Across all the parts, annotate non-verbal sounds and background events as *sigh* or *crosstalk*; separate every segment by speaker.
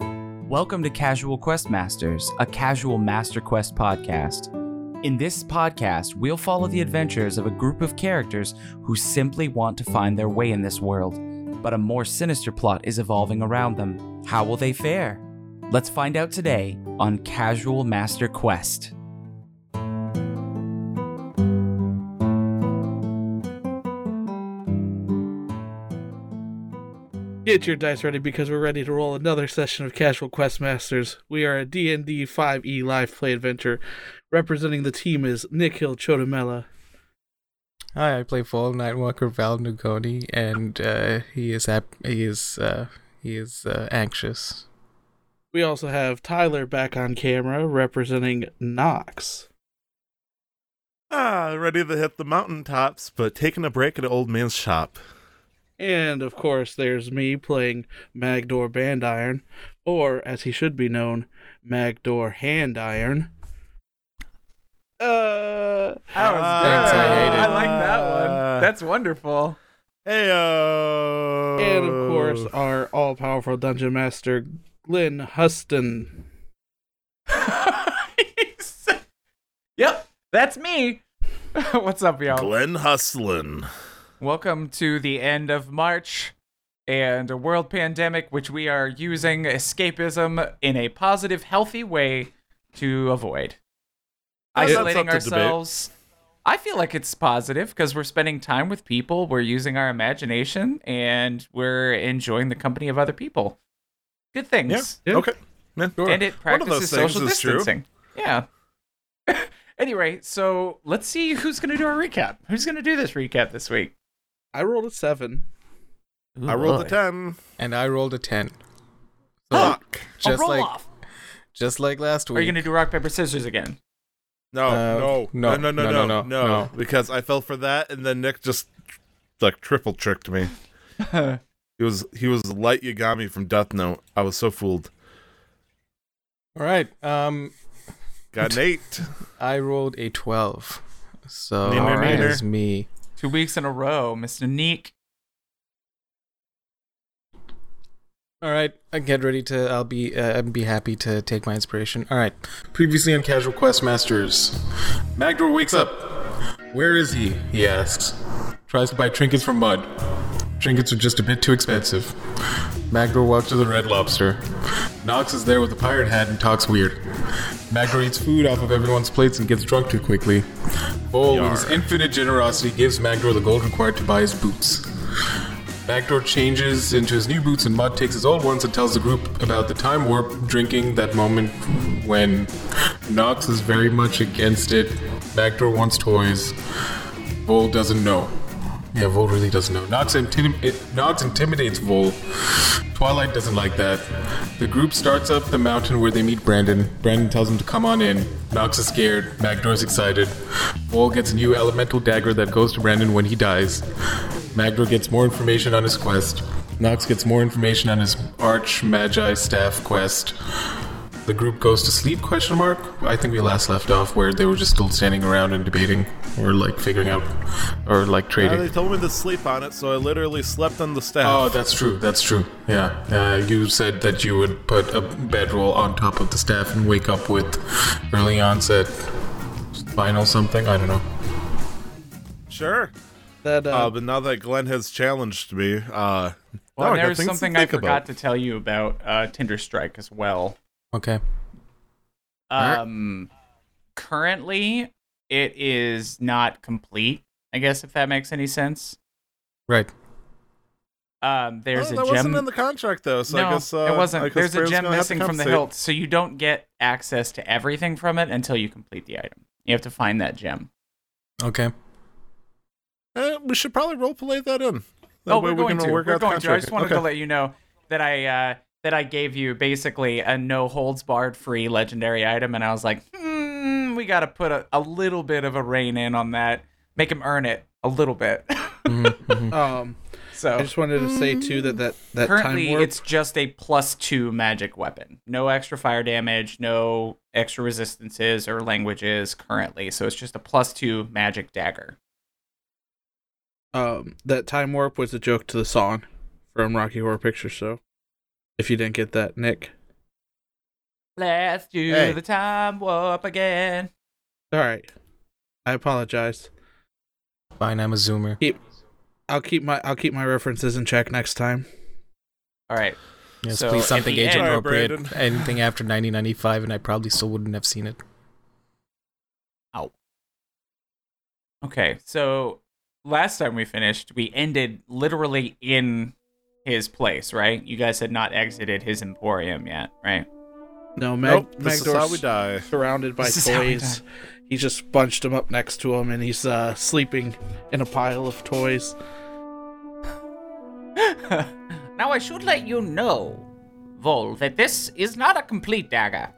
Speaker 1: Welcome to Casual Quest Masters, a casual Master Quest podcast. In this podcast, we'll follow the adventures of a group of characters who simply want to find their way in this world, but a more sinister plot is evolving around them. How will they fare? Let's find out today on Casual Master Quest.
Speaker 2: Get your dice ready because we're ready to roll another session of Casual Quest Masters. We are a D&D 5e E live play adventure. Representing the team is Nikhil Chodomela.
Speaker 3: Hi, I play Fall Nightwalker Val Nugoni, and uh, he is ap- he is uh, he is uh, anxious.
Speaker 2: We also have Tyler back on camera representing Knox.
Speaker 4: Ah, ready to hit the mountaintops, but taking a break at an old man's shop.
Speaker 2: And of course, there's me playing Magdor Bandiron, or as he should be known, Magdor Handiron. Uh,
Speaker 5: That was
Speaker 4: Ah,
Speaker 5: good.
Speaker 3: Thanks, I hate it.
Speaker 5: I like that one. That's wonderful.
Speaker 4: Heyo!
Speaker 2: and of course, our all powerful dungeon master, Glenn Huston.
Speaker 5: *laughs* yep, that's me. *laughs* What's up, y'all?
Speaker 4: Glenn Hustlin.
Speaker 5: Welcome to the end of March and a world pandemic, which we are using escapism in a positive, healthy way to avoid.
Speaker 4: That's
Speaker 5: Isolating
Speaker 4: up to debate.
Speaker 5: ourselves. I feel like it's positive because we're spending time with people, we're using our imagination, and we're enjoying the company of other people. Good things.
Speaker 4: Yeah. Okay. Yeah. One
Speaker 5: and it
Speaker 4: of those
Speaker 5: practices social
Speaker 4: things is true.
Speaker 5: distancing. Yeah. *laughs* anyway, so let's see who's going to do our recap. Who's going to do this recap this week?
Speaker 2: I rolled a seven.
Speaker 4: I rolled a 10.
Speaker 3: And I rolled a ten. So,
Speaker 4: Fuck.
Speaker 3: Just
Speaker 5: roll
Speaker 3: like
Speaker 5: off.
Speaker 3: just like last week.
Speaker 5: Are you going to do rock paper
Speaker 3: *laughs*
Speaker 5: scissors again?
Speaker 4: No,
Speaker 3: Uh, no,
Speaker 4: no, no, no, no, no, no, Because I fell for that, and then Nick just like triple tricked me. He was he was light Yagami from Death Note. I was so fooled.
Speaker 3: All right. Um,
Speaker 4: Got an eight.
Speaker 3: I rolled a twelve. So
Speaker 4: Neither,
Speaker 3: all right,
Speaker 4: neither.
Speaker 3: it's me.
Speaker 5: Two weeks in a row, Mr. Neek.
Speaker 3: All right, I get ready to. I'll be. Uh, I'd be happy to take my inspiration. All right. Previously on Casual Quest Masters, Magdor wakes up. Where is he? He asks. Tries to buy trinkets from Mud. Trinkets are just a bit too expensive. Magdor walks to the Red Lobster. Knox is there with a pirate hat and talks weird. Magdor eats food off of everyone's plates and gets drunk too quickly. Bull, with his infinite generosity, gives Magdor the gold required to buy his boots. Backdoor changes into his new boots and Mud takes his old ones and tells the group about the time warp drinking that moment when Knox is very much against it. Backdoor wants toys. Vol doesn't know. Yeah, Vol really doesn't know. Knox, intim- it, Knox intimidates Vol. Twilight doesn't like that. The group starts up the mountain where they meet Brandon. Brandon tells him to come on in. Knox is scared. Magdor's excited. Vol gets a new elemental dagger that goes to Brandon when he dies. Magdor gets more information on his quest. Knox gets more information on his arch magi staff quest. The group goes to sleep? Question mark. I think we last left off where they were just still standing around and debating, or like figuring out, or like
Speaker 4: Yeah,
Speaker 3: trading.
Speaker 4: they told me to sleep on it, so I literally slept on the
Speaker 3: Oh,
Speaker 4: staff.
Speaker 3: that's true. That's true. Yeah. Uh, you said that you would put a bedroll on top of the staff and wake up with early onset spinal something. I don't know.
Speaker 4: sure.
Speaker 2: That uh,
Speaker 4: Uh, but now that Glenn has challenged me, uh,
Speaker 5: Well,
Speaker 4: now I got
Speaker 5: there's
Speaker 4: things to
Speaker 5: something I
Speaker 4: think
Speaker 5: forgot
Speaker 4: about.
Speaker 5: to tell you about uh, Tinder Strike as well.
Speaker 3: Okay. Alright.
Speaker 5: Um, currently, it is not complete. I guess if that makes any sense.
Speaker 3: Right.
Speaker 5: Um, there's
Speaker 4: oh,
Speaker 5: a
Speaker 4: that
Speaker 5: gem.
Speaker 4: wasn't in the contract though, so
Speaker 5: no,
Speaker 4: I guess uh,
Speaker 5: it
Speaker 4: I
Speaker 5: wasn't.
Speaker 4: guess
Speaker 5: There's a
Speaker 4: Freya's
Speaker 5: gem
Speaker 4: gonna have to
Speaker 5: missing from the
Speaker 4: compensate.
Speaker 5: hilt, so you don't get access to everything from it until you complete the item. You have to find that gem.
Speaker 3: Okay.
Speaker 4: Eh, we should probably roleplay that in. That
Speaker 5: oh,
Speaker 4: way
Speaker 5: we're
Speaker 4: we
Speaker 5: going
Speaker 4: can
Speaker 5: to.
Speaker 4: work
Speaker 5: we're
Speaker 4: out
Speaker 5: going
Speaker 4: the
Speaker 5: to. I
Speaker 4: contract.
Speaker 5: just wanted to let you know that I uh, that I gave you basically a no holds barred free legendary item, and I was like, hmm, we got to put a, a little bit of a rein in on that, make him earn it a little bit.
Speaker 2: um,
Speaker 5: *laughs* so
Speaker 2: I just wanted to say too that that that
Speaker 5: currently
Speaker 2: time warp.
Speaker 5: it's just a plus two magic weapon no extra fire damage no extra resistances or languages currently so it's just a plus two magic dagger
Speaker 2: um, that time warp was a joke to the song from Rocky Horror Picture Show. If you didn't get that, Nick,
Speaker 5: Let's do
Speaker 4: Hey.
Speaker 5: the time warp again.
Speaker 2: All right. I apologize.
Speaker 3: Fine, I'm a zoomer.
Speaker 2: I'll keep my I'll keep my references in check next time.
Speaker 5: All right.
Speaker 3: Yes,
Speaker 5: So,
Speaker 3: please
Speaker 5: at
Speaker 3: something
Speaker 5: the
Speaker 3: age
Speaker 5: end-
Speaker 4: Sorry,
Speaker 3: appropriate.
Speaker 4: Brandon.
Speaker 5: *laughs*
Speaker 3: Anything after 1995, and I probably still wouldn't have seen it.
Speaker 5: Okay. So last time we finished, we ended literally in his place, right? You guys had not exited his emporium yet, right?
Speaker 2: No, Mag-
Speaker 4: Nope, this is how
Speaker 2: Magdor's
Speaker 4: we die.
Speaker 2: surrounded by
Speaker 5: This is how we
Speaker 2: toys. He just bunched him up next to him, and he's uh, sleeping in a pile of toys.
Speaker 5: *laughs* now I should let you know, Vol, that this is not a complete dagger.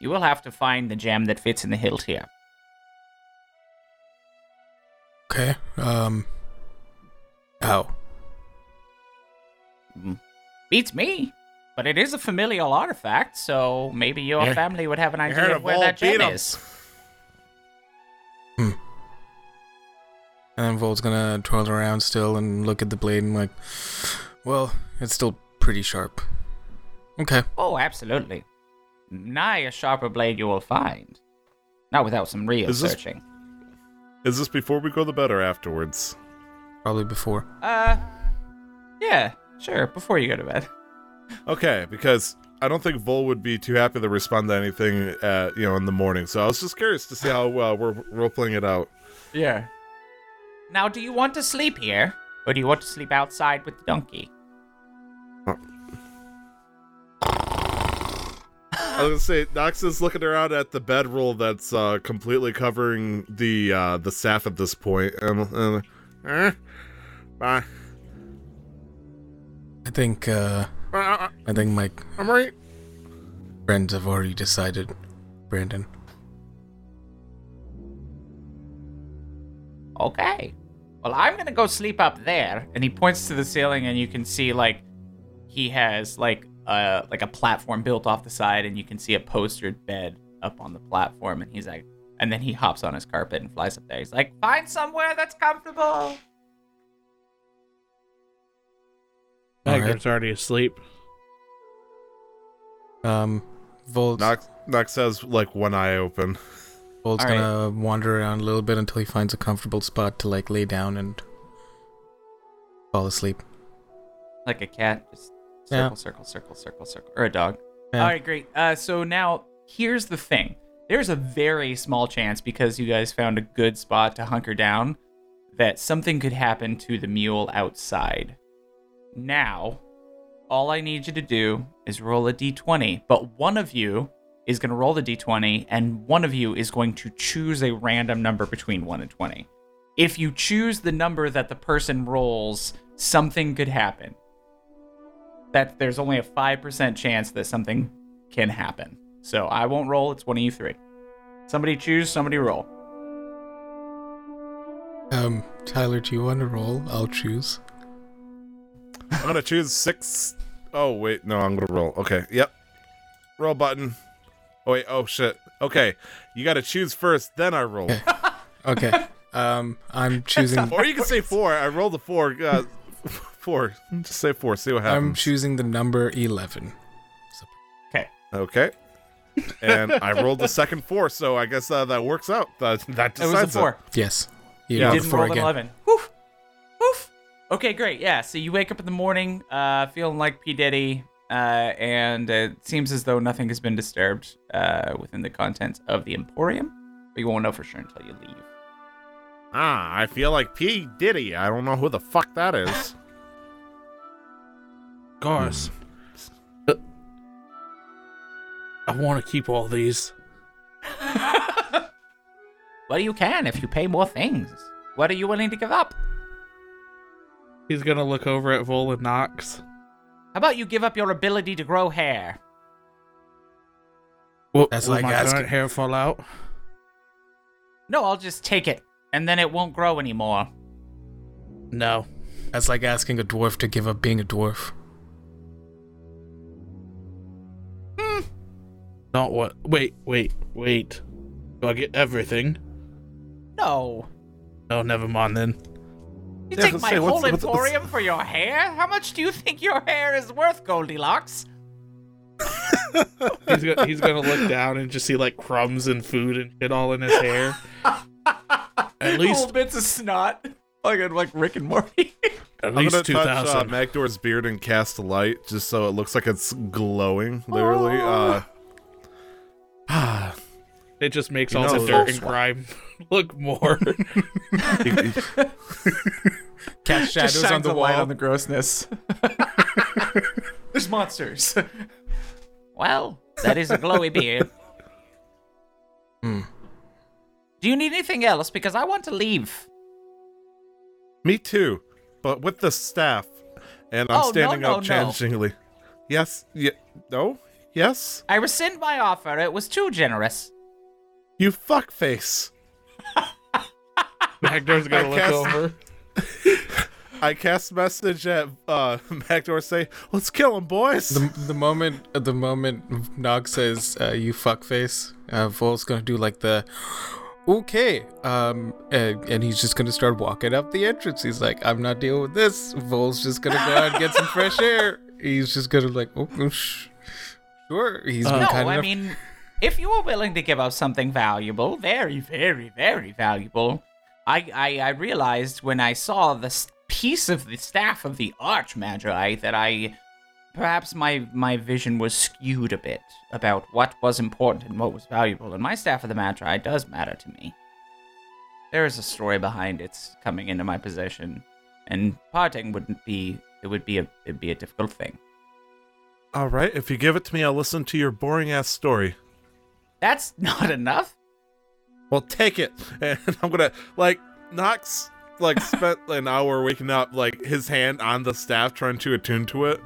Speaker 5: You will have to find the gem that fits in the hilt here.
Speaker 3: Okay. Um. How?
Speaker 5: Beats me. But it is a familial artifact, so maybe your
Speaker 3: Yeah.
Speaker 5: family would have an
Speaker 4: heard
Speaker 5: idea of
Speaker 4: of
Speaker 5: where
Speaker 4: Vol
Speaker 5: that gem
Speaker 4: beat 'em.
Speaker 5: is.
Speaker 3: And then Vol's gonna twirl around still and look at the blade and like, well, it's still pretty sharp. Okay.
Speaker 5: Oh, absolutely. Nigh a sharper blade you will find. Not without some real
Speaker 4: Is this-
Speaker 5: searching.
Speaker 4: Is this before we go to bed or afterwards?
Speaker 3: Probably before.
Speaker 5: Uh, yeah, sure, before you go to bed.
Speaker 4: Okay, because I don't think Vol would be too happy to respond to anything, uh, you know, in the morning. So I was just curious to see how uh, we're role playing it out.
Speaker 5: Yeah. Now, do you want to sleep here? Or do you want to sleep outside with the donkey?
Speaker 4: I was gonna say Nox is looking around at the bedroll that's uh, completely covering the uh, the staff at this point, and, and eh, bye.
Speaker 3: I think. uh
Speaker 4: Uh,
Speaker 3: I think my
Speaker 4: I'm right.
Speaker 3: friends have already decided, Brandon.
Speaker 5: Okay. Well, I'm gonna go sleep up there. And he points to the ceiling, and you can see like he has like a like a platform built off the side, and you can see a postered bed up on the platform. And he's like, and then he hops on his carpet and flies up there. He's like, find somewhere that's
Speaker 3: All
Speaker 5: comfortable.
Speaker 2: Magdor's already asleep.
Speaker 3: Um, Vol's,
Speaker 4: Nox Nox has like one eye open.
Speaker 3: Vol's
Speaker 5: All right.
Speaker 3: gonna wander around a little bit until he finds a comfortable spot to like lay down and fall asleep.
Speaker 5: Like a cat, just circle,
Speaker 3: Yeah.
Speaker 5: circle, circle, circle, circle, or a dog.
Speaker 3: Yeah.
Speaker 5: All right, great. Uh, so now here's the thing. There's a very small chance because you guys found a good spot to hunker down that something could happen to the mule outside. Now, all I need you to do is roll a d20, but one of you is going to roll the d20 and one of you is going to choose a random number between 1 and 20. If you choose the number that the person rolls, something could happen that there's only a 5% chance that something can happen. So I won't roll. It's one of you three. Somebody choose, somebody roll.
Speaker 3: Um, Tyler, do you want to roll? I'll choose.
Speaker 4: *laughs* I'm gonna choose six oh wait, no, I'm gonna roll. Okay, yep. Roll button. Oh wait, oh shit. Okay, you gotta choose first, then I *laughs* roll.
Speaker 5: *laughs*
Speaker 3: Okay. um, I'm choosing.
Speaker 4: or you can say four. I rolled a four. Uh, four. Just say four. See what
Speaker 3: I'm
Speaker 4: happens.
Speaker 3: choosing the number eleven.
Speaker 5: Okay.
Speaker 4: okay. And I rolled the second four, so I guess uh, that works out. That, that
Speaker 5: It
Speaker 4: decides
Speaker 5: was a four.
Speaker 3: Yes.
Speaker 4: Yeah,
Speaker 5: You
Speaker 3: rolled
Speaker 4: I'm
Speaker 5: didn't
Speaker 3: four
Speaker 5: roll an 11. Woof. Woof. Okay, great. Yeah. So you wake up in the morning uh, feeling like P. Diddy, uh, and uh, it seems as though nothing has been disturbed uh, within the contents of the Emporium. But you won't know for sure until you leave.
Speaker 4: Ah, I feel like P Diddy. I don't know who the fuck that is.
Speaker 2: Gars. Uh, I want to keep all these.
Speaker 5: Well, you can if you pay more things. What are you willing to give up?
Speaker 2: He's gonna look over at Vol and Knox.
Speaker 5: How about you give up your ability to grow hair?
Speaker 2: Well,
Speaker 3: That's
Speaker 2: will
Speaker 3: like
Speaker 2: my
Speaker 3: asking-
Speaker 2: current hair fall out.
Speaker 5: No, I'll just take it, and then it won't grow anymore.
Speaker 2: No.
Speaker 3: That's like asking a dwarf to give up being a dwarf.
Speaker 2: Not what? Wait, wait, wait. Do I get everything?
Speaker 5: No.
Speaker 2: Oh, never mind then.
Speaker 5: You
Speaker 4: Yeah,
Speaker 5: take
Speaker 4: let's
Speaker 5: my
Speaker 4: say, what's-
Speaker 5: whole
Speaker 4: what's- what's-
Speaker 5: emporium for your hair? How much do you think your hair is worth, Goldilocks?
Speaker 2: He's gonna, he's gonna look down and just see like crumbs and food and shit all in his hair. At
Speaker 5: *laughs* Little
Speaker 2: least
Speaker 5: bits of snot. *laughs* Like like Rick and Morty. *laughs*
Speaker 2: at
Speaker 4: I'm
Speaker 2: least
Speaker 4: gonna
Speaker 2: two
Speaker 4: touch uh,
Speaker 2: thousand.
Speaker 4: Magdor's beard and cast a light just so it looks like it's glowing. Literally, uh,
Speaker 2: it just makes
Speaker 4: you
Speaker 2: all
Speaker 4: know,
Speaker 2: the
Speaker 4: the
Speaker 2: dirt
Speaker 4: full
Speaker 2: and grime *laughs* look more. *laughs*
Speaker 4: Uh,
Speaker 5: Cast
Speaker 3: shadows on the wall.
Speaker 5: on the grossness. There's monsters. Well, that is a glowy *laughs* beard. Hmm. Do you need anything else? Because I want to leave.
Speaker 4: me too, but with the staff, and I'm
Speaker 5: Oh, no,
Speaker 4: standing
Speaker 5: no,
Speaker 4: up
Speaker 5: no.
Speaker 4: challengingly. Yes, yeah, no, yes,
Speaker 5: I rescind my offer. It was too generous.
Speaker 4: you fuckface.
Speaker 2: Magdar's gonna
Speaker 4: I
Speaker 2: look
Speaker 4: cast-
Speaker 2: over.
Speaker 4: I cast message at uh, *laughs* Magdor say, "Let's kill him, boys."
Speaker 3: The, the moment the moment Nog says uh, you fuckface, uh, Vol's gonna do like the okay, um, and, and he's just gonna start walking up the entrance. He's like, I'm not dealing with this. Vol's just gonna go out and get some fresh air. He's just gonna like, oh, oh, sh- sure. He's been
Speaker 5: Uh, no,
Speaker 3: kind
Speaker 5: I
Speaker 3: enough.
Speaker 5: mean, if you were willing to give up something valuable, very, very, very valuable, I, I, I realized when I saw the s- piece of the staff of the Archmagi that I perhaps my my vision was skewed a bit about what was important and what was valuable, and my staff of the Magi does matter to me. There is a story behind its coming into my possession, and parting wouldn't be it would be a it'd be a difficult thing.
Speaker 4: All right, if you give it to me, I'll listen to your boring ass story.
Speaker 5: That's *laughs* not enough.
Speaker 4: Well, take it, *laughs* and I'm gonna like Knox like spent an hour waking up like his hand on the staff trying to attune to it.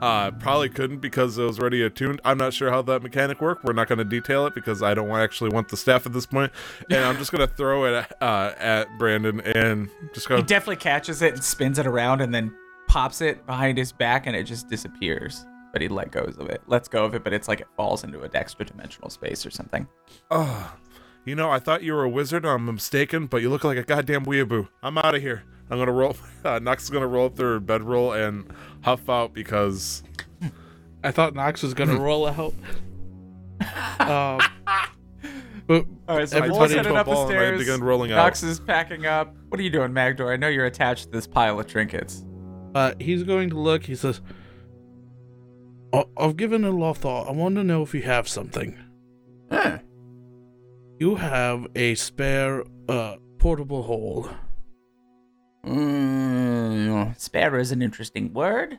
Speaker 4: Uh, probably couldn't because it was already attuned. I'm not sure how that mechanic worked. We're not going to detail it because I don't want, actually want the staff at this point. And I'm just going to throw it uh, at Brandon and just go.
Speaker 5: He definitely catches it and spins it around and then pops it behind his back and it just disappears. But he let goes of it. Lets go of it, but it's like it falls into an extra dimensional space or something.
Speaker 4: Oh, you know, I thought you were a wizard. I'm mistaken, but you look like a goddamn weeaboo. I'm out of here. I'm gonna roll. *laughs* Uh, Nox is gonna roll up their bedroll and huff out because
Speaker 2: I thought Knox was
Speaker 5: Hmm.
Speaker 2: gonna roll
Speaker 5: *laughs*
Speaker 2: out. Um, but
Speaker 5: All right, so
Speaker 2: Everybody
Speaker 5: Vol's
Speaker 2: into
Speaker 5: headed
Speaker 4: a
Speaker 5: up the
Speaker 4: ball and I
Speaker 5: stairs.
Speaker 4: begin rolling out.
Speaker 5: Knox is packing up. What are you doing, Magdor? I know you're attached to this pile of trinkets.
Speaker 2: Uh, he's going to look. He says, I- "I've given a lot of thought. I want to know if you have something. You have a spare uh, portable hole.
Speaker 5: Mm, spare is an interesting word.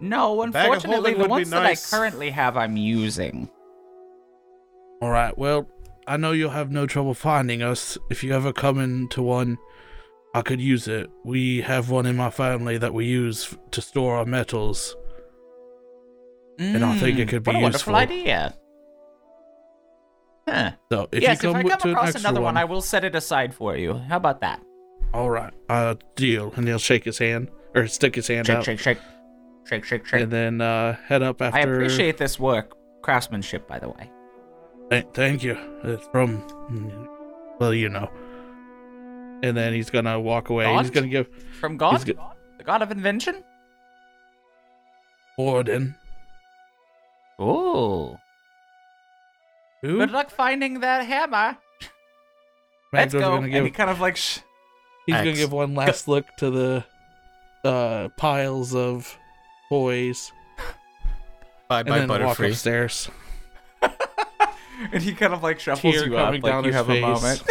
Speaker 5: No,
Speaker 4: bag of
Speaker 5: unfortunately,
Speaker 4: holding
Speaker 5: the
Speaker 4: would be
Speaker 5: ones
Speaker 4: nice.
Speaker 5: that I currently have, I'm using.
Speaker 2: All right. Well, I know you'll have no trouble finding us. If you ever come into one, I could use it. We have one in my family that we use f- to store our metals. And I think it
Speaker 5: Mm,
Speaker 2: could
Speaker 5: what
Speaker 2: be
Speaker 5: a wonderful
Speaker 2: useful.
Speaker 5: idea. Huh.
Speaker 2: So if
Speaker 5: yes,
Speaker 2: you come,
Speaker 5: if I
Speaker 2: with-
Speaker 5: come
Speaker 2: to an
Speaker 5: across
Speaker 2: extra
Speaker 5: another one, I will set it aside for you. How about that?
Speaker 2: all right, uh, deal." And he'll shake his hand or stick his hand
Speaker 5: Shake,
Speaker 2: out,
Speaker 5: shake, shake, shake, shake, shake.
Speaker 2: uh, and then uh, head up after.
Speaker 5: I appreciate this work, craftsmanship, by the way.
Speaker 2: Th- thank you. It's from, well, you know. And then he's gonna walk away. He's
Speaker 5: Gaunt?
Speaker 2: gonna give
Speaker 5: From God,
Speaker 2: He's good.
Speaker 5: the God of Invention.
Speaker 2: Orden.
Speaker 5: Ooh,
Speaker 2: Who?
Speaker 5: good luck finding that hammer.
Speaker 2: Magdar's
Speaker 5: Let's go.
Speaker 2: gonna
Speaker 5: and he
Speaker 2: give.
Speaker 5: kind of like sh-
Speaker 2: He's gonna
Speaker 3: Axe.
Speaker 2: give one last look to the uh, piles of toys,
Speaker 3: Bye
Speaker 2: and
Speaker 3: bye
Speaker 2: then walk
Speaker 3: Butterfree.
Speaker 2: upstairs.
Speaker 5: and he kind of like shuffles
Speaker 2: Tear
Speaker 5: you up
Speaker 2: coming
Speaker 5: like
Speaker 2: down
Speaker 5: you
Speaker 2: his
Speaker 5: have
Speaker 2: face.
Speaker 5: a moment.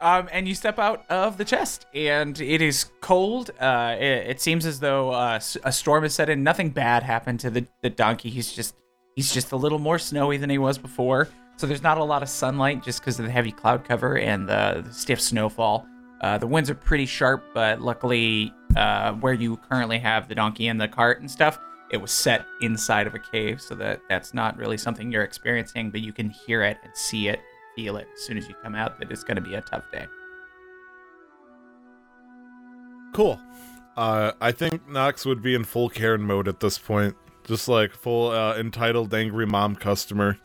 Speaker 5: um, and you step out of the chest, and it is cold. Uh, it, it seems as though uh, s- a storm has set in. Nothing bad happened to the, the donkey. He's just he's just a little more snowy than he was before. So there's not a lot of sunlight just because of the heavy cloud cover and the, the stiff snowfall. Uh, the winds are pretty sharp, but luckily, uh, where you currently have the donkey and the cart and stuff, it was set inside of a cave, so that that's not really something you're experiencing, but you can hear it and see it, feel it as soon as you come out. That it's going to be a tough day.
Speaker 4: cool. Uh, I think Nox would be in full Karen mode at this point, just like full uh, entitled angry mom customer.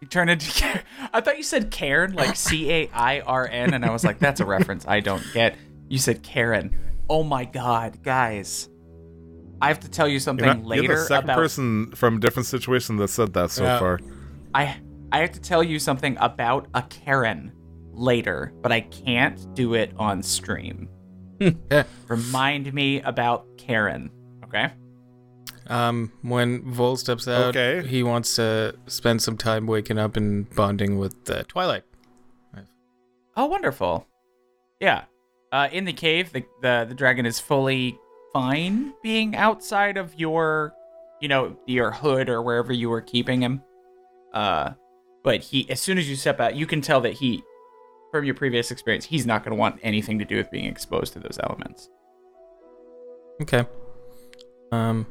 Speaker 5: You turn into *laughs* Karen. I thought you said Cairn,
Speaker 4: *laughs*
Speaker 5: like C A I R N, and I was like, that's a reference I don't get. You said Karen. Oh my God, guys. I have to tell you something
Speaker 4: You're, not,
Speaker 5: later
Speaker 4: you're the second
Speaker 5: about
Speaker 4: person from a different situation that said that so
Speaker 3: Yeah.
Speaker 4: far.
Speaker 5: I I have to tell you something about a Karen later, but I can't do it on
Speaker 4: *laughs*
Speaker 5: stream.
Speaker 3: Yeah.
Speaker 5: Remind me about Karen. Okay.
Speaker 3: Um, when Vol steps out,
Speaker 4: Okay.
Speaker 3: he wants to spend some time waking up and bonding with uh, Twilight.
Speaker 5: Oh, wonderful. Yeah. Uh, in the cave, the, the the dragon is fully fine being outside of your, you know, your hood or wherever you were keeping him. Uh, but he, as soon as you step out, you can tell that he, from your previous experience, he's not going to want anything to do with being exposed to those elements.
Speaker 3: Okay. Um,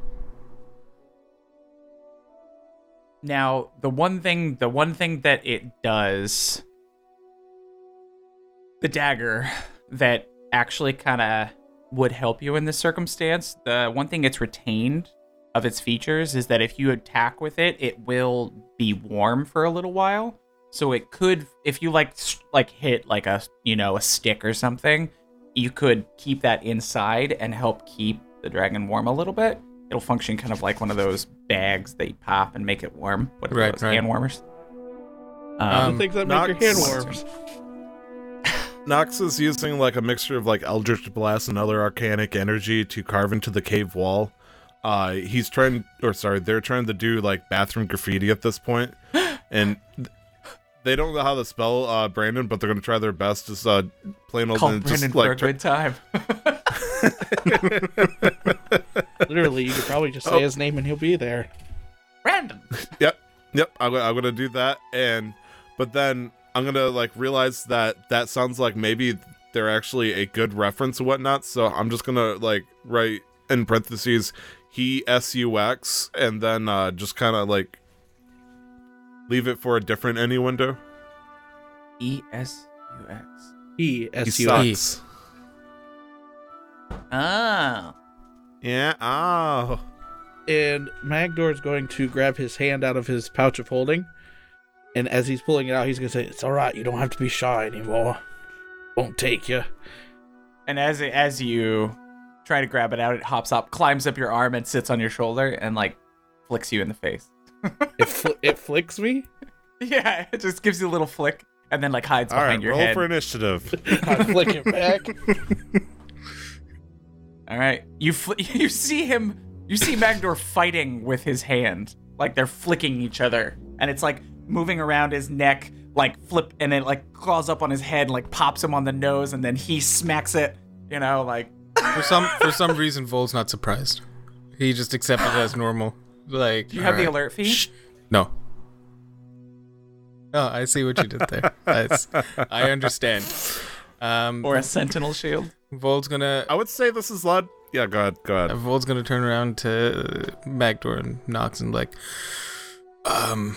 Speaker 5: Now, the one thing, the one thing that it does, the dagger that actually kind of would help you in this circumstance, the one thing it's retained of its features is that if you attack with it, it will be warm for a little while. So it could, if you like, s- like hit like a you know a stick or something, you could keep that inside and help keep the dragon warm a little bit. It'll function kind of like one of those bags that you pop and make it warm. What are
Speaker 3: Right,
Speaker 5: those
Speaker 3: right.
Speaker 5: hand warmers?
Speaker 2: I
Speaker 3: Um,
Speaker 2: don't think that make *laughs*
Speaker 4: Nox-
Speaker 2: your hand warms.
Speaker 4: *laughs* Nox is using like a mixture of like Eldritch Blast and other arcanic energy to carve into the cave wall. Uh, he's trying, or sorry, they're trying to do like bathroom graffiti at
Speaker 2: *gasps*
Speaker 4: this point, and th- they don't know how to spell uh, Brandon, but they're gonna try their best. Just uh, plain old
Speaker 5: Call
Speaker 4: and just
Speaker 5: Brandon for a
Speaker 4: like tr-
Speaker 5: good time. *laughs*
Speaker 2: Literally, you could probably just say his name and he'll be there.
Speaker 5: Brandon.
Speaker 4: Yep. Yep. I'm, gonna- I'm gonna do that, and but then I'm gonna like realize that that sounds like maybe they're actually a good reference and whatnot. So I'm just gonna like write in parentheses he s u x and then uh, just kind of like leave it for a different innuendo.
Speaker 5: E S U X.
Speaker 2: E
Speaker 4: He
Speaker 2: S U X.
Speaker 4: sucks.
Speaker 5: Oh.
Speaker 4: Yeah. Oh.
Speaker 2: and Magdor is going to grab his hand out of his pouch of holding, and as he's pulling it out, he's going to say, "It's all right. You don't have to be shy anymore. Won't take you."
Speaker 5: And as it, as you try to grab it out, it hops up, climbs up your arm, and sits on your shoulder and like flicks you in the face. *laughs*
Speaker 2: It fl- *laughs* it flicks me.
Speaker 5: Yeah, it just gives you a little flick and then like hides
Speaker 4: All
Speaker 5: behind
Speaker 4: right.
Speaker 5: your
Speaker 4: Roll
Speaker 5: head.
Speaker 4: for initiative.
Speaker 2: I flick it
Speaker 5: *laughs*
Speaker 2: back.
Speaker 5: All right, you fl- *laughs* you see him, you see Magdor fighting with his hand, like they're flicking each other, and it's like moving around his neck, like flip, and it like claws up on his head, like pops him on the nose, and then he smacks it. You know, like
Speaker 3: for some for some reason, Vol's not surprised. He just accepted it as normal. Like
Speaker 5: you have the
Speaker 3: alright.
Speaker 5: alert fee.
Speaker 3: Shh. No. Oh, I see what you did *laughs* there.
Speaker 4: *laughs*
Speaker 3: That's, I understand. Um,
Speaker 5: or a sentinel shield.
Speaker 3: Vol's gonna
Speaker 4: I would say this is loud. Yeah. Go ahead. Go ahead.
Speaker 3: Vol's gonna turn around to Magdor and Nox and like, um,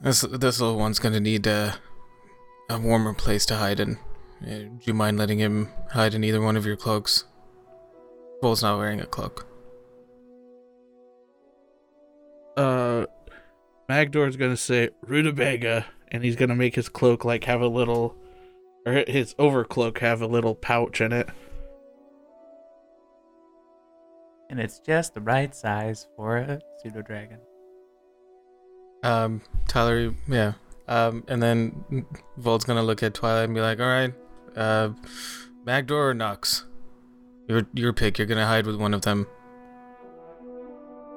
Speaker 3: this this little one's gonna need a a warmer place to hide in. Uh, Do you mind letting him hide in either one of your cloaks? Vol's not wearing a cloak.
Speaker 2: Uh, Magdor is going to say rutabaga, and he's going to make his cloak like have a little, or his overcloak have a little pouch in it.
Speaker 5: and it's just the right size for a pseudo dragon.
Speaker 3: Um, Tyler, yeah. Um, and then Vol's gonna look at Twilight and be like, "All right, uh, Magdor or Nox, your your pick. You're gonna hide with one of them."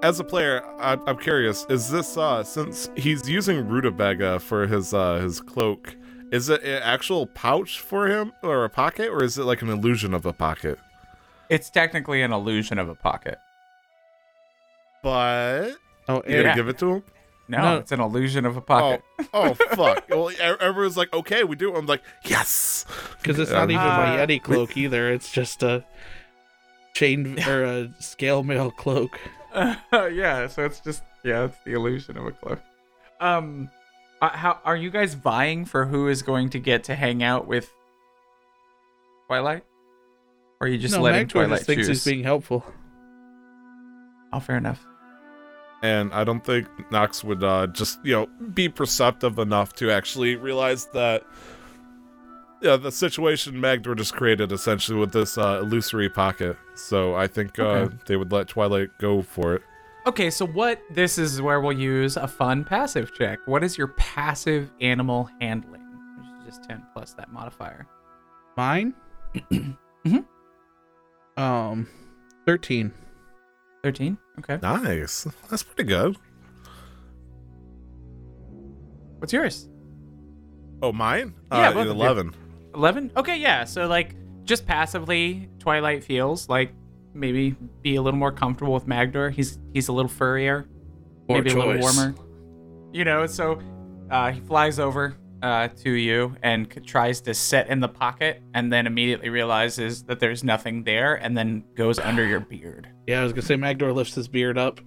Speaker 4: as a player, I, I'm curious: is this uh since he's using rutabaga for his uh his cloak, is it an actual pouch for him or a pocket, or is it like an illusion of a pocket?
Speaker 5: It's technically an illusion of a pocket.
Speaker 4: But
Speaker 2: Oh,
Speaker 4: you gonna
Speaker 5: Yeah.
Speaker 2: and
Speaker 4: give it to him?
Speaker 5: No,
Speaker 2: No.
Speaker 5: it's an illusion of a pocket.
Speaker 4: Oh, oh fuck! well, e- everyone's like, okay, we do. it." I'm like, yes.
Speaker 2: because it's
Speaker 4: Yeah.
Speaker 2: not even my
Speaker 5: Uh,
Speaker 2: Yeti cloak either. It's just a chain or a scale mail cloak.
Speaker 5: *laughs* yeah, so it's just yeah, it's the illusion of a cloak. Um, uh, how are you guys vying for who is going to get to hang out with Twilight? Or are you just
Speaker 2: no,
Speaker 5: letting
Speaker 2: Magdor
Speaker 5: Twilight
Speaker 2: just thinks
Speaker 5: choose?
Speaker 2: he's being helpful.
Speaker 5: oh, fair enough.
Speaker 4: And I don't think Knox would uh just you know be perceptive enough to actually realize that yeah, the situation Magdor just created essentially with this uh, illusory pocket. So I think uh, they would let Twilight go for it.
Speaker 5: Okay, so what this is where we'll use a fun passive check. What is your passive animal handling? Which is just 10 plus that modifier.
Speaker 3: *clears throat*
Speaker 2: Mine?
Speaker 3: Mm-hmm.
Speaker 5: Mhm.
Speaker 2: Um, 13.
Speaker 5: 13? Okay.
Speaker 4: Nice. That's pretty good.
Speaker 5: What's yours?
Speaker 4: Oh, mine?
Speaker 5: Yeah,
Speaker 4: uh,
Speaker 5: both of you.
Speaker 4: 11.
Speaker 5: 11? Okay, yeah. So like just passively Twilight feels like maybe be a little more comfortable with Magdor. He's he's a little furrier,
Speaker 2: Poor
Speaker 5: maybe a little
Speaker 2: choice.
Speaker 5: warmer. You know, so uh, he flies over uh, to you and c- tries to sit in the pocket and then immediately realizes that there's nothing there and then goes under your beard. *laughs*
Speaker 2: Yeah, I was gonna say Magdor lifts his beard up.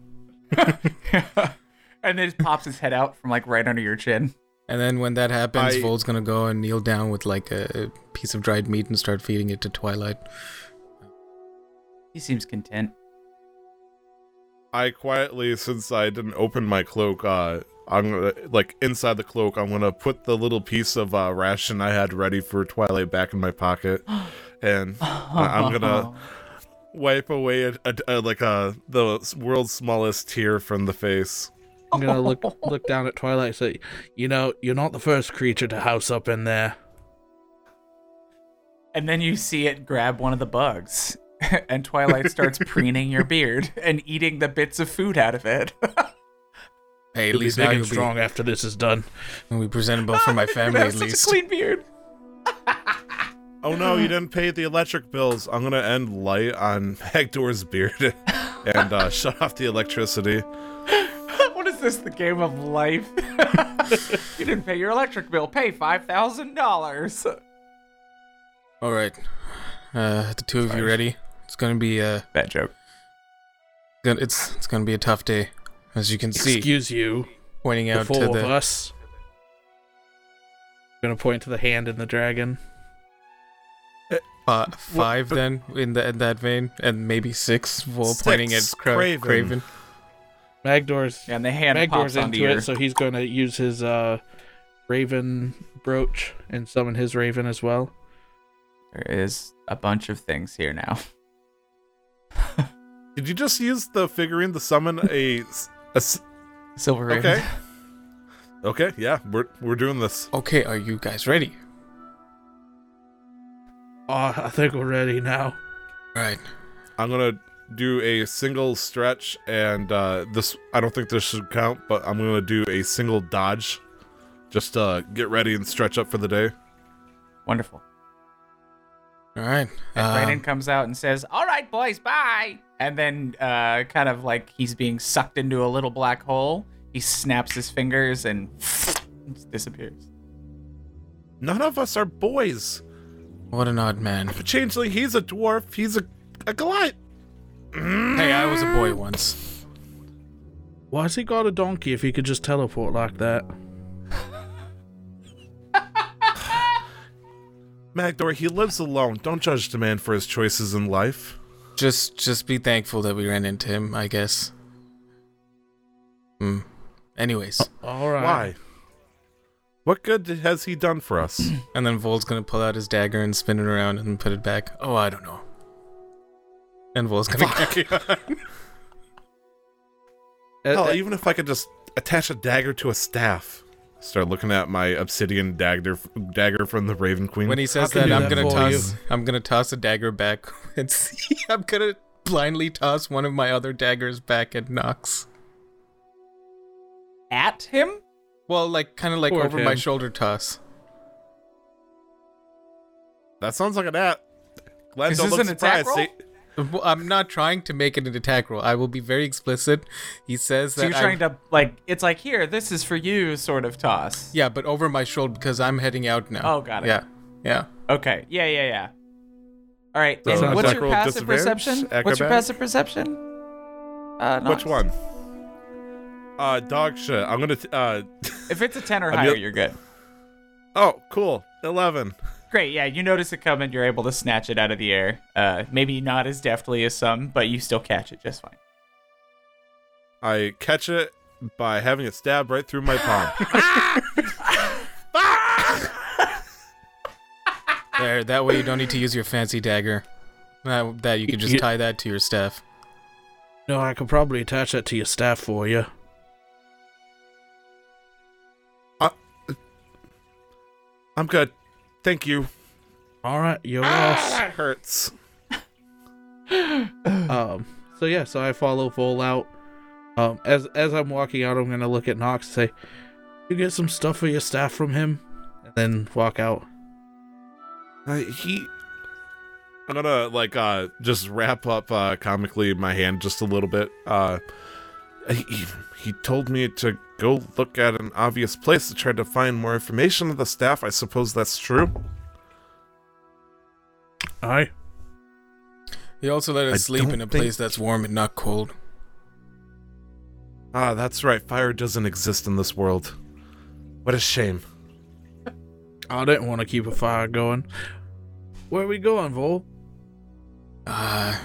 Speaker 5: and then just pops his head out from like right under your chin.
Speaker 3: And then when that happens,
Speaker 4: I-
Speaker 3: Vol's gonna go and kneel down with like a piece of dried meat and start feeding it to Twilight.
Speaker 5: He seems content.
Speaker 4: I quietly, since I didn't open my cloak, uh, I'm gonna, like inside the cloak, I'm gonna put the little piece of uh, ration I had ready for Twilight back in my pocket, and I- I'm gonna wipe away a, a, a- like a the world's smallest tear from the face.
Speaker 2: I'm gonna
Speaker 3: *laughs*
Speaker 2: look look down at Twilight and say, you know, you're not the first creature to house up in there.
Speaker 5: And then you see it grab one of the bugs. *laughs* and
Speaker 3: *laughs*
Speaker 5: Twilight starts preening your beard and eating the bits of food out of it.
Speaker 3: Hey, at
Speaker 2: You'll be
Speaker 3: least
Speaker 2: big
Speaker 3: now
Speaker 2: and
Speaker 3: you'll
Speaker 2: strong after this is done.
Speaker 3: be will be presentable *laughs* for
Speaker 5: *laughs*
Speaker 3: my family
Speaker 5: You
Speaker 3: at
Speaker 5: have such
Speaker 3: least.
Speaker 5: a clean beard. *laughs*
Speaker 4: Oh no, you didn't pay the electric bills. I'm gonna end light on *laughs* Hector's beard and uh, shut off the electricity.
Speaker 5: what is this? The game of life? *laughs* you didn't pay your electric bill. Pay five thousand dollars.
Speaker 3: All right, uh, the two of you ready? It's gonna be uh,
Speaker 5: Bad joke.
Speaker 3: gonna, it's it's gonna be a tough day, as you can see.
Speaker 2: Excuse uh, you,
Speaker 3: pointing
Speaker 2: the
Speaker 3: out
Speaker 2: four
Speaker 3: to
Speaker 2: of
Speaker 3: the
Speaker 2: us. I'm gonna point to the hand in the dragon.
Speaker 3: fi- five, then in, the, in that vein, and maybe six. Vol
Speaker 4: Six,
Speaker 3: pointing at Cra-
Speaker 4: Craven.
Speaker 3: Craven.
Speaker 2: Magdor's
Speaker 5: And the hand
Speaker 2: Magdor's
Speaker 5: pops onto
Speaker 2: into
Speaker 5: your.
Speaker 2: it, so he's gonna use his uh raven brooch and summon his raven as well.
Speaker 5: there is a bunch of things here now. *laughs*
Speaker 4: Did you just use the figurine to summon a? s- a s-
Speaker 5: Silver Raven.
Speaker 4: okay. *laughs* Okay, yeah, we're we're doing this.
Speaker 3: Okay, are you guys ready?
Speaker 2: Oh, I think we're ready now.
Speaker 3: All right.
Speaker 4: I'm gonna do a single stretch, and uh, this I don't think this should count, but I'm gonna do a single dodge, just uh, get ready and stretch up for the day.
Speaker 5: Wonderful.
Speaker 3: All right.
Speaker 5: And Brandon
Speaker 3: Um,
Speaker 5: comes out and says, "All right, boys, bye." And then, uh, kind of like he's being sucked into a little black hole, he snaps his fingers and *laughs* disappears.
Speaker 4: None of us are boys.
Speaker 3: Uh, what an odd man.
Speaker 4: But Changeling, he's a dwarf. He's a a Goliath.
Speaker 3: Hey, I was a boy once.
Speaker 2: Why's he got a donkey if he could just teleport like that?
Speaker 4: Magdor, he lives alone. Don't judge the man for his choices in life.
Speaker 3: Just, just be thankful that we ran into him. I guess. Hmm. Anyways,
Speaker 2: All right.
Speaker 4: Why? What good has he done for
Speaker 2: *laughs*
Speaker 4: us? *laughs*
Speaker 3: and then Vol's gonna pull out his dagger and spin it around and put it back. Oh, I don't know. And Vol's gonna.
Speaker 2: Uh,
Speaker 4: Hell,
Speaker 2: uh,
Speaker 4: Oh, even if I could just attach a dagger to a staff. Start looking at my obsidian dagger, dagger from the Raven
Speaker 3: *laughs*
Speaker 4: Queen.
Speaker 3: When he says
Speaker 2: can
Speaker 3: that,
Speaker 2: you
Speaker 3: I'm
Speaker 2: do that
Speaker 3: gonna
Speaker 2: for
Speaker 3: toss. I'm gonna toss a dagger back *laughs* and see. I'm gonna blindly toss one of my other daggers back at Nox.
Speaker 5: At him?
Speaker 3: Well, like kind of like
Speaker 2: Toward
Speaker 3: over my
Speaker 2: him.
Speaker 3: shoulder toss.
Speaker 4: that sounds like an at. Glenn,
Speaker 5: Is
Speaker 4: don't
Speaker 5: this
Speaker 4: look
Speaker 5: an attack
Speaker 4: surprised.
Speaker 5: roll?
Speaker 4: See-
Speaker 3: Well, I'm not trying to make it an attack roll. I will be very explicit. He says
Speaker 5: So
Speaker 3: that.
Speaker 5: you're
Speaker 3: I-
Speaker 5: trying to like it's like here, this is for you, sort of toss.
Speaker 3: Yeah, but over my shoulder because I'm heading out now.
Speaker 5: Oh, got it.
Speaker 3: Yeah, yeah.
Speaker 5: Okay. Yeah, yeah, yeah. All right.
Speaker 4: So
Speaker 5: and
Speaker 4: it's
Speaker 5: what's
Speaker 4: attack
Speaker 5: your
Speaker 4: roll
Speaker 5: passive
Speaker 4: disadvantage?
Speaker 5: perception? What's your
Speaker 4: Acrobatics?
Speaker 5: passive perception? Uh,
Speaker 4: Which
Speaker 5: Nox.
Speaker 4: one? Uh, dog shit. I'm gonna. T- uh, *laughs*
Speaker 5: If it's a ten or
Speaker 4: I'm
Speaker 5: higher,
Speaker 4: just-
Speaker 5: you're good.
Speaker 4: oh, cool. Eleven.
Speaker 5: Great, yeah, you notice it coming, you're able to snatch it out of the air. Uh, maybe not as deftly as some, but you still catch it just fine.
Speaker 4: I catch it by having it stabbed
Speaker 5: *laughs*
Speaker 4: right through my palm.
Speaker 5: Ah.
Speaker 3: There, that way you don't need to use your fancy dagger. That, that you can just
Speaker 2: You-
Speaker 3: tie that to your staff.
Speaker 2: No, I could probably attach that to your staff for you.
Speaker 4: I'm good. Thank you.
Speaker 2: All right, you're lost.
Speaker 4: That hurts.
Speaker 2: Um, so yeah, so I follow Vol out. Um, as as I'm walking out, I'm gonna look at Knox and say, "You get some stuff for your staff from him," and then walk out.
Speaker 4: Uh, he. I'm gonna like uh just wrap up uh comically my hand just a little bit. Uh, he, he told me to go look at an obvious place to try to find more information of the staff. I suppose that's true.
Speaker 2: Aye.
Speaker 3: He also let us
Speaker 4: I
Speaker 3: sleep in
Speaker 4: don't
Speaker 3: a
Speaker 4: think-
Speaker 3: place that's warm and not cold.
Speaker 4: Ah, that's right. Fire doesn't exist in this world. What a shame.
Speaker 2: I didn't want to keep a fire going. Where are we going, Vol?
Speaker 3: Ah,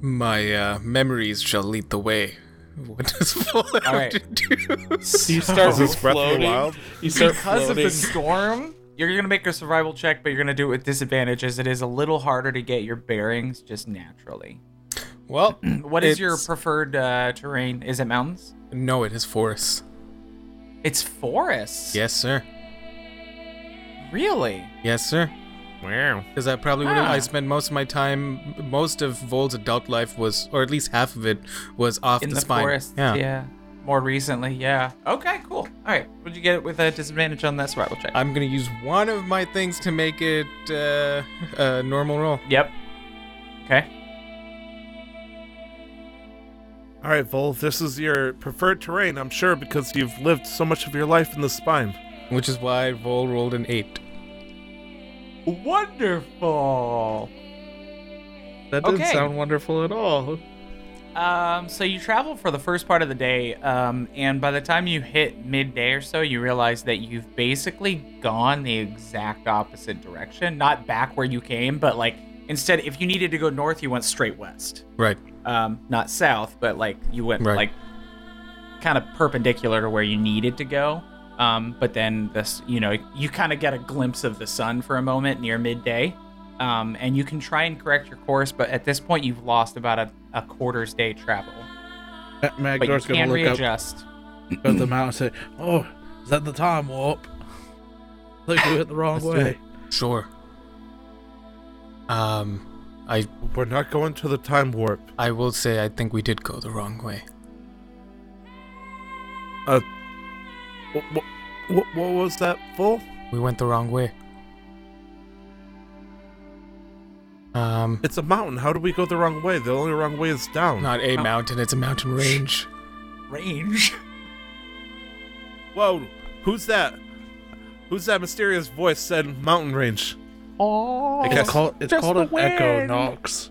Speaker 3: my uh, memories shall lead the way. *laughs* What does Fallout
Speaker 5: right.
Speaker 3: do? *laughs*
Speaker 6: You start
Speaker 4: Is this Breath of the
Speaker 6: floating.
Speaker 4: Wild?
Speaker 6: You start
Speaker 5: because of
Speaker 6: floating.
Speaker 5: the storm, you're gonna make a survival check, but you're gonna do it with disadvantage, as it is a little harder to get your bearings just naturally.
Speaker 3: Well,
Speaker 5: What is your
Speaker 3: It's-
Speaker 5: preferred uh, terrain? Is it mountains?
Speaker 3: no, it is forest.
Speaker 5: It's forests.
Speaker 3: Yes, sir.
Speaker 5: Really?
Speaker 3: Yes, sir.
Speaker 4: Wow.
Speaker 3: Because I probably would have.
Speaker 5: Ah.
Speaker 3: I spent most of my time, most of Vol's adult life was, or at least half of it, was off
Speaker 5: In
Speaker 3: the,
Speaker 5: the
Speaker 3: spine.
Speaker 5: forests. Yeah. More recently, yeah. Okay, cool. All right. Would you get it with a disadvantage on that survival check?
Speaker 3: I'm gonna use one of my things to make it uh, a normal roll.
Speaker 5: yep. Okay.
Speaker 4: All right, Vol, this is your preferred terrain, I'm sure, because you've lived so much of your life in the spine.
Speaker 3: Which is why Vol rolled an eight.
Speaker 5: Wonderful.
Speaker 2: That didn't
Speaker 5: Okay.
Speaker 2: sound wonderful at all.
Speaker 5: Um, so you travel for the first part of the day, um, and by the time you hit midday or so, you realize that you've basically gone the exact opposite direction. Not back where you came, but like instead, if you needed to go north, you went straight west.
Speaker 3: Right.
Speaker 5: Um, not south, but like you went
Speaker 3: Right.
Speaker 5: like kind of perpendicular to where you needed to go. Um, but then this, you know, you kind of get a glimpse of the sun for a moment near midday. Um, and you can try and correct your course, but at this point, you've lost about a, a quarter's day travel.
Speaker 2: Ma-
Speaker 5: But you
Speaker 2: Magdar's
Speaker 5: can
Speaker 2: gonna look up
Speaker 5: readjust.
Speaker 2: at the mountain and say, "Oh, is that the time warp? Look, we went the wrong
Speaker 4: do
Speaker 2: way."
Speaker 4: it.
Speaker 3: Sure. Um, I
Speaker 4: We're not going to the time warp.
Speaker 3: I will say I think we did go the wrong way.
Speaker 4: Uh, What, what, what was that, Vol?
Speaker 3: We went the wrong way. Um,
Speaker 4: It's a mountain. How do we go the wrong way? The only wrong way is down.
Speaker 3: not a mountain. It's a mountain range.
Speaker 5: Range.
Speaker 4: Whoa, who's that? Who's that mysterious voice said mountain range?
Speaker 5: Oh,
Speaker 4: I
Speaker 2: It's
Speaker 4: guess-
Speaker 2: called it's
Speaker 5: Just
Speaker 2: called
Speaker 5: the
Speaker 2: an echo
Speaker 5: wind.
Speaker 2: Knox.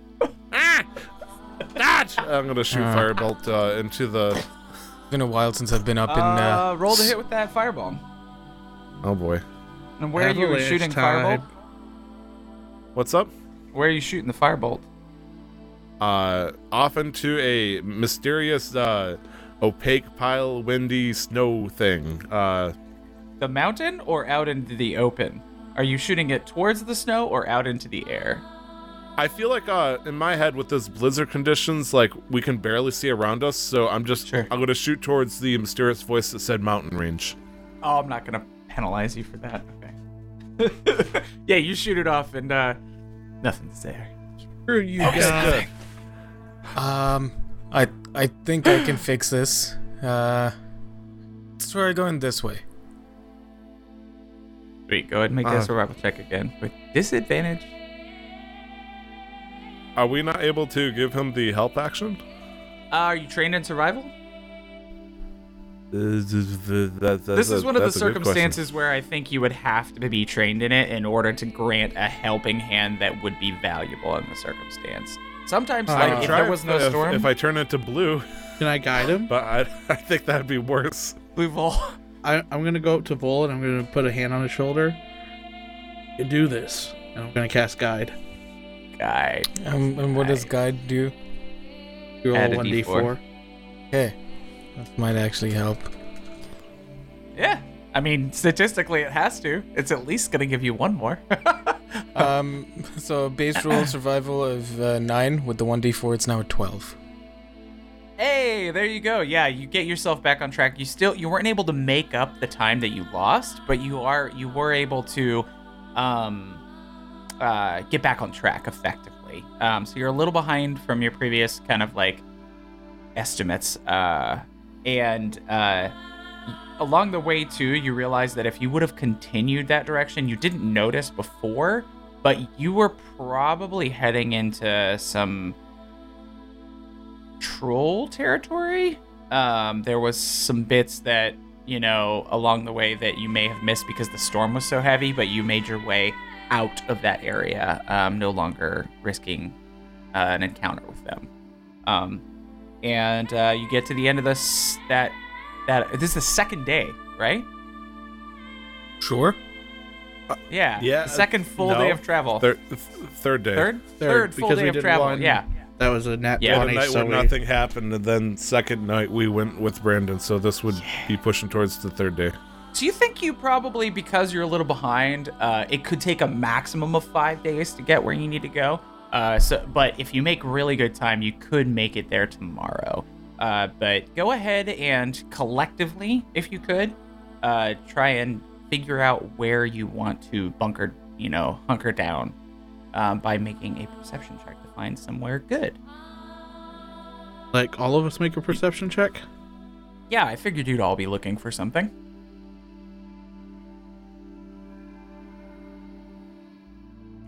Speaker 4: Dodge! *laughs* I'm gonna shoot
Speaker 2: Ah.
Speaker 3: Uh.
Speaker 4: firebolt uh, into the.
Speaker 3: It's been a while since I've been up in. Uh,
Speaker 5: uh, roll to hit with that fireball.
Speaker 4: Oh boy.
Speaker 5: And where are you
Speaker 2: Avalanche
Speaker 5: shooting
Speaker 2: time.
Speaker 5: firebolt?
Speaker 4: What's up?
Speaker 5: Where are you shooting the firebolt?
Speaker 4: Uh, off into a mysterious, uh, opaque pile, windy snow thing. Uh,
Speaker 5: The mountain or out into the open? Are you shooting it towards the snow or out into the air?
Speaker 4: I feel like uh, in my head with those blizzard conditions, like we can barely see around us, so I'm just
Speaker 5: Sure.
Speaker 4: I'm gonna shoot towards the mysterious voice that said mountain range.
Speaker 5: Oh, I'm not gonna penalize you for that. Okay. *laughs* yeah, you shoot it off and uh, nothing's there.
Speaker 2: Screw you guys.
Speaker 3: um, I I think I can fix this. Uh, let's try going this way.
Speaker 5: Sweet, go ahead and make
Speaker 4: Uh.
Speaker 5: that survival check again with disadvantage.
Speaker 4: Are we not able to give him the help action?
Speaker 5: Uh, are you trained in survival?
Speaker 4: This
Speaker 5: this is one of the circumstances where I think you would have to be trained in it in order to grant a helping hand that would be valuable in the circumstance. Sometimes,
Speaker 2: I
Speaker 5: like
Speaker 2: could
Speaker 5: if
Speaker 2: try
Speaker 5: there was no
Speaker 4: Uh, if,
Speaker 5: storm,
Speaker 4: If I turn it to blue, *laughs*
Speaker 2: Can I guide him?
Speaker 4: but I, *laughs* I think that'd be worse.
Speaker 5: *laughs* blue vol.
Speaker 2: I, I'm gonna go up to Vol and I'm gonna put a hand on his shoulder. You do this, and I'm gonna cast guide.
Speaker 5: guy.
Speaker 3: Um, and what does guide do?
Speaker 2: You roll
Speaker 5: Add a
Speaker 2: one d four.
Speaker 5: D4.
Speaker 3: Hey, that might actually help.
Speaker 5: Yeah, I mean statistically, it has to. It's at least gonna give you one more. *laughs*
Speaker 3: Uh, Um, so base roll survival of uh, nine with the one d four. It's now at twelve.
Speaker 5: Hey, there you go. Yeah, you get yourself back on track. You still you weren't able to make up the time that you lost, but you are you were able to um uh get back on track effectively. Um so you're a little behind from your previous kind of like estimates. Uh and uh along the way too, you realize that if you would have continued that direction, you didn't notice before, but you were probably heading into some troll territory. Um, there was some bits that you know along the way that you may have missed because the storm was so heavy, but you made your way out of that area, um, no longer risking uh, an encounter with them. Um, and uh, you get to the end of this that that this is the second day, right?
Speaker 3: Sure.
Speaker 5: Yeah.
Speaker 4: Yeah,
Speaker 5: The second full day
Speaker 4: no.
Speaker 5: of travel.
Speaker 4: Third, th- third day.
Speaker 5: Third? Third, full
Speaker 2: because
Speaker 5: day
Speaker 2: we
Speaker 5: of
Speaker 2: did
Speaker 5: travel.
Speaker 2: one-
Speaker 5: Yeah.
Speaker 2: That was a nat
Speaker 5: Yeah.
Speaker 4: Yeah, the
Speaker 2: 20,
Speaker 4: night
Speaker 2: so
Speaker 4: when
Speaker 2: we-
Speaker 4: nothing happened, and then second night we went with Brandon, so this would be pushing towards the third day.
Speaker 5: So you think you probably, because you're a little behind, uh, it could take a maximum of five days to get where you need to go. Uh, so, but if you make really good time, you could make it there tomorrow. Uh, but go ahead and collectively, if you could, uh, try and figure out where you want to bunker, you know, hunker down um, by making a perception check to find somewhere good.
Speaker 2: Like, all of us make a perception check?
Speaker 5: Yeah, I figured you'd all be looking for something.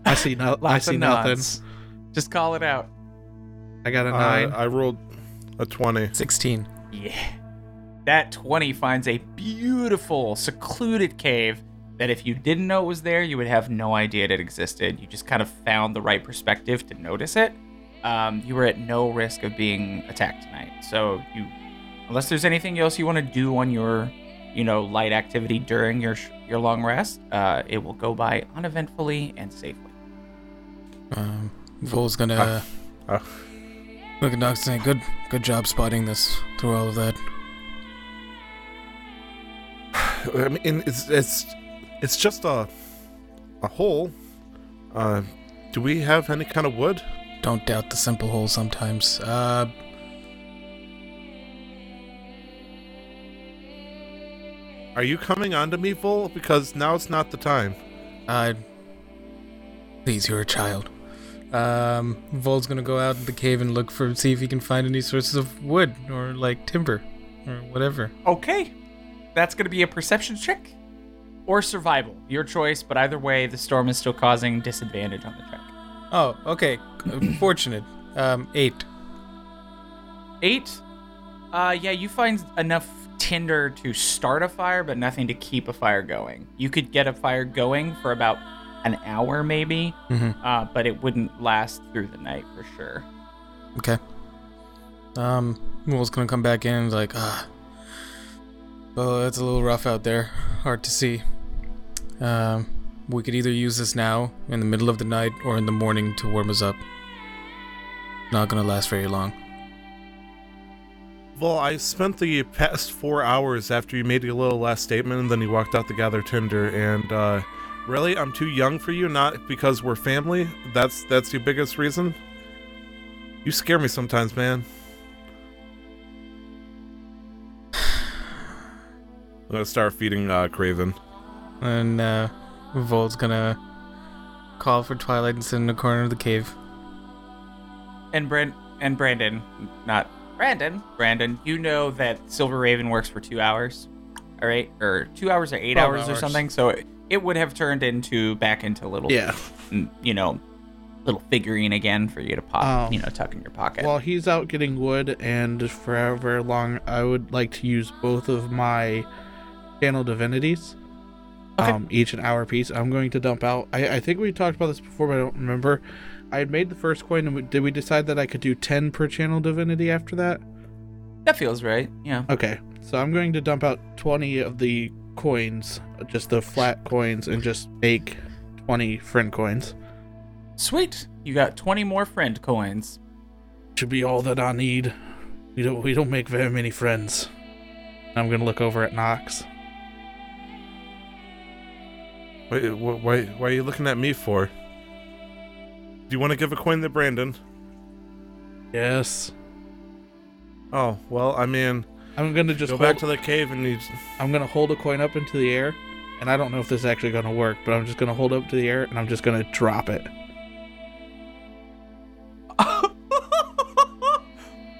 Speaker 2: I see, no- I
Speaker 5: *laughs* Lots of
Speaker 2: see nothing.
Speaker 5: nods. Just call it out.
Speaker 2: I got a
Speaker 4: Uh,
Speaker 2: nine.
Speaker 4: I rolled a 20.
Speaker 3: Sixteen.
Speaker 5: Yeah. That 20 finds a beautiful, secluded cave that if you didn't know it was there, you would have no idea it existed. You just kind of found the right perspective to notice it. Um, you were at no risk of being attacked tonight. So you, unless there's anything else you want to do on your, you know, light activity during your sh- your long rest, uh, it will go by uneventfully and safely.
Speaker 3: Um, Vol's gonna
Speaker 4: Ah.
Speaker 3: look at Doc and say, "Good, good job spotting this through all of that."
Speaker 4: I mean, it's it's it's just a a hole. Uh, do we have any kind of wood?
Speaker 3: Don't doubt the simple hole sometimes. Uh,
Speaker 4: Are you coming on to me, Vol? Because now it's not the time.
Speaker 3: I. Please, you're a child. Um, Vol's gonna go out in the cave and look for, see if he can find any sources of wood or like timber or whatever.
Speaker 5: Okay. That's going to be a perception check or survival. Your choice, but either way, the storm is still causing disadvantage on the check.
Speaker 3: Oh, okay. *coughs* Fortunate. Um, eight.
Speaker 5: Eight. Uh, yeah, you find enough tinder to start a fire, but nothing to keep a fire going. You could get a fire going for about an hour, maybe,
Speaker 3: Mm-hmm.
Speaker 5: uh, but it wouldn't last through the night for sure.
Speaker 3: Okay. Um, Vol's gonna come back in and like, ah. Well, it's a little rough out there. Hard to see. Um, we could either use this now, in the middle of the night, or in the morning to warm us up. Not gonna last very long.
Speaker 4: Well, I spent the past four hours after you made your little last statement, and then you walked out to gather tinder. And uh, really, I'm too young for you. Not because we're family. That's that's your biggest reason. You scare me sometimes, man. *sighs* I'm gonna start feeding uh, Craven.
Speaker 3: And uh, Volt's gonna call for Twilight and sit in the corner of the cave.
Speaker 5: And Brand and Brandon, not Brandon. Brandon, you know that Silver Raven works for two hours, all right, or two hours or eight
Speaker 2: Twelve
Speaker 5: hours, or
Speaker 2: hours.
Speaker 5: something. So it, it would have turned into back into little,
Speaker 2: yeah.
Speaker 5: mm, you know, little figurine again for you to pop,
Speaker 2: Um,
Speaker 5: you know, tuck in your pocket.
Speaker 2: While he's out getting wood and for however long, I would like to use both of my channel divinities.
Speaker 5: Okay.
Speaker 2: Um, each an hour piece. I'm going to dump out. I, I think we talked about this before, but I don't remember. I had made the first coin, and we, did we decide that I could do 10 per channel divinity after that?
Speaker 5: that feels right. Yeah.
Speaker 2: Okay, so I'm going to dump out 20 of the coins, just the flat coins, and just make 20 friend coins.
Speaker 5: Sweet. You got 20 more friend coins.
Speaker 2: Should be all that I need. We don't we don't make very many friends. I'm gonna look over at Knox.
Speaker 4: Wait, wh- why why are you looking at me for? Do you want to give a coin to Brandon?
Speaker 2: Yes.
Speaker 4: Oh, well, I mean,
Speaker 2: I'm gonna just
Speaker 4: go
Speaker 2: hold,
Speaker 4: back to the cave and you.
Speaker 2: I'm gonna hold a coin up into the air, and I don't know if this is actually gonna work, but I'm just gonna hold up to the air and I'm just gonna drop it.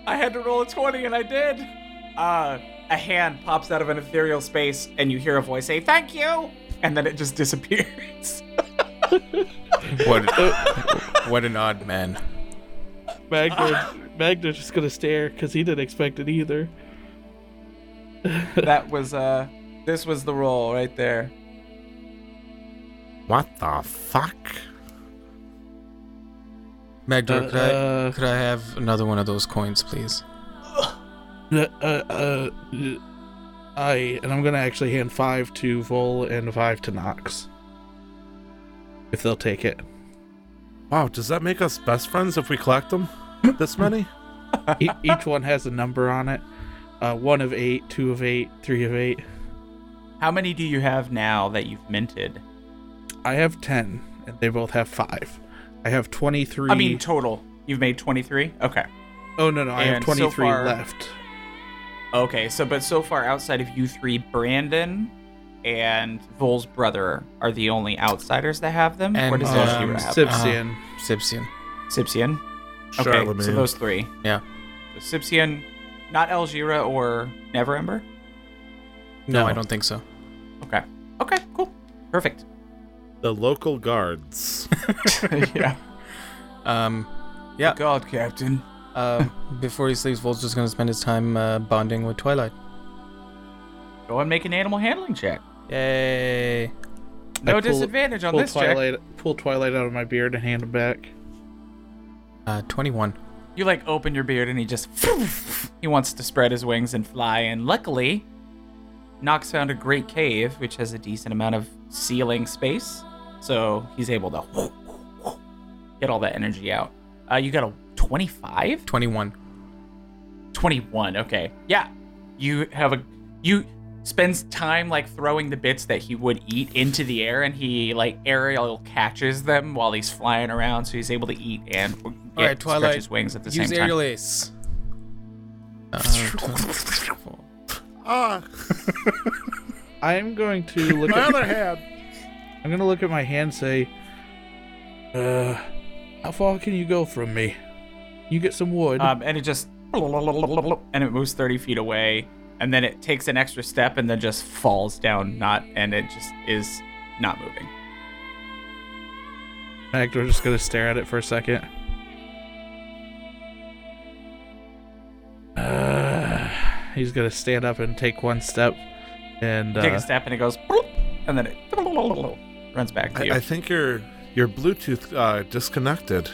Speaker 5: I had to roll a 20 and I did. Uh, a hand pops out of an ethereal space and you hear a voice say, Thank you! And then it just *laughs* disappears. *laughs*
Speaker 3: What, what an odd man.
Speaker 4: Ah!
Speaker 2: Magna, Magna's just gonna stare because he didn't expect it either.
Speaker 5: that was, uh, this was the roll right there.
Speaker 4: What the fuck?
Speaker 3: Magdor, could, I,
Speaker 2: Uh,
Speaker 3: could I have another one of those coins, please?
Speaker 2: uh, uh, uh, I and I'm gonna actually hand five to Vol and five to Nox, if they'll take it.
Speaker 4: Wow, does that make us best friends if we collect *laughs* them? This many?
Speaker 2: E- each one has a number on it. Uh, one of eight, two of eight, three of eight.
Speaker 5: How many do you have now that you've minted?
Speaker 2: I have ten, and they both have five. I have twenty-three.
Speaker 5: I mean, total. You've made 23? Okay.
Speaker 2: oh no, no, I have
Speaker 5: and so
Speaker 2: twenty-three
Speaker 5: far-
Speaker 2: left.
Speaker 5: Okay, so, but so far outside of you three, Brandon and Vol's brother are the only outsiders that have them?
Speaker 3: And,
Speaker 5: or does
Speaker 3: um,
Speaker 5: um, have
Speaker 3: Sib-
Speaker 5: them?
Speaker 2: Sipsian.
Speaker 4: Uh-huh.
Speaker 3: Sibsian.
Speaker 5: Sipsian? Okay, so
Speaker 4: Charlemagne.
Speaker 5: those three.
Speaker 3: Yeah.
Speaker 5: So Sipsian, not Elgira or Neverember?
Speaker 3: No,
Speaker 2: No.
Speaker 3: I don't think so.
Speaker 5: Okay. Okay, cool.
Speaker 2: *laughs*
Speaker 5: Perfect.
Speaker 4: The local guards.
Speaker 5: yeah.
Speaker 3: Um, Yeah.
Speaker 5: God, Captain. *laughs*
Speaker 3: um, before he sleeps, Vol's just gonna spend his time uh, bonding with Twilight.
Speaker 5: Go and make an animal handling check.
Speaker 3: Yay!
Speaker 5: No
Speaker 2: pull-
Speaker 5: disadvantage on
Speaker 2: pull
Speaker 5: this
Speaker 2: Twilight, pull Twilight out of my beard and hand him back.
Speaker 3: Uh, 21.
Speaker 5: check. You like open your beard and he just *laughs* he wants to spread his wings and fly. And luckily, Nox found a great cave which has a decent amount of ceiling space, so he's able to *laughs* get all that energy out. Uh, you got a twenty-five.
Speaker 3: 21.
Speaker 5: 21 okay yeah you have a you spends time like throwing the bits that he would eat into the air and he like aerial catches them while he's flying around so he's able to eat and get,
Speaker 3: right, Twilight,
Speaker 5: stretch his wings at the same
Speaker 3: Use
Speaker 5: time
Speaker 3: aerial ace. Uh, 24.
Speaker 4: ah,
Speaker 2: I'm going
Speaker 4: *laughs*
Speaker 2: to look.
Speaker 4: my
Speaker 2: at,
Speaker 4: other hand.
Speaker 2: *laughs* I'm gonna look at my hand. and Say, uh, how far can you go from me? You get some wood.
Speaker 5: um, and it just and it moves 30 feet away and then it takes an extra step and then just falls down not and it just is not moving
Speaker 2: Magdor's just gonna stare at it for a second. Uh, he's gonna stand up and take one step, and uh,
Speaker 5: take a step and it goes and then it runs back to
Speaker 4: I,
Speaker 5: you *laughs*
Speaker 4: I think your your Bluetooth uh, disconnected.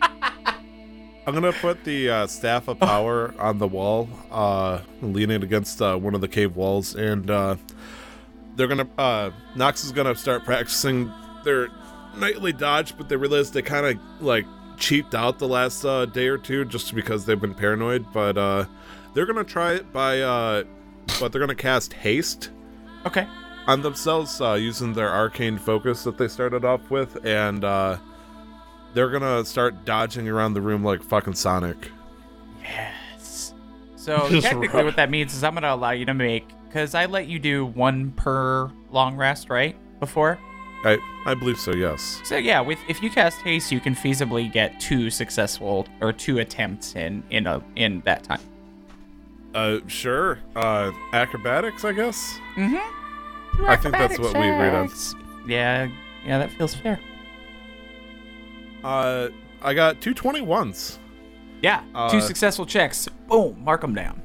Speaker 4: I'm gonna put the uh, staff of power on the wall, uh, leaning against uh, one of the cave walls, and uh, they're gonna. Uh, Nox is gonna start practicing their nightly dodge, but they realize they kind of like cheaped out the last uh, day or two just because they've been paranoid. But uh, they're gonna try it by, uh, but they're gonna cast haste
Speaker 5: okay
Speaker 4: on themselves uh, using their arcane focus that they started off with, and uh, they're gonna start dodging around the room like fucking Sonic.
Speaker 5: Yes. So
Speaker 2: Just
Speaker 5: technically,
Speaker 2: run.
Speaker 5: what that means is I'm gonna allow you to make because I let you do one per long rest, right? Before.
Speaker 4: I I believe so. Yes.
Speaker 5: So yeah, with if you cast haste, you can feasibly get two successful or two attempts in in a in that time.
Speaker 4: Uh, sure. Uh, acrobatics, I guess.
Speaker 5: Mm-hmm.
Speaker 4: I think that's what we agreed on.
Speaker 5: Yeah, yeah, that feels fair.
Speaker 4: Uh, I got two twenty ones.
Speaker 5: Yeah,
Speaker 4: Uh,
Speaker 5: two successful checks. Boom, mark them down.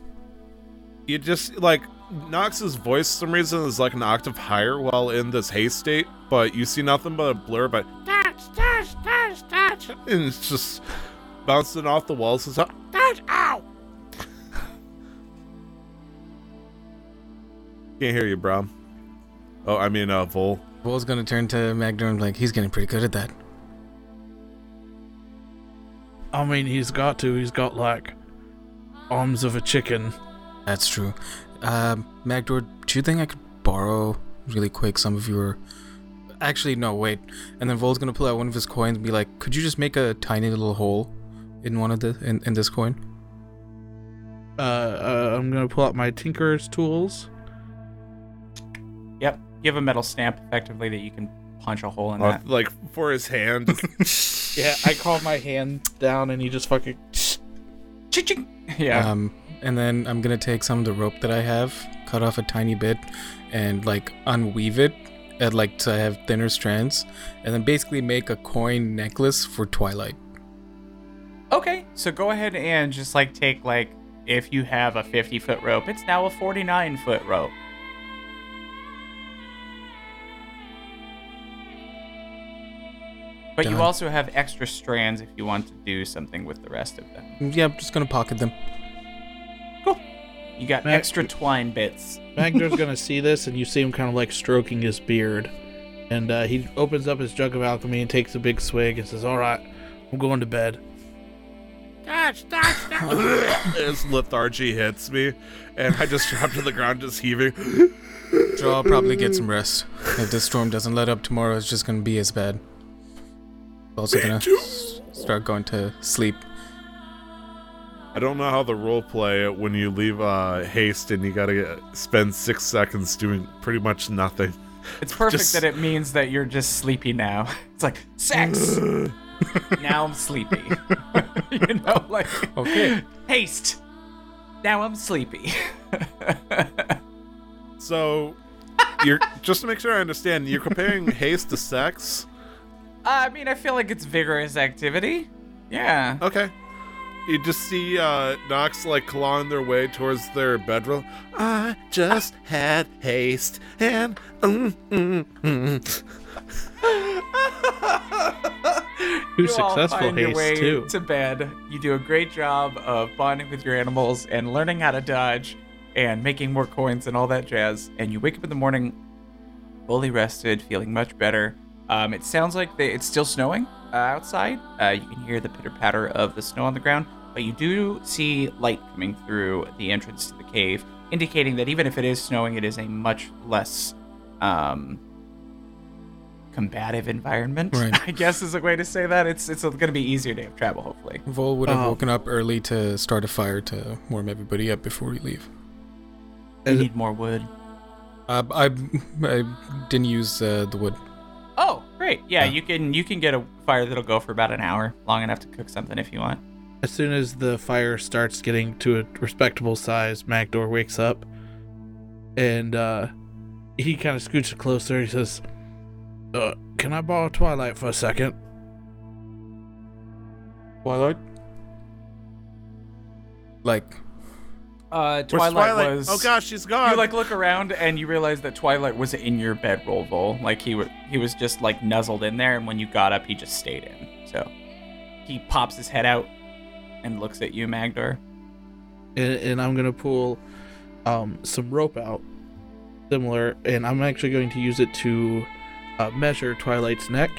Speaker 4: You just like Nox's voice. for Some reason is like an octave higher while in this haste state, but you see nothing but a blur. But dodge, dodge, dodge, dodge, and it's just bouncing off the walls. It's like, dodge, ow. Can't hear you, bro. Oh, I mean, uh, Vol.
Speaker 3: Vol's gonna turn to Magdor and be like, he's getting pretty good at that.
Speaker 2: I mean, he's got to. He's got like arms of a chicken
Speaker 3: That's true. Um, Magdor, do you think I could borrow really quick some of your? Actually, no. Wait. And then Vol's gonna pull out one of his coins and be like, "Could you just make a tiny little hole in one of the in, in this coin?"
Speaker 2: Uh, uh, I'm gonna pull out my tinkerer's tools.
Speaker 5: Yep. You have a metal stamp effectively that you can punch a hole in
Speaker 4: Uh,
Speaker 5: that.
Speaker 4: like for his hand.
Speaker 2: Yeah, I call my hand down and he just *laughs* fucking.
Speaker 5: Ching-ching. *laughs* Yeah.
Speaker 3: Um, and then I'm gonna take some of the rope that I have, cut off a tiny bit, and like unweave it, and like so I have thinner strands, and then basically make a coin necklace for Twilight.
Speaker 5: okay. So go ahead and just like take like if you have a 50 foot rope, it's now a 49 foot rope. But
Speaker 3: Done.
Speaker 5: you also have extra strands if you want to do something with the rest of them.
Speaker 3: Yeah, I'm just gonna pocket them.
Speaker 5: You got
Speaker 2: Matt-
Speaker 5: extra twine bits.
Speaker 2: Magnar's gonna see this and you see him kind of like stroking his beard, and uh, he opens up his jug of alchemy and takes a big swig and says, "All right, I'm going to bed."
Speaker 4: *laughs* his lethargy hits me, and I just *laughs* drop to the ground, just heaving.
Speaker 3: So I'll probably get some rest. If this storm doesn't let up tomorrow, it's just gonna be as bad. Also gonna s- start going to sleep.
Speaker 4: I don't know how the role play when you leave uh, haste and you gotta get, spend six seconds doing pretty much nothing.
Speaker 5: It's perfect
Speaker 4: Just-
Speaker 5: that it means that you're just sleepy now. *laughs* It's like sex. now I'm sleepy. *laughs* you know, like
Speaker 3: Okay.
Speaker 5: *laughs* haste. Now I'm sleepy. *laughs*
Speaker 4: So, you're *laughs* just to make sure I understand, you're comparing haste to sex.
Speaker 5: I mean, I feel like it's vigorous activity. Yeah.
Speaker 4: Okay. You just see uh, Nox like clawing their way towards their bedroom. I just had haste and. Mm, mm, mm.
Speaker 2: Two
Speaker 5: You all
Speaker 2: successful
Speaker 5: find your way
Speaker 2: haste too.
Speaker 5: To bed. You do a great job of bonding with your animals and learning how to dodge and making more coins and all that jazz. And you wake up in the morning fully rested, feeling much better. Um, it sounds like they, it's still snowing uh, outside. Uh, you can hear the pitter patter of the snow on the ground, but you do see light coming through the entrance to the cave, indicating that even if it is snowing, it is a much less um, combative environment.
Speaker 3: Right.
Speaker 5: *laughs* I guess is a way to say that. It's it's going to be easier to travel, hopefully.
Speaker 3: Vol would have
Speaker 2: Um,
Speaker 3: woken up early to start a fire to warm everybody up before we leave.
Speaker 5: We
Speaker 2: Is it-
Speaker 5: need more wood.
Speaker 3: Uh, I, I didn't use uh, the wood.
Speaker 5: Oh, great! Yeah,
Speaker 3: Yeah.
Speaker 5: you can you can get a fire that'll go for about an hour, long enough to cook something if you want.
Speaker 2: As soon as the fire starts getting to a respectable size, Magdor wakes up and uh, he kind of scooches closer. He says, uh, Can I borrow Twilight for a second?
Speaker 3: Twilight? Like,
Speaker 5: Uh,
Speaker 4: Where's
Speaker 5: Twilight, was.
Speaker 4: Oh gosh, she's gone.
Speaker 5: You like look around and you realize that Twilight was in your bed, Vol. Like he wa he was just like nuzzled in there, and when you got up, he just stayed in. So he pops his head out and looks at you, Magdor.
Speaker 2: And, and I'm going to pull um, some rope out, similar, and I'm actually going to use it to uh, measure Twilight's neck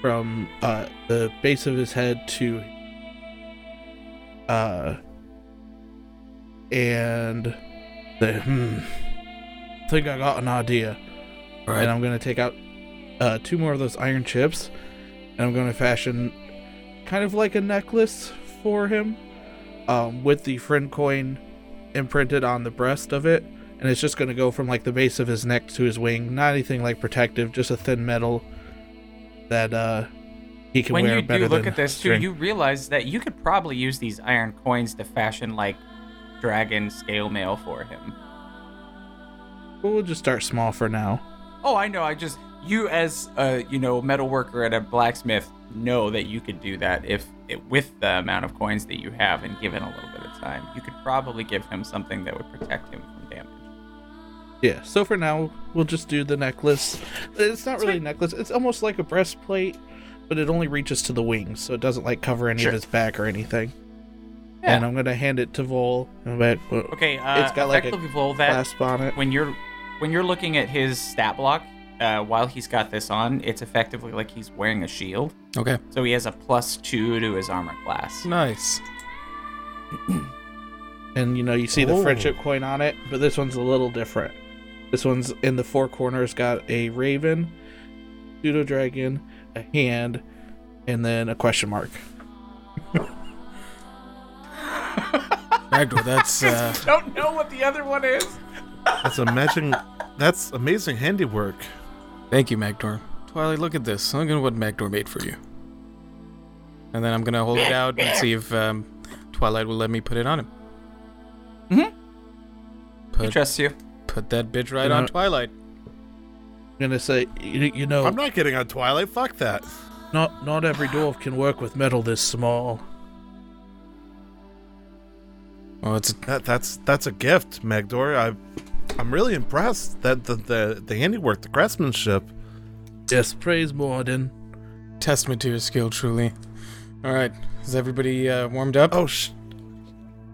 Speaker 2: from uh, the base of his head to. Uh, and the hmm. I think I got an idea.
Speaker 3: alright.
Speaker 2: And I'm gonna take out uh, two more of those iron chips, and I'm gonna fashion kind of like a necklace for him, um, with the friend coin imprinted on the breast of it, and it's just gonna go from like the base of his neck to his wing. Not anything like protective, just a thin metal that uh, he can
Speaker 5: when
Speaker 2: wear
Speaker 5: you
Speaker 2: better
Speaker 5: do look
Speaker 2: than
Speaker 5: at this too,
Speaker 2: string.
Speaker 5: you realize that you could probably use these iron coins to fashion like dragon scale mail for him.
Speaker 2: But we'll just start small for now.
Speaker 5: Oh, I know. I just you as a you know metal worker at a blacksmith know that you could do that if it, with the amount of coins that you have and given a little bit of time, you could probably give him something that would protect him from damage.
Speaker 2: Yeah, so for now, we'll just do the necklace. It's not really a
Speaker 5: Sweet.
Speaker 2: necklace, it's almost like a breastplate, but it only reaches to the wings, so it doesn't like cover any
Speaker 5: Sure.
Speaker 2: of his back or anything.
Speaker 5: Yeah.
Speaker 2: And I'm gonna hand it to Vol. I'm like, "Well,
Speaker 5: Okay, uh,
Speaker 2: It's got, like, a
Speaker 5: effectively, Vol, that
Speaker 2: Clasp on it.
Speaker 5: when you're when you're looking at his stat block uh, while he's got this on, it's effectively like he's wearing a shield,
Speaker 3: okay.
Speaker 5: so he has a plus two to his armor class.
Speaker 3: Nice.
Speaker 2: and you know you see the friendship coin on it but this one's a little different this one's in the four corners got a raven pseudo dragon a hand and then a question mark
Speaker 3: Magdor, that's uh,
Speaker 5: Don't know what the other one is.
Speaker 4: That's amazing. That's amazing handiwork.
Speaker 3: thank you, Magdor. Twilight, look at this. Look at what Magdor made for you. And then I'm gonna hold it out and see if um, Twilight will let me put it on him.
Speaker 5: Mhm. He
Speaker 3: Put,
Speaker 5: trusts you.
Speaker 3: put that bitch right on
Speaker 2: Uh, oh.
Speaker 3: Twilight.
Speaker 2: i'm gonna say you, you know
Speaker 4: I'm not getting on Twilight. Fuck that.
Speaker 2: not not every dwarf can work with metal this small
Speaker 3: Oh, it's
Speaker 4: That that's that's a gift, Magdor. I I'm really impressed that the the, the handiwork, the craftsmanship.
Speaker 2: yes praise morden
Speaker 3: testament to your skill, truly. All right, is everybody uh, warmed up?
Speaker 4: Oh sh-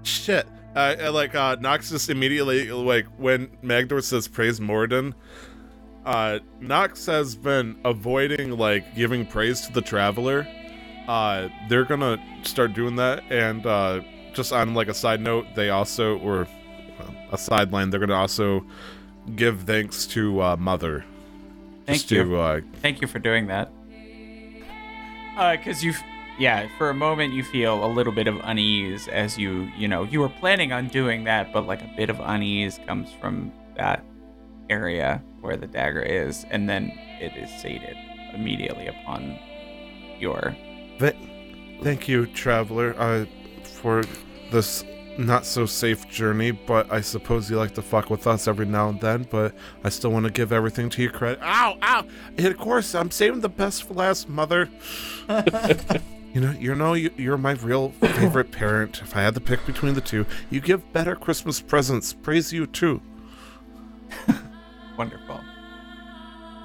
Speaker 4: shit. I, I like uh Nox just immediately like when Magdor says praise Morden, uh Nox has been avoiding like giving praise to the traveler. Uh they're gonna start doing that and uh just on like a side note, they also or well, a sideline, they're gonna also give thanks to uh Mother.
Speaker 5: Thank
Speaker 4: just
Speaker 5: you.
Speaker 4: to uh
Speaker 5: Thank you for doing that. Uh, cause you, yeah, for a moment you feel a little bit of unease as you, you know, you were planning on doing that, but like a bit of unease comes from that area where the dagger is, and then it is sated immediately upon your.
Speaker 4: Th- thank you, traveler, uh, for this not so safe journey. But I suppose you like to fuck with us every now and then. But I still want to give everything to your credit. Ow, ow! And of course, I'm saving the best for last, mother. *laughs* you know, you know, you, you're my real favorite parent. If I had to pick between the two, you give better Christmas presents. Praise you too.
Speaker 5: Wonderful.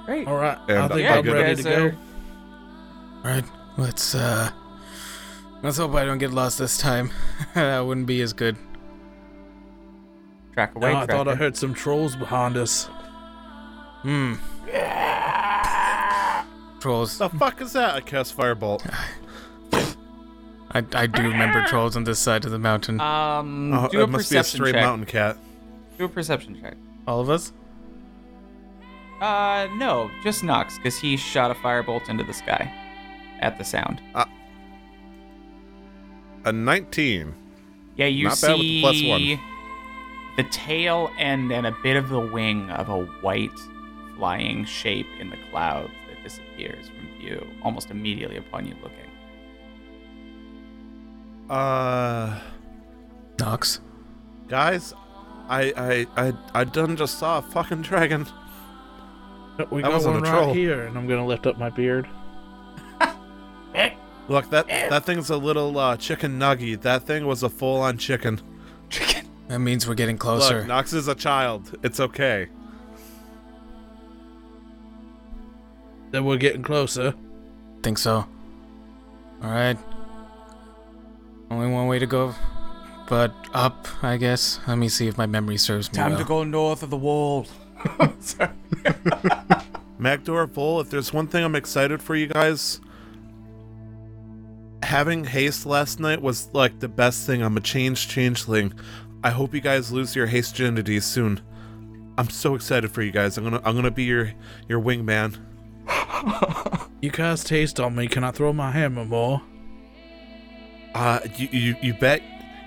Speaker 5: Great.
Speaker 2: all right i
Speaker 4: And
Speaker 2: think
Speaker 4: I
Speaker 2: i'm
Speaker 4: get-
Speaker 2: ready to
Speaker 5: You guys
Speaker 2: go
Speaker 5: are-
Speaker 3: All right, let's uh, let's hope I don't get lost this time. *laughs* that wouldn't be as good.
Speaker 5: Track
Speaker 4: Oh,
Speaker 5: away.
Speaker 2: No, I thought I
Speaker 5: tracker.
Speaker 2: heard some trolls behind us.
Speaker 3: Hmm. Trolls.
Speaker 4: The fuck is that? I cast firebolt.
Speaker 3: I, I do remember trolls on this side of the mountain.
Speaker 5: Um,
Speaker 4: Oh,
Speaker 5: do a
Speaker 4: it must be a
Speaker 5: perception
Speaker 4: stray
Speaker 5: check.
Speaker 4: mountain cat.
Speaker 5: Do a perception check.
Speaker 3: All of us?
Speaker 5: Uh, no, just Nox, because he shot a firebolt into the sky at the sound.
Speaker 4: A 19.
Speaker 5: Yeah, you
Speaker 4: Not bad with the
Speaker 5: see
Speaker 4: plus
Speaker 5: the tail end and a bit of the wing of a white flying shape in the clouds that disappears from view almost immediately upon you looking.
Speaker 4: Uh.
Speaker 3: Nox.
Speaker 4: Guys, I I I I done just saw a fucking dragon.
Speaker 2: We
Speaker 4: That
Speaker 2: got
Speaker 4: wasn't
Speaker 2: one
Speaker 4: a
Speaker 2: right
Speaker 4: troll.
Speaker 2: here, and I'm gonna lift up my beard.
Speaker 4: Look, that that thing's a little uh, chicken nuggy. That thing was a full-on chicken.
Speaker 3: That means we're getting
Speaker 4: Look,
Speaker 3: closer.
Speaker 4: Nox is a child. It's okay.
Speaker 2: Then we're getting closer.
Speaker 3: Think so. All right. Only one way to go, but up, I guess. Let me see if my memory serves me well.
Speaker 5: go north of the wall. Sorry.
Speaker 4: Magdor Bull, if there's one thing I'm excited for you guys, having haste last night was like the best thing. I'm a change changeling. I hope you guys lose your haste genity soon. I'm so excited for you guys. I'm gonna I'm gonna be your your wingman.
Speaker 2: You cast taste on me. Can I throw my hammer more?
Speaker 4: Uh, you, you, you bet,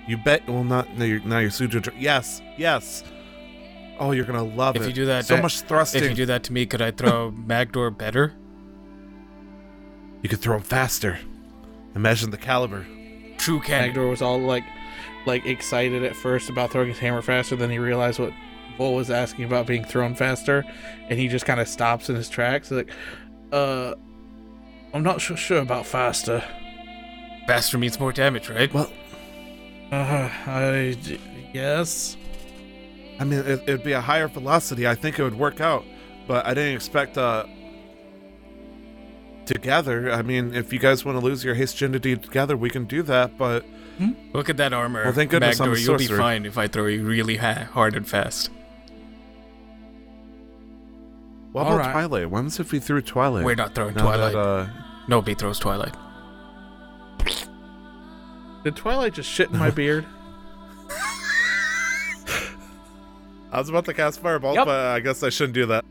Speaker 4: you bet. Well, not now. You're now you're pseudo. Yes, yes. Oh, you're gonna love
Speaker 3: If
Speaker 4: it.
Speaker 3: you do that,
Speaker 4: so
Speaker 3: uh,
Speaker 4: much thrusting.
Speaker 3: If you do that to me, could I throw *laughs* Magdor better?
Speaker 4: You could throw him faster. Imagine the caliber.
Speaker 3: True can.
Speaker 2: Magdor was all like, like excited at first about throwing his hammer faster. Then he realized what Vol was asking about being thrown faster, and he just kind of stops in his tracks. Like, uh, I'm not so sure about faster.
Speaker 3: Faster means more damage, right?
Speaker 4: Well,
Speaker 2: Uh, I d- yes.
Speaker 4: I mean, it, it'd be a higher velocity. I think it would work out, but I didn't expect uh together. I mean, if you guys want to lose your haste genity together, we can do that. But
Speaker 3: Look at that armor.
Speaker 4: Well, thank goodness
Speaker 3: Magdor,
Speaker 4: I'm a
Speaker 3: you'll be
Speaker 4: sorcerer.
Speaker 3: fine if I throw you really ha- hard and fast.
Speaker 4: what
Speaker 2: All
Speaker 4: about
Speaker 2: right.
Speaker 4: Twilight? What happens if we threw Twilight?
Speaker 3: We're not throwing
Speaker 4: Now
Speaker 3: Twilight.
Speaker 4: That, uh,
Speaker 3: Nobody throws Twilight.
Speaker 2: *laughs* Did Twilight just shit in my beard?
Speaker 4: I was about to cast fireball,
Speaker 5: Yep.
Speaker 4: but I guess I shouldn't do that.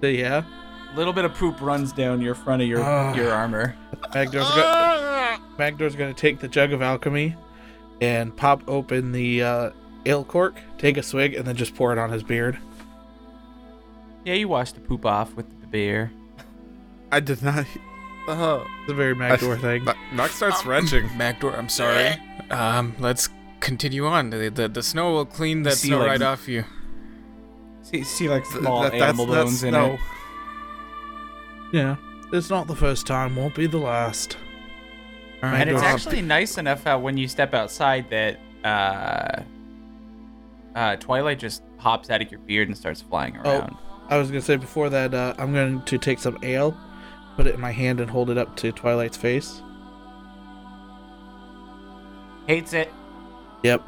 Speaker 2: So, yeah.
Speaker 5: A little bit of poop runs down your front of your
Speaker 2: Ah.
Speaker 5: your armor.
Speaker 2: Magdar's, go- Magdar's gonna take the jug of alchemy and pop open the uh, ale cork, take a swig, and then just pour it on his beard.
Speaker 5: Yeah, you wash the poop off with the beer.
Speaker 4: I did not. *laughs* Oh.
Speaker 2: It's a very Magdor thing.
Speaker 4: Nox
Speaker 3: Um,
Speaker 4: starts retching.
Speaker 3: Backdoor, I'm sorry. Um, let's continue on. The, the, the snow will clean that
Speaker 1: See,
Speaker 3: snow
Speaker 1: like-
Speaker 3: right off you.
Speaker 5: See, see like small
Speaker 4: That- that's-
Speaker 5: animal
Speaker 4: that's-
Speaker 5: bones in
Speaker 4: no.
Speaker 5: it.
Speaker 2: Yeah. It's not the first time, won't be the last.
Speaker 5: And it's
Speaker 2: Magdor-
Speaker 5: actually nice enough how when you step outside that uh, uh, Twilight just hops out of your beard and starts flying around.
Speaker 2: I was gonna say before that, uh, I'm going to take some ale, put it in my hand, and hold it up to Twilight's face.
Speaker 5: Hates it.
Speaker 2: Yep.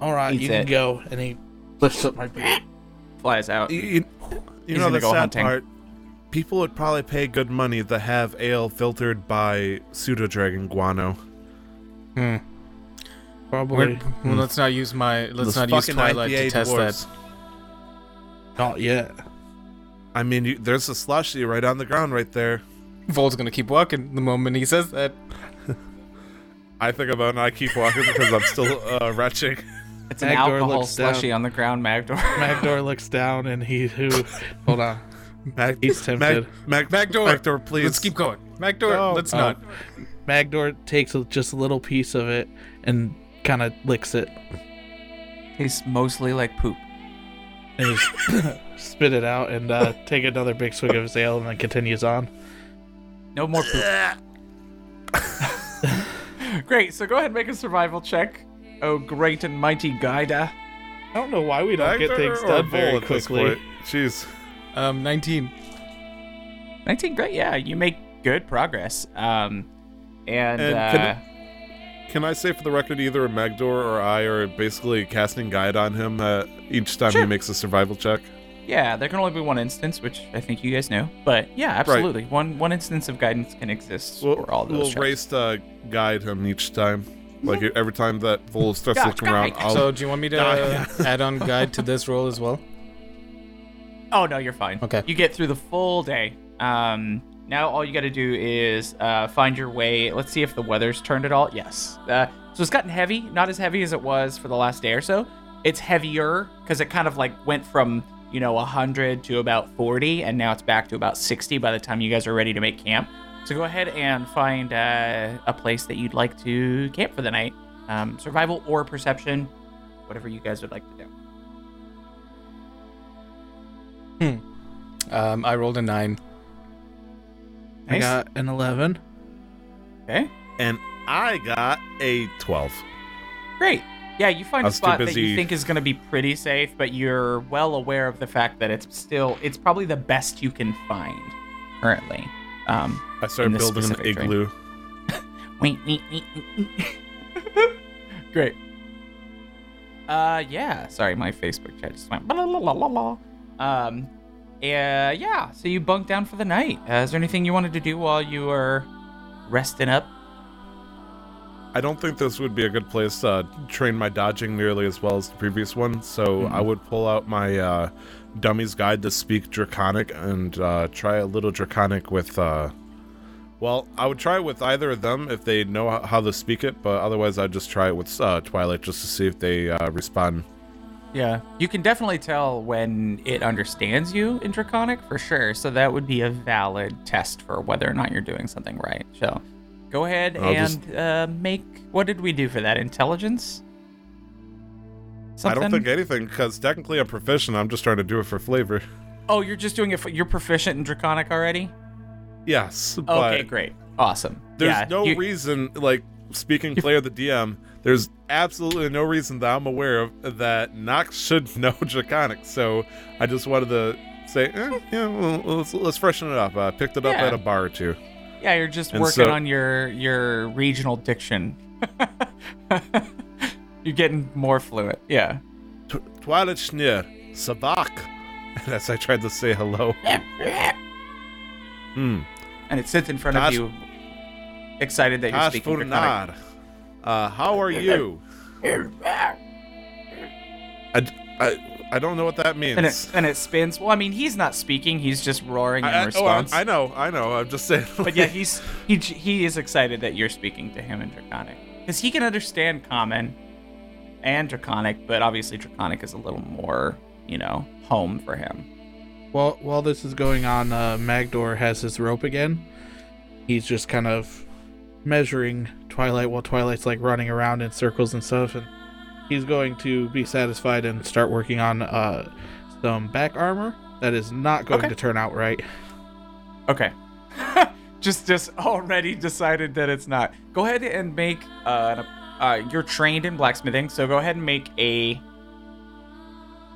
Speaker 2: All right,
Speaker 5: Eats
Speaker 2: you can
Speaker 5: it.
Speaker 2: go. And he lifts up my beard.
Speaker 5: Flies out.
Speaker 4: You, you, you
Speaker 5: He's
Speaker 4: know
Speaker 5: gonna
Speaker 4: the
Speaker 5: go
Speaker 4: sad
Speaker 5: hunting.
Speaker 4: part. People would probably pay good money to have ale filtered by pseudo dragon guano.
Speaker 3: Hmm.
Speaker 2: Probably
Speaker 3: We're- well, let's not use my let's
Speaker 4: Hmm. Those
Speaker 3: not use
Speaker 4: fucking
Speaker 3: Twilight to
Speaker 4: IPA
Speaker 3: test
Speaker 4: dwarves.
Speaker 2: not yet.
Speaker 4: I mean, you, there's a slushy right on the ground right there.
Speaker 3: that. Vol's gonna keep walking the moment he says that.
Speaker 4: I think about it and I keep walking because I'm still uh,
Speaker 5: *laughs*
Speaker 4: retching.
Speaker 5: It's an
Speaker 2: Magdor
Speaker 5: alcohol
Speaker 2: looks down.
Speaker 5: slushy on the ground, Magdor. *laughs*
Speaker 2: Magdor looks down, and he who, hold on,
Speaker 4: Mag,
Speaker 2: He's tempted.
Speaker 4: Mag, Mag,
Speaker 3: Backdoor.
Speaker 4: Backdoor, please.
Speaker 3: Let's keep going. Backdoor.
Speaker 4: No.
Speaker 3: let's
Speaker 2: Oh.
Speaker 3: not.
Speaker 2: Magdor takes a- just a little piece of it and kind of licks it
Speaker 5: Tastes mostly like poop.
Speaker 2: and just *laughs* spit it out and
Speaker 4: *laughs*
Speaker 2: uh, take another big swig of his ale and then continues on.
Speaker 5: No more poop. great. So go ahead and make a survival check. Oh, great and mighty Gaida.
Speaker 2: I don't know why we
Speaker 5: uh,
Speaker 2: don't
Speaker 4: Backdoor
Speaker 2: get things
Speaker 4: or
Speaker 2: done
Speaker 4: bull
Speaker 2: very
Speaker 4: at this
Speaker 2: quickly.
Speaker 4: point? Jeez.
Speaker 3: Um, 19.
Speaker 5: 19 great yeah you make good progress um and,
Speaker 4: And
Speaker 5: uh,
Speaker 4: can Can I say for the record, either Magdor or I are basically casting guide on him uh, each time he
Speaker 5: Sure.
Speaker 4: makes a survival check?
Speaker 5: yeah there can only be one instance which i think you guys know but yeah absolutely one one instance of guidance can exist
Speaker 4: We'll,
Speaker 5: for all those
Speaker 4: we'll
Speaker 5: checks.
Speaker 4: race to guide him each time. Like every time that bull starts
Speaker 5: Gosh,
Speaker 4: looking around,
Speaker 5: guide.
Speaker 4: I'll.
Speaker 3: So, do you want *laughs* me to
Speaker 4: Nah,
Speaker 3: uh, add on guide to this roll as well?
Speaker 5: oh no you're fine
Speaker 3: Okay.
Speaker 5: you get through the full day um now all you got to do is uh find your way let's see if the weather's turned at all yes uh so it's gotten heavy not as heavy as it was for the last day or so it's heavier because it kind of like went from you know 100 to about 40 and now it's back to about 60 by the time you guys are ready to make camp so go ahead and find uh, a place that you'd like to camp for the night um, survival or perception whatever you guys would like to do
Speaker 3: Um, I rolled a 9.
Speaker 2: I got an 11.
Speaker 5: okay
Speaker 4: and I got a 12.
Speaker 5: Great. Yeah, you find
Speaker 4: I
Speaker 5: a
Speaker 4: was too
Speaker 5: spot that
Speaker 4: busy-
Speaker 5: you think is going to be pretty safe, but you're well aware of the fact that it's still it's probably the best you can find currently. Um,
Speaker 4: I
Speaker 5: In
Speaker 4: started
Speaker 5: this
Speaker 4: building an
Speaker 5: specific dream.
Speaker 4: igloo.
Speaker 5: wait, wait, wait, wait, wait. *laughs* Great. Uh, yeah. Sorry, my Facebook chat just went. blah, blah, blah, blah, blah. Um, yeah, yeah. So you bunked down for the night. Uh, is there anything you wanted to do while you were resting up?
Speaker 4: I don't think this would be a good place to uh, train my dodging nearly as well as the previous one, so I
Speaker 5: Mm-hmm.
Speaker 4: would pull out my uh, dummy's guide to speak Draconic and uh, try a little Draconic with. Uh, well, I would try it with either of them if they know h- how to speak it, but otherwise I'd just try it with uh, Twilight just to see if they uh, respond.
Speaker 5: Yeah. You can definitely tell when it understands you in Draconic for sure. So that would be a valid test for whether or not you're doing something right. So go ahead
Speaker 4: I'll
Speaker 5: and
Speaker 4: just-
Speaker 5: uh, make. What did we do for that? Intelligence?
Speaker 4: I
Speaker 5: Something?
Speaker 4: don't think anything, because technically I'm proficient. I'm just trying to do it for flavor. *laughs*
Speaker 5: Oh, you're just doing it. For, you're proficient in Draconic already?
Speaker 4: Yes, but
Speaker 5: Okay, great. Awesome.
Speaker 4: There's
Speaker 5: Yeah,
Speaker 4: no
Speaker 5: you-
Speaker 4: reason, like speaking player the DM, there's absolutely no reason that I'm aware of that Nox should *laughs* know Draconic. So I just wanted to say, eh, yeah, well, let's, let's freshen it up. I picked it up
Speaker 5: Yeah.
Speaker 4: at a bar or two.
Speaker 5: Yeah, you're just
Speaker 4: And
Speaker 5: working
Speaker 4: so-
Speaker 5: on your your regional diction. *laughs* you're getting more fluent. Yeah.
Speaker 4: Tw- Twilight Schneer, Sabak. *laughs* And as I tried to say hello. Hmm.
Speaker 5: and it sits in front of
Speaker 4: Tash-
Speaker 5: you, excited that *laughs* you're
Speaker 4: Tash
Speaker 5: speaking Draconic.
Speaker 4: Furnar. Uh, how are you? I, I, I don't know what that
Speaker 5: and
Speaker 4: means.
Speaker 5: *laughs* it and it spins. Well, I mean, he's not speaking; he's just roaring in
Speaker 4: I, I- oh, I,
Speaker 5: response.
Speaker 4: I know, I know. I'm just saying. *laughs*
Speaker 5: but yeah, he's he j- he is excited that you're speaking to him in Draconic because he can understand Common and Draconic, but obviously Draconic is a little more you know home for him.
Speaker 2: While while this is going on, uh, Magdor has his rope again. He's just kind of measuring Twilight while Twilight's like running around in circles and stuff, and he's going to be satisfied and start working on uh, some back armor that is not going
Speaker 5: Okay.
Speaker 2: to turn out right.
Speaker 5: Okay, *laughs* just just already decided that it's not. Go ahead and make uh, an- uh you're trained in blacksmithing, so go ahead and make a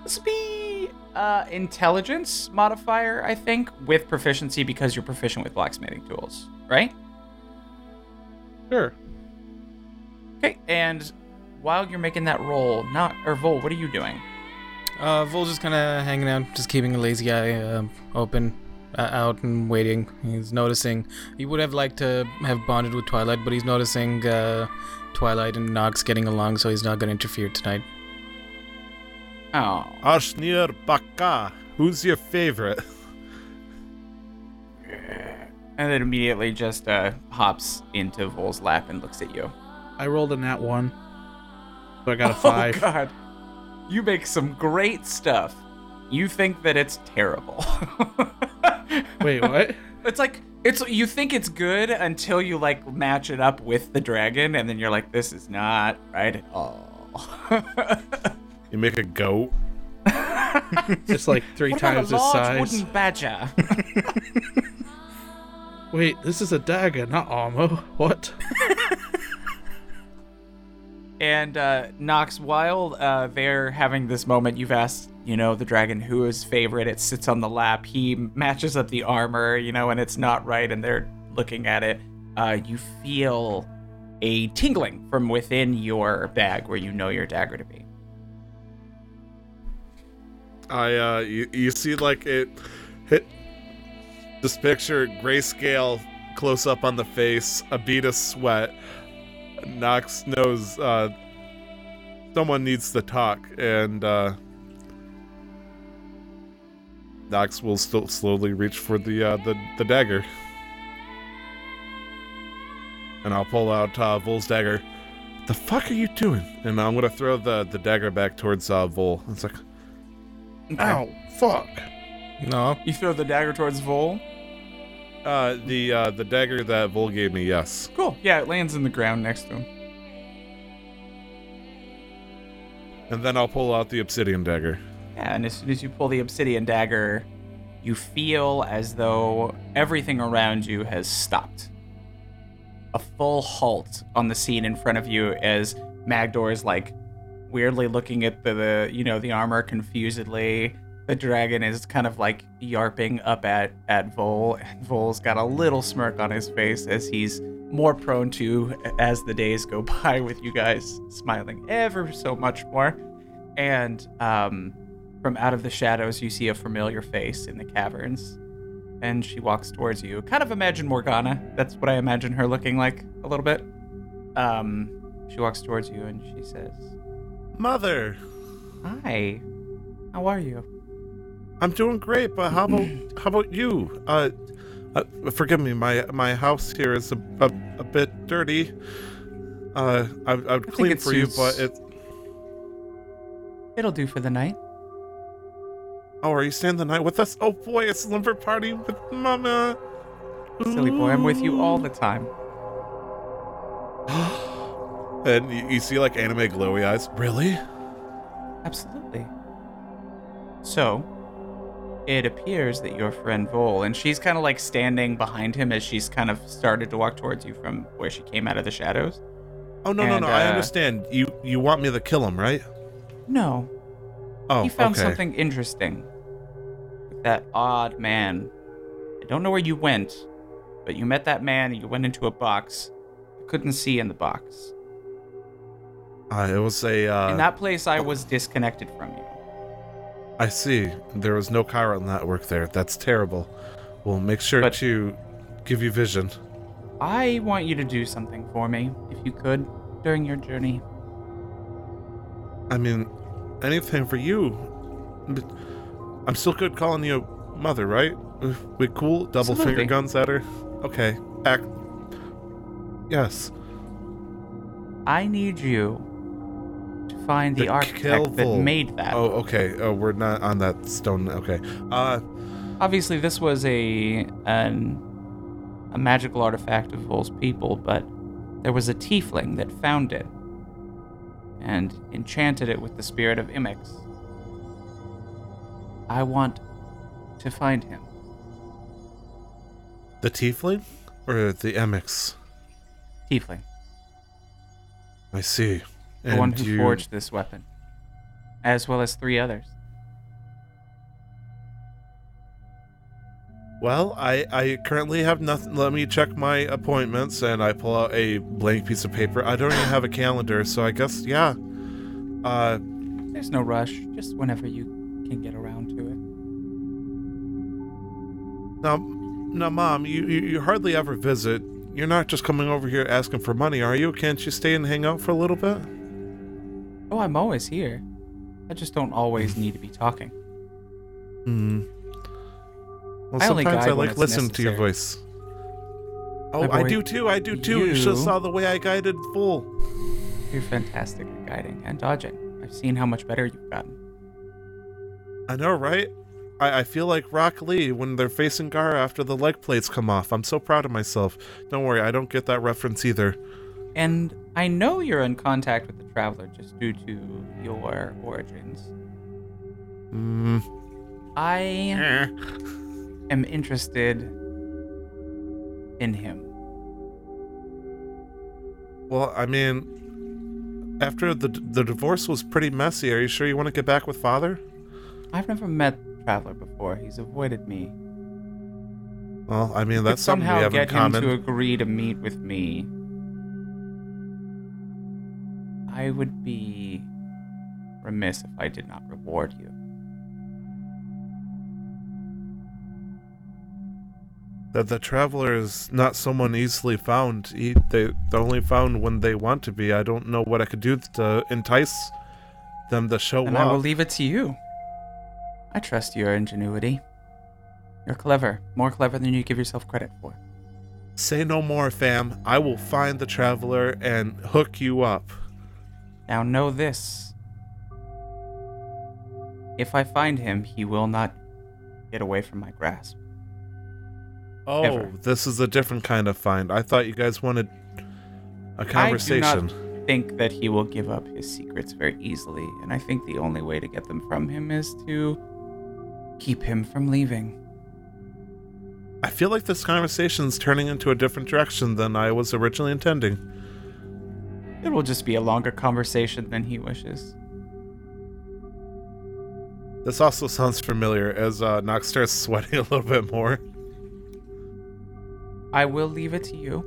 Speaker 5: this be uh intelligence modifier, I think, with proficiency because you're proficient with blacksmithing tools, right?
Speaker 2: Sure.
Speaker 5: Okay, and while you're making that roll, not or Vol, what are you doing?
Speaker 3: Uh, Vol just kind of hanging out, just keeping a lazy eye um, open, uh, out and waiting. He's noticing. He would have liked to have bonded with Twilight, but he's noticing uh, Twilight and Nox getting along, so he's not going to interfere tonight.
Speaker 5: Oh,
Speaker 4: Ashnir Baka, who's your favorite?
Speaker 5: and then immediately just uh hops into Vol's lap and looks at you.
Speaker 2: I rolled a nat one, so I got a five.
Speaker 5: *laughs* Oh God, you make some great stuff. You think that it's terrible. *laughs*
Speaker 2: Wait, what?
Speaker 5: it's like it's you think it's good until you like match it up with the dragon, and then you're like, this is not right at all. *laughs*
Speaker 4: You make a goat.
Speaker 2: Just like three
Speaker 5: *laughs* what about
Speaker 2: times
Speaker 5: a
Speaker 2: his
Speaker 5: large
Speaker 2: size.
Speaker 5: wooden badger?
Speaker 2: Wait, this is a dagger, not armor. *laughs* What?
Speaker 5: And uh, Nox, while uh, they're having this moment, you've asked, you know, the dragon who is favorite. It sits on the lap. He matches up the armor, you know, and it's not right. And they're looking at it. Uh, you feel a tingling from within your bag where you know your dagger to be.
Speaker 4: I uh you, you see like it hit just picture grayscale close up on the face, a bead of sweat. Knox knows uh someone needs to talk and uh Knox will still slowly reach for the uh the, the dagger. And I'll pull out uh Vol's dagger. The fuck are you doing? And I'm gonna throw the the dagger back towards uh Vol. It's like
Speaker 2: Ow, fuck.
Speaker 3: No.
Speaker 5: You throw the dagger towards Vol.
Speaker 4: Uh, the uh, the dagger that Vol gave me, yes.
Speaker 5: Cool. Yeah, it lands in the ground next to him.
Speaker 4: And then I'll pull out the obsidian dagger.
Speaker 5: Yeah, and as soon as you pull the obsidian dagger, you feel as though everything around you has stopped. A full halt on the scene in front of you as Magdor is like weirdly looking at the, the you know the armor confusedly. The dragon is kind of like yarping up at at Vol, and Vol's got a little smirk on his face as he's more prone to as the days go *laughs* by with you guys smiling ever so much more. And um, from out of the shadows, you see a familiar face in the caverns. And she walks towards you. Kind of imagine Morgana. That's what I imagine her looking like a little bit. Um, she walks towards you and she says,
Speaker 4: Mother,
Speaker 5: Hi, how are you?
Speaker 4: I'm doing great, but how about how about you? Uh, uh forgive me, my my house here is a a, a bit dirty. Uh, I, I'd clean
Speaker 5: it
Speaker 4: for you,
Speaker 5: suits-
Speaker 4: but it.
Speaker 5: It'll do for the night.
Speaker 4: Oh, are you staying the night with us? Oh boy, it's lumber party with Mama.
Speaker 5: Silly boy, I'm with you all the time.
Speaker 4: And you, you see like anime glowy eyes. Really?
Speaker 5: Absolutely. So, it appears that your friend Vol, and she's kind of like standing behind him as she's kind of started to walk towards you from where she came out of the shadows.
Speaker 4: Oh no
Speaker 5: And,
Speaker 4: no no! I
Speaker 5: uh,
Speaker 4: understand. You you want me to kill him, right?
Speaker 5: No,
Speaker 4: Oh,
Speaker 5: he found
Speaker 4: okay.
Speaker 5: something interesting with that odd man. I don't know where you went, but you met that man and you went into a box. I couldn't see in the box.
Speaker 4: Uh, it was a. Uh,
Speaker 5: in that place, I was disconnected from you.
Speaker 4: I see. There was no chiral network there. That's terrible. We'll make sure
Speaker 5: But-
Speaker 4: to give you vision.
Speaker 5: I want you to do something for me, if you could, during your journey.
Speaker 4: I mean, anything for you. I'm still good calling you mother, right? We cool? Double finger
Speaker 5: Absolutely.
Speaker 4: guns at her. Okay. Act. Yes.
Speaker 5: I need you to find the,
Speaker 4: The
Speaker 5: architect that
Speaker 4: Kelvil.
Speaker 5: made that.
Speaker 4: Oh, okay. Oh, we're not on that stone. Okay. Uh,
Speaker 5: Obviously, this was a an a magical artifact of Vol's people, but there was a tiefling that found it and enchanted it with the spirit of Imex. I want to find him.
Speaker 4: the tiefling or the emix?
Speaker 5: Tiefling,
Speaker 4: I see.
Speaker 5: the one who forged this weapon, as well as three others.
Speaker 4: Well, I, I currently have nothing. Let me check my appointments, and I pull out a blank piece of paper. I don't even have a calendar, so I guess yeah. Uh,
Speaker 5: There's no rush, just whenever you can get around to it.
Speaker 4: now, now, mom, you, you you hardly ever visit. You're not just coming over here asking for money, are you? Can't you stay and hang out for a little bit?
Speaker 5: Oh, I'm always here. I just don't always need to be talking.
Speaker 4: Hmm. Well,
Speaker 5: I only
Speaker 4: sometimes
Speaker 5: guide
Speaker 4: I
Speaker 5: when
Speaker 4: like
Speaker 5: it's
Speaker 4: listening to your
Speaker 5: necessary.
Speaker 4: voice. Oh,
Speaker 5: My
Speaker 4: I
Speaker 5: boy,
Speaker 4: do too. I do too. You,
Speaker 5: you-
Speaker 4: just saw the way I guided Fool.
Speaker 5: You're fantastic at guiding and dodging. I've seen how much better you've gotten.
Speaker 4: I know, right? I, I feel like Rock Lee when they're facing Gara after the leg plates come off. I'm so proud of myself. Don't worry, I don't get that reference either.
Speaker 5: And I know you're in contact with the Traveler just due to your origins.
Speaker 4: Mm,
Speaker 5: I
Speaker 4: Eh.
Speaker 5: am interested in him.
Speaker 4: well, I mean, after the the divorce was pretty messy. Are you sure you want to get back with father?
Speaker 5: I've never met the Traveler before. He's avoided me.
Speaker 4: Well, I mean
Speaker 5: Could
Speaker 4: that's something we
Speaker 5: somehow
Speaker 4: have in
Speaker 5: get him
Speaker 4: common.
Speaker 5: to agree to meet with me. I would be remiss if I did not reward you.
Speaker 4: that the traveler is not someone easily found. He, they, they're only found when they want to be. I don't know what I could do to entice them to show
Speaker 5: And I
Speaker 4: up.
Speaker 5: will leave it to you. I trust your ingenuity. You're clever, more clever than you give yourself credit for.
Speaker 4: Say no more, fam. I will find the traveler and hook you up.
Speaker 5: Now know this. If I find him, he will not get away from my grasp.
Speaker 4: Oh,
Speaker 5: Ever.
Speaker 4: this is a different kind of find. I thought you guys wanted a conversation.
Speaker 5: I do not think that he will give up his secrets very easily, and I think the only way to get them from him is to keep him from leaving.
Speaker 4: I feel like this conversation's turning into a different direction than I was originally intending.
Speaker 5: It will just be a longer conversation than he wishes.
Speaker 4: This also sounds familiar as uh, Nox starts *laughs* sweating a little bit more.
Speaker 5: I will leave it to you.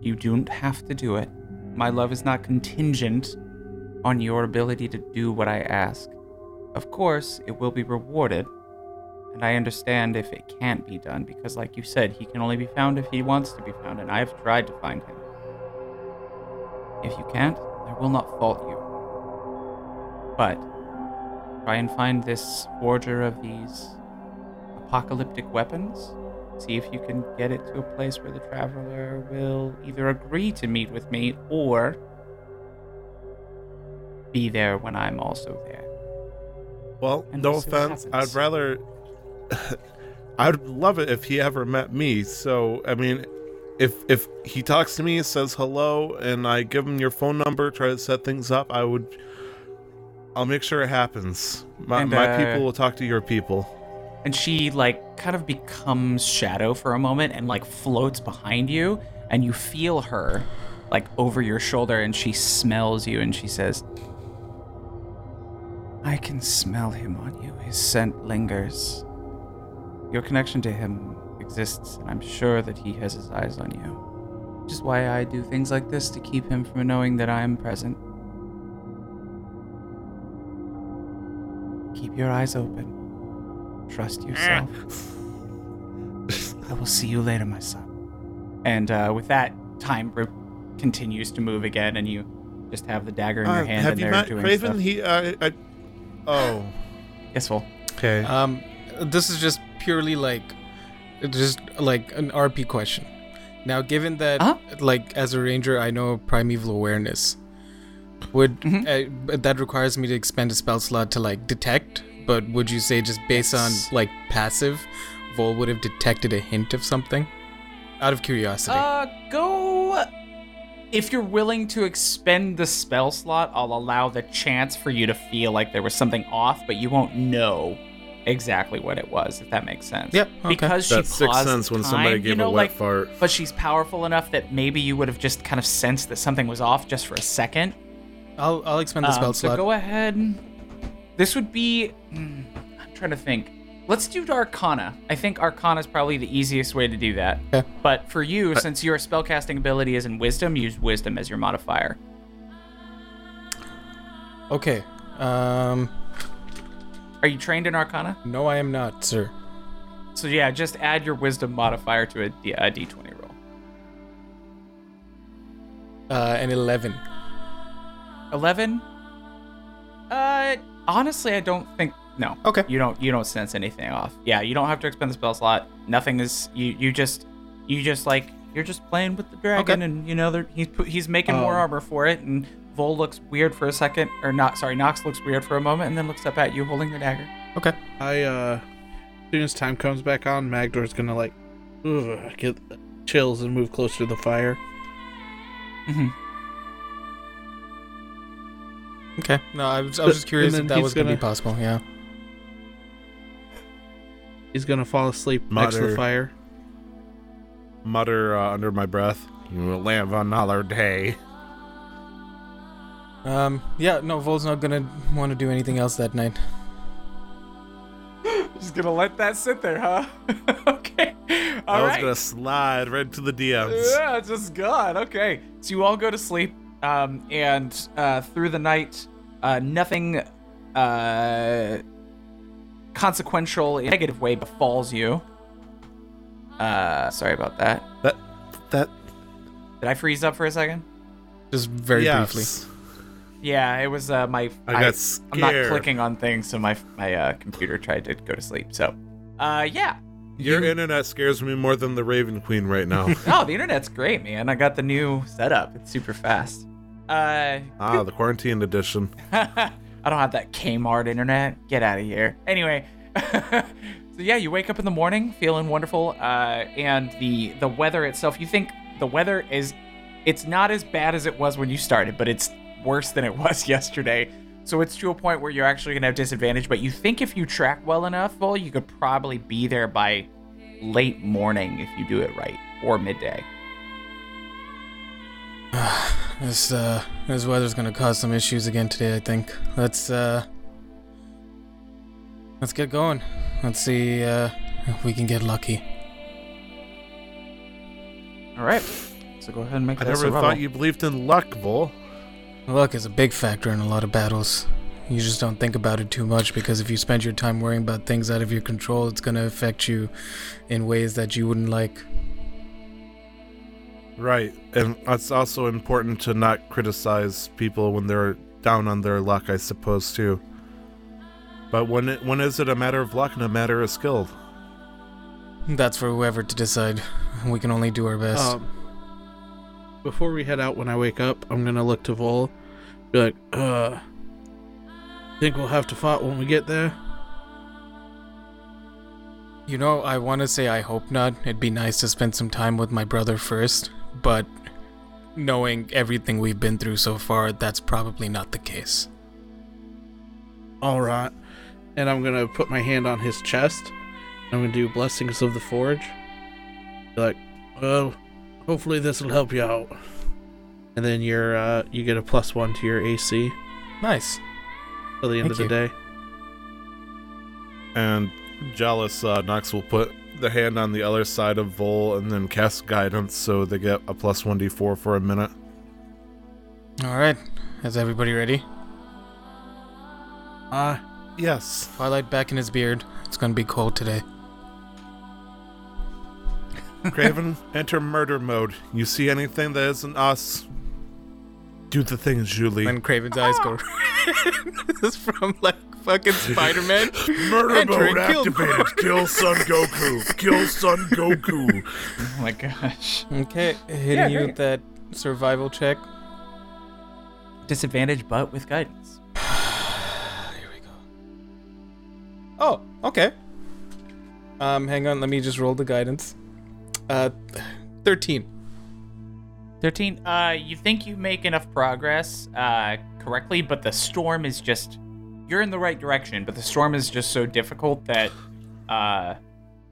Speaker 5: You don't have to do it. My love is not contingent on your ability to do what I ask. Of course, it will be rewarded, and I understand if it can't be done because, like you said, he can only be found if he wants to be found, and I have tried to find him. If you can't, I will not fault you. But try and find this forger of these apocalyptic weapons. See if you can get it to a place where the traveler will either agree to meet with me or be there when I'm also there.
Speaker 4: Well,
Speaker 5: And
Speaker 4: no
Speaker 5: we'll see what
Speaker 4: offense. I'd
Speaker 5: happens.
Speaker 4: rather. *laughs* I'd love it if he ever met me. So I mean, if if he talks to me, says hello, and I give him your phone number, try to set things up, I would. I'll make sure it happens. My,
Speaker 5: And,
Speaker 4: my
Speaker 5: uh,
Speaker 4: people will talk to your people.
Speaker 5: And she like kind of becomes shadow for a moment and like floats behind you and you feel her like over your shoulder and she smells you and she says I can smell him on you. His scent lingers. Your connection to him exists, and I'm sure that he has his eyes on you. Which is why I do things like this to keep him from knowing that I am present. Keep your eyes open. Trust yourself. I will see you later, my son. And uh, with that, time re- continues to move again, and you just have the dagger in
Speaker 4: Uh,
Speaker 5: your hand.
Speaker 4: have
Speaker 5: and
Speaker 4: you
Speaker 5: they're
Speaker 4: met
Speaker 5: doing
Speaker 4: Craven?
Speaker 5: stuff.
Speaker 4: He. Uh, I, Oh,
Speaker 5: Yes, well.
Speaker 4: okay.
Speaker 5: Uh,
Speaker 3: Um, this is just purely like, just like an RP question. Now, given that,
Speaker 5: Uh-huh.
Speaker 3: like, as a ranger, I know primeval awareness. Would uh, but that requires me to expend a spell slot to like detect? But would you say just based
Speaker 5: Yes.
Speaker 3: on like passive, Vol would have detected a hint of something? Out of curiosity.
Speaker 5: Uh, go. If you're willing to expend the spell slot, I'll allow the chance for you to feel like there was something off, but you won't know exactly what it was, if that makes sense.
Speaker 3: Yep, okay.
Speaker 5: Because she
Speaker 4: that sixth
Speaker 5: paused
Speaker 4: sense
Speaker 5: the
Speaker 4: when somebody
Speaker 5: time,
Speaker 4: gave
Speaker 5: you know,
Speaker 4: a wet
Speaker 5: like,
Speaker 4: fart.
Speaker 5: But she's powerful enough that maybe you would have just kind of sensed that something was off just for a second.
Speaker 3: I'll I'll expend the
Speaker 5: Um,
Speaker 3: spell
Speaker 5: so
Speaker 3: slot.
Speaker 5: go ahead. This would be. hmm, I'm trying to think. Let's do Arcana. I think Arcana is probably the easiest way to do that.
Speaker 3: Yeah.
Speaker 5: But for you, since your spellcasting ability is in Wisdom, use Wisdom as your modifier.
Speaker 3: okay. Um,
Speaker 5: Are you trained in Arcana?
Speaker 3: no, I am not, sir.
Speaker 5: So yeah, just add your Wisdom modifier to a, D- a D20 roll.
Speaker 3: Uh, an eleven.
Speaker 5: Eleven. Uh, honestly, I don't think. No.
Speaker 3: Okay.
Speaker 5: You don't. You don't sense anything off. Yeah. You don't have to expend the spell slot. Nothing is. You. You just. You just like. You're just playing with the dragon,
Speaker 3: Okay.
Speaker 5: and you know they're, he's pu- he's making more
Speaker 3: Um.
Speaker 5: armor for it, and Vol looks weird for a second, or not. Sorry, Nox looks weird for a moment, and then looks up at you holding the dagger.
Speaker 3: Okay.
Speaker 2: I uh as soon as time comes back on, Magdor's gonna like ugh, get chills and move closer to the fire.
Speaker 5: hmm
Speaker 3: Okay. No, I was, I
Speaker 2: But-
Speaker 3: was just curious
Speaker 2: and then
Speaker 3: if that
Speaker 2: he's
Speaker 3: was gonna, be
Speaker 2: gonna-
Speaker 3: possible. Yeah.
Speaker 2: He's gonna fall asleep next to the
Speaker 4: Mutter.
Speaker 2: fire.
Speaker 4: Mutter uh, under my breath. You will live another day.
Speaker 3: Um. Yeah. No, Vol's not gonna want to do anything else that night.
Speaker 5: Just gonna let that sit there, huh? *laughs* okay.
Speaker 4: I
Speaker 5: All
Speaker 4: was
Speaker 5: right.
Speaker 4: gonna slide right to the DMs.
Speaker 5: Yeah, it's just God. Okay. So you all go to sleep, um, and uh, through the night, uh, nothing uh, consequential in a negative way befalls you. Uh, sorry about that.
Speaker 4: That that
Speaker 5: Did I freeze up for a second?
Speaker 3: Just very
Speaker 4: yes.
Speaker 3: briefly.
Speaker 5: Yeah, it was uh, my.
Speaker 4: I got
Speaker 5: I'm not
Speaker 4: scared.
Speaker 5: clicking on things, so my my uh, computer tried to go to sleep. So, uh, yeah.
Speaker 4: Your internet scares me more than the Raven Queen right *laughs* now.
Speaker 5: Oh, the internet's great, man. I got the new setup. It's super fast. Uh,
Speaker 4: ah, the quarantine edition.
Speaker 5: I don't have that Kmart internet. Get out of here. Anyway, *laughs* so yeah, you wake up in the morning feeling wonderful, uh, and the the weather itself. You think the weather is, it's not as bad as it was when you started, but it's worse than it *laughs* was yesterday. So it's to a point where you're actually gonna have disadvantage. But you think if you track well enough, well, you could probably be there by late morning if you do it right or midday.
Speaker 3: This uh, this weather's gonna cause some issues again today. I think. Let's uh, let's get going. Let's see uh, if we can get lucky.
Speaker 5: All right. So go ahead and make
Speaker 4: I
Speaker 5: that
Speaker 4: never
Speaker 5: survival.
Speaker 4: thought you believed in luck, Vol.
Speaker 3: Luck is a big factor in a lot of battles. You just don't think about it too much because if you spend your time worrying about things out of your control, it's gonna affect you in ways that you wouldn't like.
Speaker 4: Right, and it's also important to not criticize people when they're down on their luck, I suppose too. But when it, when is it a matter of luck and a matter of skill?
Speaker 3: That's for whoever to decide. We can only do our best.
Speaker 2: Um Before we head out when I wake up, I'm gonna look to Vol. Be like, uh think we'll have to fight when we get there.
Speaker 3: You know, I want to say I hope not. It'd be nice to spend some time with my brother first, but knowing everything we've been through so far, that's probably not the case.
Speaker 2: Alright. And I'm gonna put my hand on his chest. I'm gonna do blessings of the forge. Be like, well, hopefully this will help you out. And then you're uh you get a plus one to your AC
Speaker 3: Nice.
Speaker 2: till the end
Speaker 3: Thank
Speaker 2: of the day.
Speaker 4: And jealous uh, Nox will put the hand on the other side of Vol and then cast guidance, so they get a plus one d4 for a minute.
Speaker 3: All right. Is everybody ready?
Speaker 2: Uh
Speaker 4: Yes.
Speaker 3: Twilight back in his beard. It's going to be cold today.
Speaker 4: Craven, enter murder mode. You see anything that isn't us? Do the thing, Julie.
Speaker 3: And Craven's eyes go. *laughs* This is from like fucking Spider Man.
Speaker 6: Murder
Speaker 3: Entering
Speaker 6: mode
Speaker 3: kill
Speaker 6: activated. Kill Son Goku. Kill Son Goku.
Speaker 5: Oh
Speaker 4: *laughs*
Speaker 5: my *laughs* gosh.
Speaker 3: *laughs* Okay, hitting
Speaker 5: Yeah,
Speaker 3: you with
Speaker 5: great.
Speaker 3: that survival check.
Speaker 5: Disadvantage, but with guidance.
Speaker 3: Here we go. Oh, okay. Um, hang on, let me just roll the guidance. Uh, thirteen.
Speaker 5: 13. Uh, you think you make enough progress uh, correctly, but the storm is just. You're in the right direction, but the storm is just so difficult that uh,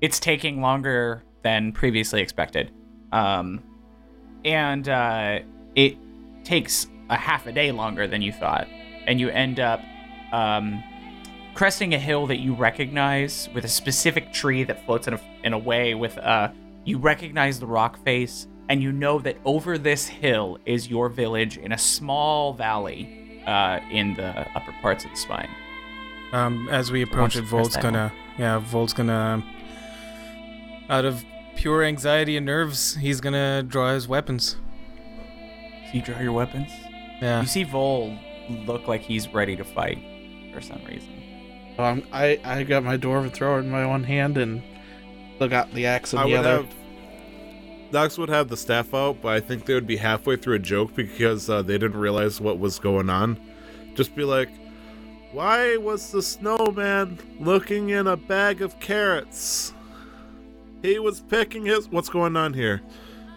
Speaker 5: it's taking longer than previously expected. Um, and uh, it takes a half a day longer than you thought. And you end up um, cresting a hill that you recognize with a specific tree that floats in a, in a way with uh you recognize the rock face and you know that over this hill is your village in a small valley uh, in the upper parts of the spine
Speaker 3: Um, as we approach
Speaker 5: approach
Speaker 3: it,
Speaker 5: it, you press Volt's
Speaker 3: Volt's
Speaker 5: that
Speaker 3: gonna, yeah, Volt's gonna, out of pure anxiety and nerves, he's gonna draw his weapons.
Speaker 5: so you draw your weapons
Speaker 3: Yeah.
Speaker 5: you see vol look like he's ready to fight for some reason
Speaker 2: Um, I I got my dwarven thrower in my one hand and still got the axe in
Speaker 4: I
Speaker 2: the
Speaker 4: would
Speaker 2: other.
Speaker 4: have. Knox would have the staff out, but I think they would be halfway through a joke because uh, they didn't realize what was going on. Just be like, "Why was the snowman looking in a bag of carrots? He was picking his. What's going on here?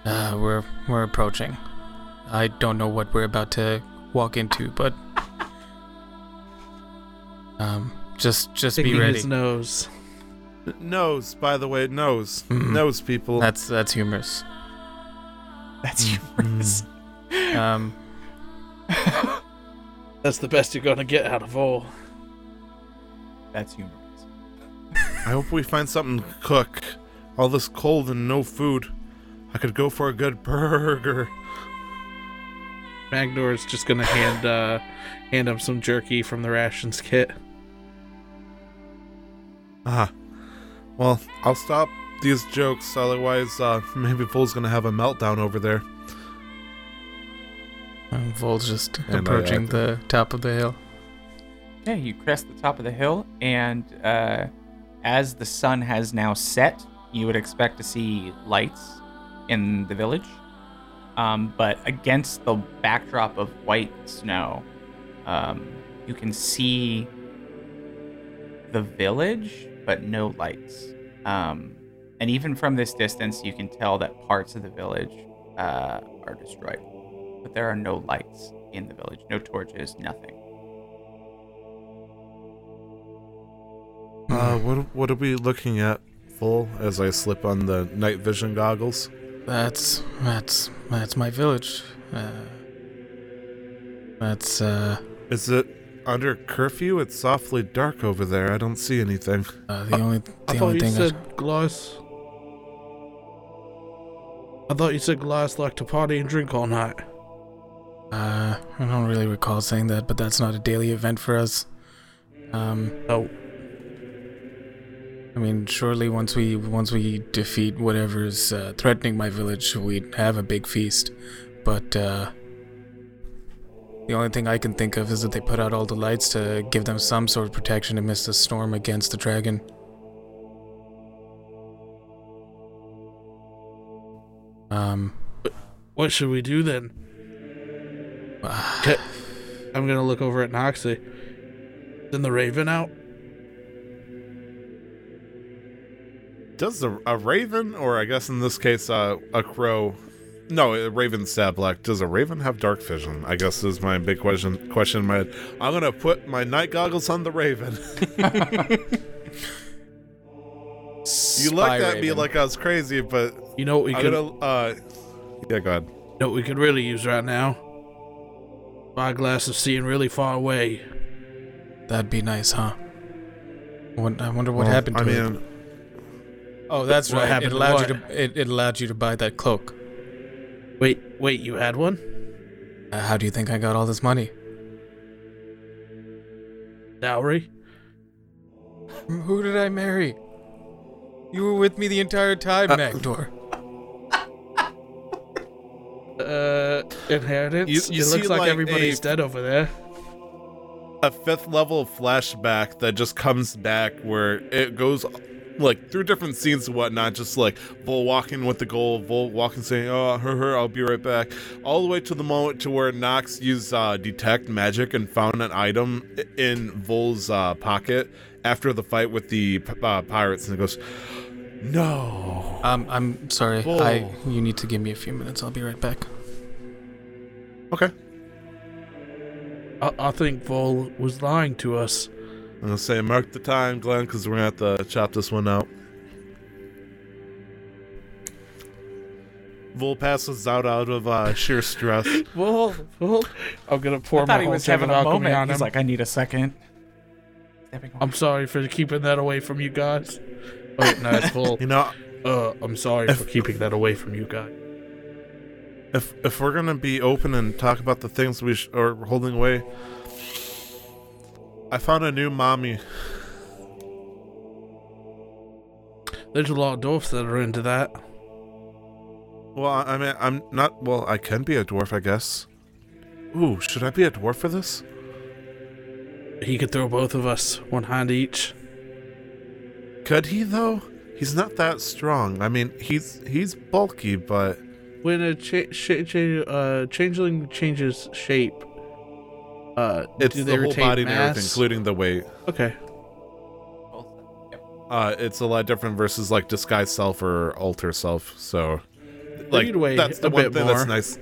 Speaker 3: Uh, we're we're approaching. I don't know what we're about to walk into, but um, just just be
Speaker 2: Sticking
Speaker 3: ready.
Speaker 2: His nose.
Speaker 4: N- Nose, by the way, nose,
Speaker 3: Mm.
Speaker 4: nose, people.
Speaker 3: That's that's humorous.
Speaker 5: that's humorous
Speaker 3: Um,
Speaker 2: That's the best you're gonna get out of all.
Speaker 5: that's humorous
Speaker 4: I hope we find something to cook. All this cold and no food. I could go for a good burger.
Speaker 2: Magnor is just gonna hand uh hand him some jerky from the rations kit.
Speaker 4: Ah. Well, I'll stop these jokes, otherwise, uh, maybe Fool's gonna have a meltdown over there.
Speaker 3: um, Vol's just
Speaker 4: I
Speaker 3: approaching
Speaker 4: have
Speaker 3: the top of the hill.
Speaker 5: Yeah, you crest the top of the hill, and uh, as the sun has now set, you would expect to see lights in the village. Um, but against the backdrop of white snow, um, you can see the village, but no lights. Um, and even from this distance, you can tell that parts of the village uh, are destroyed. But there are no lights in the village, no torches, nothing.
Speaker 3: Mm-hmm.
Speaker 4: Uh, what, what are we looking at, Fool, as I slip on the night vision goggles?
Speaker 3: That's that's that's my village. Uh, that's uh,
Speaker 4: Is it under curfew? It's softly dark over there. I don't see anything.
Speaker 3: uh the only
Speaker 2: I
Speaker 3: the
Speaker 2: thought
Speaker 3: only
Speaker 2: you
Speaker 3: thing. I-
Speaker 2: said glass. I thought you said glass like to party and drink all night.
Speaker 3: Uh, I don't really recall saying that, but that's not a daily event for us. Um,
Speaker 2: Oh.
Speaker 3: I mean, surely once we once we defeat whatever is uh, threatening my village, we'd have a big feast. But uh, the only thing I can think of is that they put out all the lights to give them some sort of protection amidst the storm against the dragon. Um,
Speaker 2: What should we do then?
Speaker 3: *sighs*
Speaker 2: Ca- I'm gonna look over at Noxie. Then the Raven out.
Speaker 4: Does a, a raven, or I guess in this case, uh, a crow. No, a raven stab black. Does a raven have dark vision? I guess is my big question. Question in my head. I'm gonna put my night goggles on the raven. *laughs* You looked at me like I was crazy, but
Speaker 2: You know what we
Speaker 4: I'm
Speaker 2: could
Speaker 4: gonna. Uh, yeah, go ahead.
Speaker 2: you know what we could really use right now. My glass of seeing really far away.
Speaker 3: That'd be nice, huh? Won- I wonder what
Speaker 4: Well,
Speaker 3: happened to
Speaker 4: I
Speaker 3: it.
Speaker 4: mean,
Speaker 3: Oh, that's
Speaker 2: What
Speaker 3: right.
Speaker 2: happened
Speaker 3: it
Speaker 2: to
Speaker 3: allowed
Speaker 2: what?
Speaker 3: you to it, it allowed you to buy that cloak.
Speaker 2: Wait, wait, you had one?
Speaker 3: Uh, how do you think I got all this money?
Speaker 2: Dowry?
Speaker 3: Who did I marry? You were with me the entire time, Magdor.
Speaker 2: Uh, inheritance?
Speaker 4: You- you
Speaker 2: it
Speaker 4: see,
Speaker 2: Uh, looks like,
Speaker 4: like,
Speaker 2: everybody's
Speaker 4: a-
Speaker 2: dead over there.
Speaker 4: a fifth level flashback that just comes back where it goes like through different scenes and whatnot, just like Vol walking with the goal, Vol walking saying, Oh, her, her, I'll be right back. All the way to the moment to where Knox used uh, detect magic and found an item i- in Vol's uh, pocket after the fight with the p- uh, pirates. And it goes, No.
Speaker 3: *laughs* Um, I'm sorry.
Speaker 4: Whoa.
Speaker 3: I you need to give me a few minutes. I'll be right back.
Speaker 4: Okay.
Speaker 2: I, I think Vol was lying to us.
Speaker 4: I'm gonna say mark the time, Glenn, because we're gonna have to chop this one out. Vol passes out out of uh, sheer stress.
Speaker 2: Vol, Vol. I'm gonna pour
Speaker 5: I
Speaker 2: my
Speaker 5: thought he
Speaker 2: whole
Speaker 5: was
Speaker 2: jug
Speaker 5: having
Speaker 2: of
Speaker 5: a
Speaker 2: alchemy on
Speaker 5: moment.
Speaker 2: him.
Speaker 5: He's like, I need a second. Um, Stepping on-
Speaker 2: I'm sorry for keeping that away from you guys. Wait, no, it's
Speaker 5: *laughs*
Speaker 2: Vol.
Speaker 4: you know,
Speaker 2: Uh, I'm sorry for keeping that away from you guys.
Speaker 4: if if we're gonna be open and talk about the things we sh- are holding away, I found a new mommy.
Speaker 2: There's a lot of dwarfs that are into that.
Speaker 4: Well, I I mean, I'm not. Well, I can be a dwarf, I guess. Ooh, should I be a dwarf for this?
Speaker 2: He could throw both of us, one hand each.
Speaker 4: Could he though? He's not that strong. I mean, he's he's bulky, but
Speaker 2: When a cha- cha- cha- uh, changeling changes shape, uh,
Speaker 4: it's
Speaker 2: do
Speaker 4: the
Speaker 2: they
Speaker 4: whole
Speaker 2: retain
Speaker 4: body and everything,
Speaker 2: mass?
Speaker 4: including the weight.
Speaker 2: okay,
Speaker 4: Uh, it's a lot different versus like disguise self or alter self. So, like
Speaker 2: You'd weigh
Speaker 4: that's the
Speaker 2: a
Speaker 4: one
Speaker 2: bit
Speaker 4: thing that's
Speaker 2: more.
Speaker 4: nice.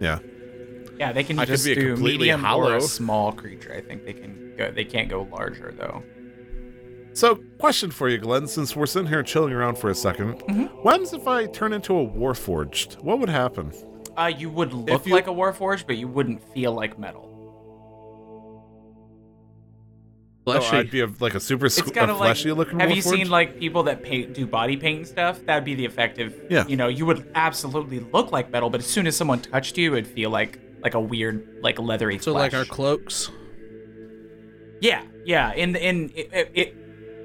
Speaker 4: Yeah,
Speaker 5: yeah, they can
Speaker 4: I could
Speaker 5: just
Speaker 4: be a
Speaker 5: do
Speaker 4: completely
Speaker 5: medium or
Speaker 4: hollow.
Speaker 5: a small creature. I think they can go. They can't go larger though.
Speaker 4: So, question for you, Glenn, since we're sitting here chilling around for a 2nd
Speaker 2: Mm-hmm.
Speaker 4: What happens if I turn into a warforged? What would happen?
Speaker 5: Uh, you would look
Speaker 4: you-
Speaker 5: like a warforged, but you wouldn't feel like metal.
Speaker 4: Oh,
Speaker 2: fleshy.
Speaker 4: I'd be a, like a super
Speaker 5: It's
Speaker 4: squ-
Speaker 5: kind
Speaker 4: a
Speaker 5: of like.
Speaker 4: fleshy looking
Speaker 5: Have you
Speaker 4: warforged?
Speaker 5: seen like people that paint do body paint and stuff? That'd be the effective.
Speaker 4: Yeah.
Speaker 5: You know, you would absolutely look like metal, but as soon as someone touched you, it'd feel like like a weird like leathery.
Speaker 2: so like our
Speaker 5: flesh.
Speaker 2: cloaks.
Speaker 5: Yeah, yeah. In in it, it,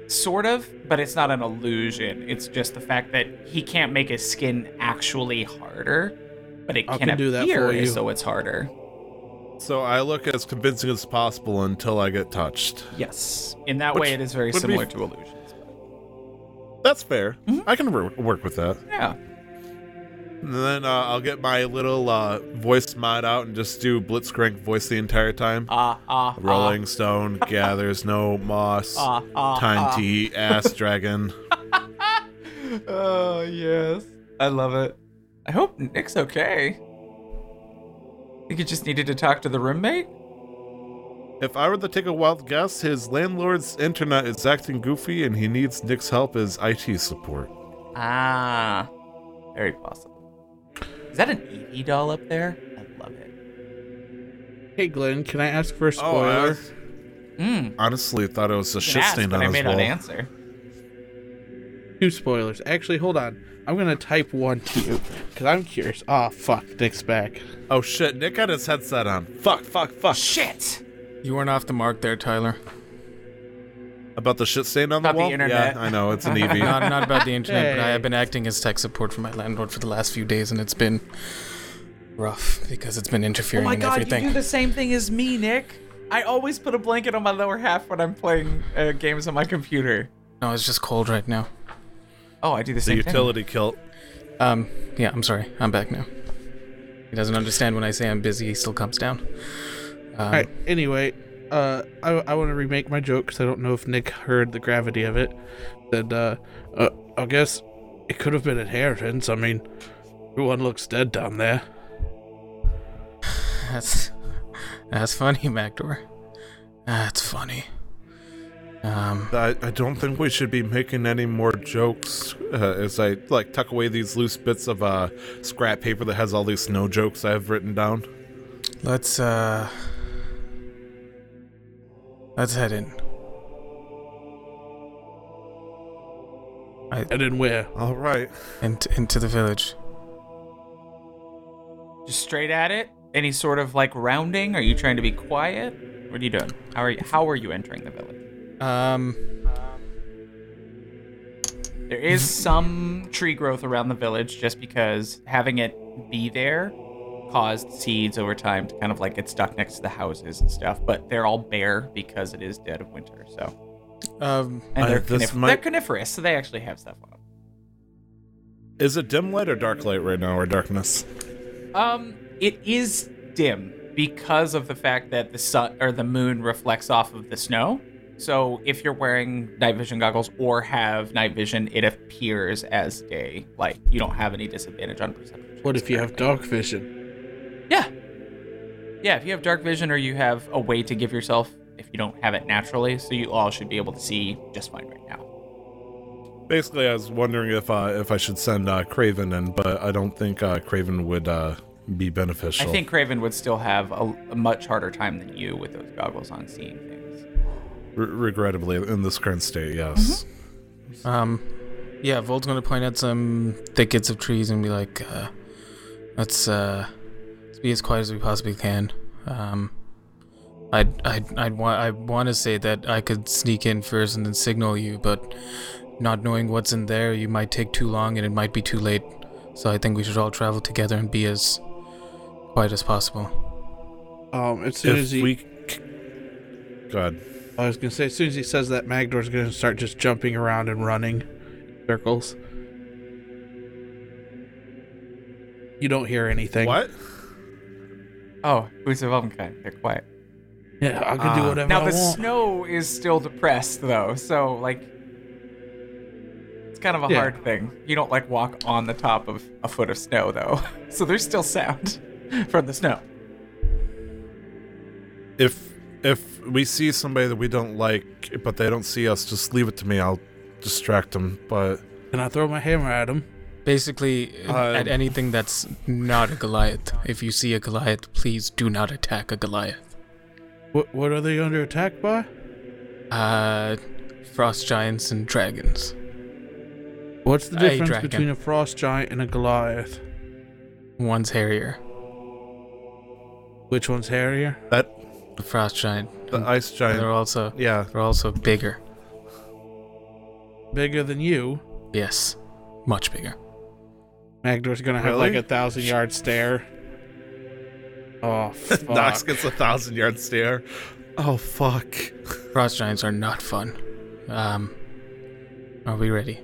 Speaker 5: it sort of, but it's not an illusion. It's just the fact that he can't make his skin actually harder, but it
Speaker 2: I
Speaker 5: can,
Speaker 2: can do that
Speaker 5: appear
Speaker 2: for you.
Speaker 5: as though it's harder.
Speaker 4: so I look as convincing as possible until I get touched.
Speaker 5: Yes. In that
Speaker 4: Which
Speaker 5: way, it is very
Speaker 4: would be
Speaker 5: similar
Speaker 4: f-
Speaker 5: to illusions.
Speaker 4: That's fair.
Speaker 2: Mm-hmm.
Speaker 4: I can wor- work with that.
Speaker 5: Yeah.
Speaker 4: And then uh, I'll get my little uh, voice mod out and just do blitzcrank voice the entire time.
Speaker 5: Ah, ah, ah.
Speaker 4: Rolling stone gathers no moss.
Speaker 5: Ah, ah,
Speaker 4: time
Speaker 5: ah.
Speaker 4: to eat ass dragon.
Speaker 5: Oh, yes. I love it. I hope Nick's okay. Think he just needed to talk to the roommate?
Speaker 4: If I were to take a wild guess, his landlord's internet is acting goofy and he needs Nick's help as IT support.
Speaker 5: Oh, Ah. Very possible. Is that an Evie doll up there? I love it.
Speaker 2: Hey Glenn, can I ask
Speaker 5: Oh,
Speaker 2: for a spoiler?
Speaker 5: Mmm.
Speaker 4: honestly thought it was a
Speaker 5: can
Speaker 4: shit
Speaker 5: ask,
Speaker 4: stain
Speaker 5: but
Speaker 4: on
Speaker 5: I
Speaker 4: his
Speaker 5: may
Speaker 4: wall.
Speaker 5: not answer.
Speaker 2: Two spoilers. Actually, hold on. I'm gonna type one to you because I'm curious. Ah, fuck, Nick's back.
Speaker 4: Oh shit, Nick got his headset on. Fuck, fuck, fuck.
Speaker 5: Shit!
Speaker 3: You weren't off the mark there, Tyler.
Speaker 4: About the shit stain on
Speaker 5: About
Speaker 4: the
Speaker 5: the
Speaker 4: wall?
Speaker 5: internet.
Speaker 4: Yeah, I know, it's an E
Speaker 5: *laughs*
Speaker 4: EV.
Speaker 3: Not not about the internet, but I
Speaker 2: Hey.
Speaker 3: have been acting as tech support for my landlord for the last few days, and it's been rough because it's been
Speaker 5: Oh
Speaker 3: interfering in everything.
Speaker 5: the same thing as me, Nick. I always put a blanket on my lower half when I'm playing uh, games on my computer.
Speaker 3: No, it's just cold right now.
Speaker 5: Oh, I do the
Speaker 4: the
Speaker 5: same
Speaker 4: utility kilt.
Speaker 3: Um, yeah, I'm sorry. I'm back now. He doesn't understand when I say I'm busy. He still comes down. Um,
Speaker 4: Uh-huh.
Speaker 2: All right. Anyway, uh, I, I want to remake my joke because I don't know if Nick heard the gravity of it. That uh, uh, I guess it could have been inheritance. I mean, everyone looks dead down there.
Speaker 3: That's that's funny, *laughs* Macdor. That's funny. Um,
Speaker 4: I, I don't think we should be making any more jokes uh, as I like tuck away these loose bits of uh, scrap paper that has all these snow jokes I've written down.
Speaker 3: let's uh, let's head in.
Speaker 2: And then where?
Speaker 4: All right.
Speaker 3: into into the village.
Speaker 5: thing. Just straight at it. Any sort of like rounding? Are you trying to be quiet? What are you doing? How are you? How are you entering the village?
Speaker 3: Um,
Speaker 5: There *laughs* is some tree growth around the village, just because having it be there caused seeds over time to kind of like get stuck next to the houses and stuff. But they're all bare because it is dead of winter. So
Speaker 3: Um,
Speaker 5: and
Speaker 4: Uh,
Speaker 5: they're,
Speaker 4: this
Speaker 5: conifer-
Speaker 4: might-
Speaker 5: they're coniferous, so they actually have stuff on them.
Speaker 4: Is it dim light or dark light right now, or darkness?
Speaker 5: Um, it is dim because of the fact that the sun or the moon reflects off of the snow. So if you're wearing night vision goggles or have night vision, it appears as day. Like you don't have any disadvantage on perception.
Speaker 2: What if you have dark vision?
Speaker 5: Yeah. Yeah, if you have dark vision or you have a way to give yourself if you don't have it naturally, so you all should be able to see just fine right now.
Speaker 4: Basically, I was wondering if uh, if I should send uh, Craven in, but I don't think uh, Craven would uh, be beneficial.
Speaker 5: I think Craven would still have a, a much harder time than you with those goggles on seeing things.
Speaker 4: Re- regrettably, in this current state, yes.
Speaker 5: Mm-hmm.
Speaker 3: um, yeah, Vol's gonna point out some thickets of trees and be like, uh, let's, uh, let's be as quiet as we possibly can. Um, I'd, I'd, I'd wa- I want to say that I could sneak in first and then signal you, but not knowing what's in there, you might take too long and it might be too late. So I think we should all travel together and be as quiet as possible.
Speaker 2: Um, as soon
Speaker 4: if
Speaker 2: as he,
Speaker 4: we, c- go ahead.
Speaker 2: I was gonna say, as soon as he says that, Magdor's gonna start just jumping around and running circles. You don't hear anything.
Speaker 4: What?
Speaker 5: Oh, who's of kind? They're quiet. Uh,
Speaker 2: Yeah, I can do
Speaker 4: Ah.
Speaker 2: whatever
Speaker 5: Now
Speaker 2: I
Speaker 5: the
Speaker 2: want.
Speaker 5: snow is still depressed though, so like it's kind of a
Speaker 2: Yeah.
Speaker 5: hard thing. You don't like walk on the top of a foot of snow though. *laughs* So there's still sound *laughs* from the snow.
Speaker 4: If if we see somebody that we don't like, but they don't see us, just leave it to me. I'll distract them. But
Speaker 2: Can I throw my hammer at him?
Speaker 3: Basically,
Speaker 4: Uh,
Speaker 3: at anything that's not a Goliath. If you see a Goliath, please do not attack a Goliath.
Speaker 2: What, what are they under attack by?
Speaker 3: Uh, frost giants and dragons.
Speaker 2: What's the
Speaker 3: A
Speaker 2: difference
Speaker 3: dragon.
Speaker 2: between a frost giant and a Goliath?
Speaker 3: One's hairier.
Speaker 2: Which one's hairier?
Speaker 4: that
Speaker 3: The frost giant.
Speaker 4: the ice
Speaker 3: And they're
Speaker 4: giant,
Speaker 3: also
Speaker 4: yeah, *laughs*
Speaker 3: they're also bigger.
Speaker 2: Bigger than you?
Speaker 3: Yes, much bigger.
Speaker 2: Magdor's gonna have
Speaker 4: Really?
Speaker 2: like a thousand yard stare.
Speaker 4: *laughs*
Speaker 2: Oh,
Speaker 4: Nox
Speaker 2: fuck.
Speaker 4: gets a thousand yard stare. Oh fuck.
Speaker 3: Frost giants are not fun. Um, are we ready?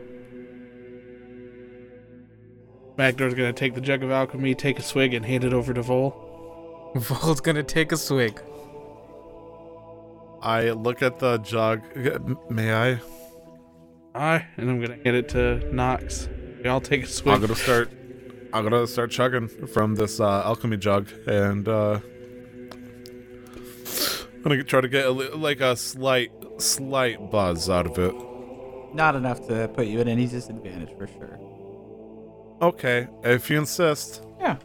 Speaker 3: *laughs*
Speaker 2: Magdor's gonna take the jug of alchemy, take a swig, and hand it over to Vol.
Speaker 3: Vol's gonna take a swig.
Speaker 4: I look at the jug. M- May I?
Speaker 2: I and I'm gonna hand it to Knox. We all take a
Speaker 4: I'm
Speaker 2: swig.
Speaker 4: gonna start. I'm gonna start chugging from this uh, alchemy jug, and uh, I'm gonna try to get a, li- like a slight, slight buzz out of it.
Speaker 1: Not enough to put you at any disadvantage for sure.
Speaker 4: Okay, if you insist.
Speaker 5: Yeah.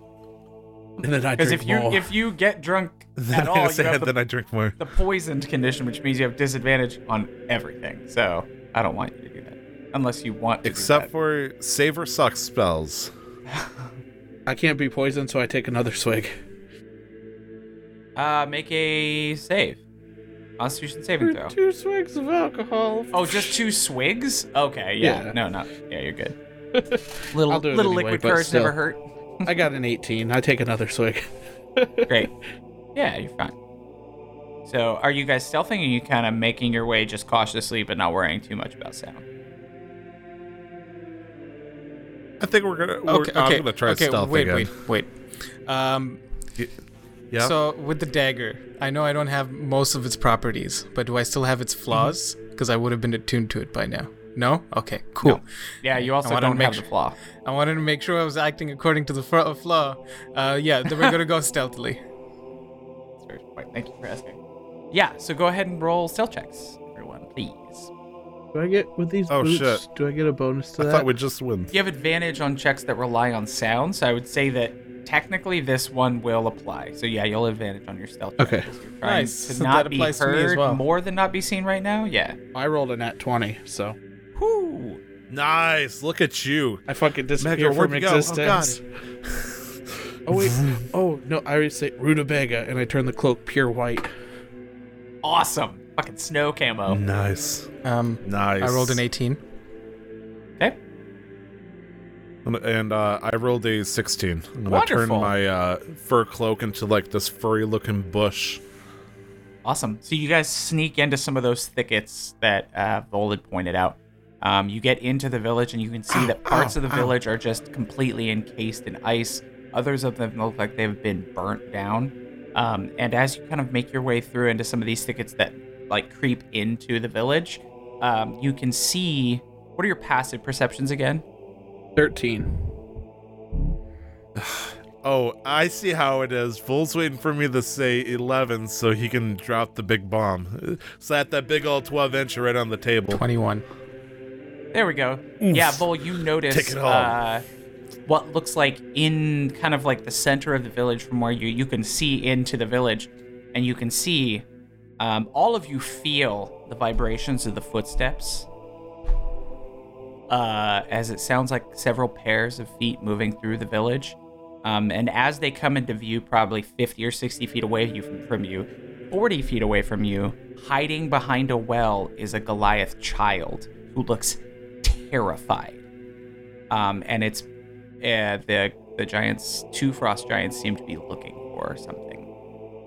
Speaker 2: And then I
Speaker 5: Because
Speaker 2: drink
Speaker 5: if you
Speaker 2: more.
Speaker 5: if you get drunk
Speaker 4: Then,
Speaker 5: at all,
Speaker 4: I,
Speaker 5: you have the,
Speaker 4: then I drink more.
Speaker 5: the poisoned condition, which means you have disadvantage on everything. So I don't want you to do that. Unless you want to do
Speaker 4: Except
Speaker 5: that.
Speaker 4: for save or suck spells.
Speaker 2: I can't be poisoned, so I take another swig.
Speaker 5: uh make a save. Constitution saving
Speaker 2: For
Speaker 5: throw.
Speaker 2: two swigs of alcohol.
Speaker 5: Oh, just two swigs? Okay, yeah.
Speaker 2: Yeah.
Speaker 5: No, no. Yeah,
Speaker 2: *laughs*
Speaker 5: you're good.
Speaker 2: I'll
Speaker 5: Little
Speaker 2: do it
Speaker 5: little
Speaker 2: anyway,
Speaker 5: liquid
Speaker 2: but
Speaker 5: courage never
Speaker 2: still.
Speaker 5: hurt.
Speaker 2: I got an 18. I take another swig. *laughs*
Speaker 5: *laughs* Great. Yeah, you're fine. So, are you guys stealthing? Or are you kind of making your way just cautiously, but not worrying too much about sound?
Speaker 4: I think we're gonna. We're, I'm gonna try
Speaker 3: okay,
Speaker 4: stealth
Speaker 3: wait,
Speaker 4: again.
Speaker 3: wait, wait. Um,
Speaker 4: Yeah.
Speaker 3: So with the dagger, I know I don't have most of its properties, but do I still have its flaws?
Speaker 4: Mm-hmm.
Speaker 3: Because I would have been attuned to it by now. No? Okay, cool.
Speaker 5: Yeah, you also
Speaker 3: wanted to
Speaker 5: don't
Speaker 3: make
Speaker 5: have
Speaker 3: su-
Speaker 5: the flaw.
Speaker 3: I wanted to make sure I was acting according to the fr- uh, flaw. Uh, yeah, then we're
Speaker 5: *laughs*
Speaker 3: gonna go stealthily.
Speaker 5: That's very smart. Thank you for asking. Yeah, so go ahead and roll stealth checks, everyone, please.
Speaker 2: Do I get with these
Speaker 4: Oh,
Speaker 2: boots?
Speaker 4: shit.
Speaker 2: Do I get a bonus to
Speaker 4: I
Speaker 2: that?
Speaker 4: thought we just win.
Speaker 5: You have advantage on checks that rely on sound, so I would say that technically this one will apply. So yeah, you'll have advantage on your stealth. check
Speaker 2: Okay.
Speaker 5: because you're trying
Speaker 3: Nice.
Speaker 5: To
Speaker 3: So
Speaker 5: not
Speaker 3: that
Speaker 5: be
Speaker 3: applies to me as
Speaker 5: heard
Speaker 3: well.
Speaker 5: more than not be seen right now. Yeah.
Speaker 2: I rolled a nat 20, so
Speaker 5: Whew.
Speaker 4: Nice. Look at you.
Speaker 2: I fucking disappear
Speaker 4: Megar, where'd
Speaker 2: from
Speaker 4: you go? Oh,
Speaker 2: existence. Oh, *laughs* wait. Oh no, I already say rutabaga, and I turn the cloak pure white.
Speaker 5: Awesome. Fucking snow camo.
Speaker 4: Oh. Nice.
Speaker 3: Um,
Speaker 4: Nice.
Speaker 3: I rolled an 18.
Speaker 5: Okay.
Speaker 4: And- And uh, I rolled a 16. I'm gonna turn
Speaker 5: Wonderful.
Speaker 4: my uh, fur cloak into like this furry looking bush.
Speaker 5: Awesome. So you guys sneak into some of those thickets that uh, Vol had pointed out. Um, you get into the village and you can see that parts of the village are just completely encased in ice. Others of them look like they've been burnt down. Um, and as you kind of make your way through into some of these thickets that like creep into the village, um, you can see. What are your passive perceptions again?
Speaker 2: 13.
Speaker 4: Oh, I see how it is. Vol's waiting for me to say 11 so he can drop the big bomb. Slap that big old 12 inch right on the table.
Speaker 3: 21.
Speaker 5: There we go. Yeah, Vol, you notice
Speaker 4: Take it all.
Speaker 5: Uh, what looks like in kind of like the center of the village from where you you can see into the village, and you can see um, all of you feel the vibrations of the footsteps. Uh, as it sounds like several pairs of feet moving through the village. Um, and as they come into view, probably 50 or 60 feet away you from, from you, 40 feet away from you, hiding behind a well is a Goliath child who looks terrified. Um, and it's uh, the the giants, two frost giants, seem to be looking for something.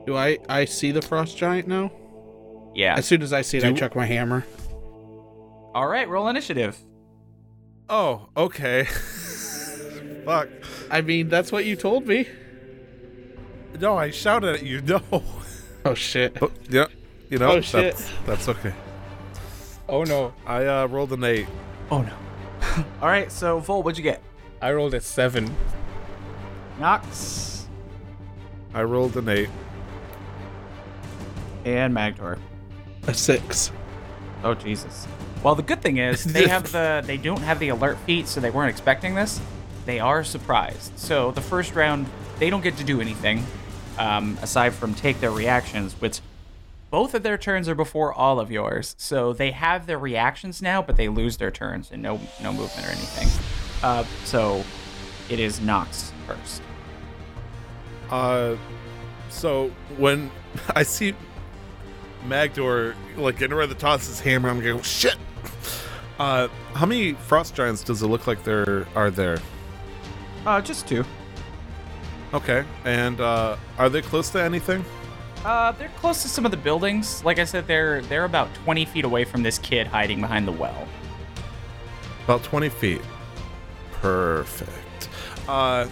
Speaker 2: Do I I see the frost giant now?
Speaker 5: Yeah.
Speaker 2: As soon as I see it, I chuck my hammer.
Speaker 5: All right, roll initiative.
Speaker 4: Oh, okay. *laughs* Fuck.
Speaker 2: I mean, that's what you told me.
Speaker 4: No, I shouted at you. *laughs* No.
Speaker 2: Oh shit.
Speaker 4: But, yeah, you know,
Speaker 2: Oh, shit.
Speaker 4: That's, that's okay.
Speaker 3: Oh no,
Speaker 4: I uh, rolled an 8.
Speaker 5: Oh no. All right, so Vol, what'd you get?
Speaker 3: I rolled a 7.
Speaker 5: Nox
Speaker 4: I rolled an 8.
Speaker 5: and Magdor.
Speaker 2: A six.
Speaker 5: Oh Jesus. Well, the good thing *laughs* is they have the they don't have the alert feat, so they weren't expecting this. They are surprised. So the first round, they don't get to do anything um, aside from take their reactions, which both of their turns are before all of yours. So they have their reactions now, but they lose their turns and no no movement or anything. Uh, so it is Nox first.
Speaker 4: Uh, so when *laughs* I see Magdor like getting ready to toss his hammer, I'm going shit. Uh, how many frost giants does it look like there are there?
Speaker 5: Uh, just two.
Speaker 4: Okay, and uh, are they close to anything?
Speaker 5: Uh, they're close to some of the buildings. Like I said, they're they're about 20 feet away from this kid hiding behind the well.
Speaker 4: About 20 feet. Perfect. Uh,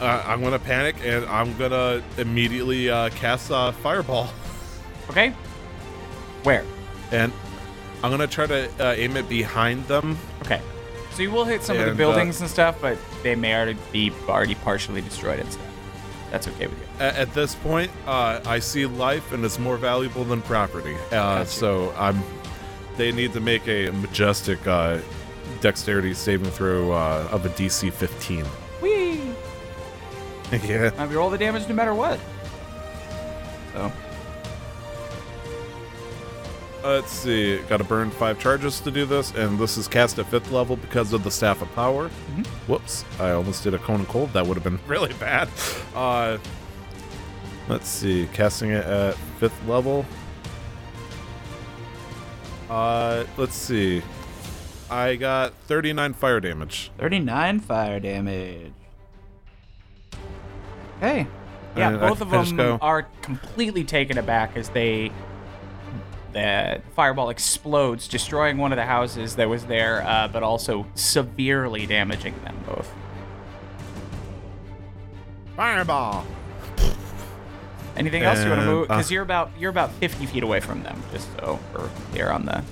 Speaker 4: uh, I'm gonna panic and I'm gonna immediately uh, cast a fireball, *laughs*
Speaker 5: Okay. Where?
Speaker 4: and I'm gonna try to uh, aim it behind them
Speaker 5: Okay. So you will hit some of
Speaker 4: And, uh,
Speaker 5: the buildings and stuff, but they may already be already partially destroyed and stuff. That's okay with you.
Speaker 4: At, at this point, uh, I see life and it's more valuable than property. Uh, so I'm. They need to make a majestic uh, dexterity saving throw uh, of a DC 15.
Speaker 5: Whee!
Speaker 4: *laughs* yeah.
Speaker 5: Might be roll the damage no matter what. So
Speaker 4: Let's see. Got to burn five charges to do this, and this is cast at fifth level because of the staff of power. Whoops! I almost did a cone of cold. That would have been Mm-hmm. really bad. Uh, let's see. Casting it at fifth level. Uh, let's see. I got 39 fire damage.
Speaker 5: 39 fire damage. Hey. Yeah,
Speaker 4: Uh, I- I-
Speaker 5: both of
Speaker 4: I just go-
Speaker 5: them are completely taken aback as they the fireball explodes, destroying one of the houses that was there, uh, but also severely damaging them both.
Speaker 4: Fireball.
Speaker 5: Anything else you want to
Speaker 4: And,
Speaker 5: move?
Speaker 4: uh,
Speaker 5: Because you're about you're about 50 feet away from them, just so we're clear on the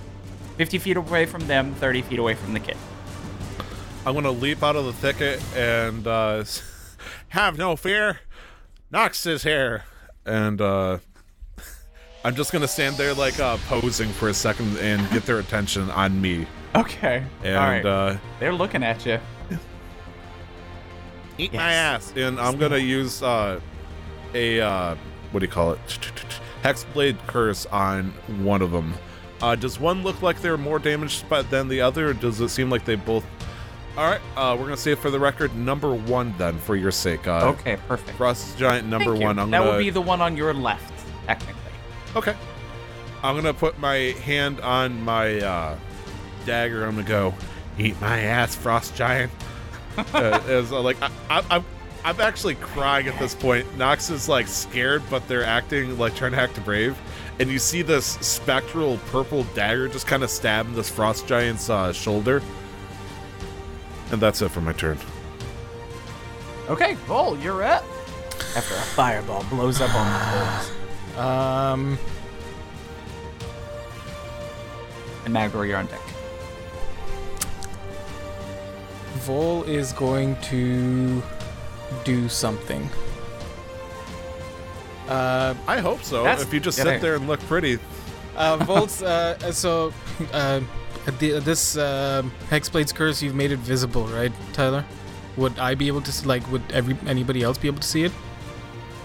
Speaker 5: 50 feet away from them, 30 feet away from the kid.
Speaker 4: I'm gonna leap out of the thicket and uh, *laughs* have no fear. Nox is here, and uh, *laughs* I'm just gonna stand there like uh, posing for a second and get their attention on me.
Speaker 5: Okay.
Speaker 4: And
Speaker 5: All right.
Speaker 4: uh,
Speaker 5: They're looking at you.
Speaker 4: eat my ass. And I'm gonna use uh, a uh, what do you call it? Hexblade curse on one of them. Uh, does one look like they're more damaged by, than the other? Or does it seem like they both? All right, uh, we're gonna say it for the record, number one then, for your sake. Uh,
Speaker 5: Okay, perfect.
Speaker 4: Frost Giant number
Speaker 5: Thank you.
Speaker 4: one. I'm
Speaker 5: that
Speaker 4: gonna,
Speaker 5: would be the one on your left, technically.
Speaker 4: okay. I'm gonna put my hand on my uh, dagger. I'm gonna go eat my ass, Frost Giant. *laughs* uh, is uh, like I, I, I'm I'm actually crying at this point. Nox is like scared, but they're acting like trying to act brave. And you see this spectral purple dagger just kind of stabbing this frost giant's uh, shoulder. And that's it for my turn.
Speaker 5: Okay, Bull, you're up. After a fireball blows up on the poles.
Speaker 4: *sighs*
Speaker 3: Um,
Speaker 5: And Magor, you're on deck.
Speaker 3: Vol is going to do
Speaker 5: *laughs*
Speaker 3: something. Uh,
Speaker 4: I hope so.
Speaker 5: That's-
Speaker 4: if you just
Speaker 5: yeah,
Speaker 4: sit
Speaker 5: there.
Speaker 4: there and look pretty,
Speaker 3: uh, Vol's, uh, so, uh, the, this, uh, Hexblade's Curse, you've made it visible, right, Tyler? Would I be able to, see, like, would every anybody else be able to see it?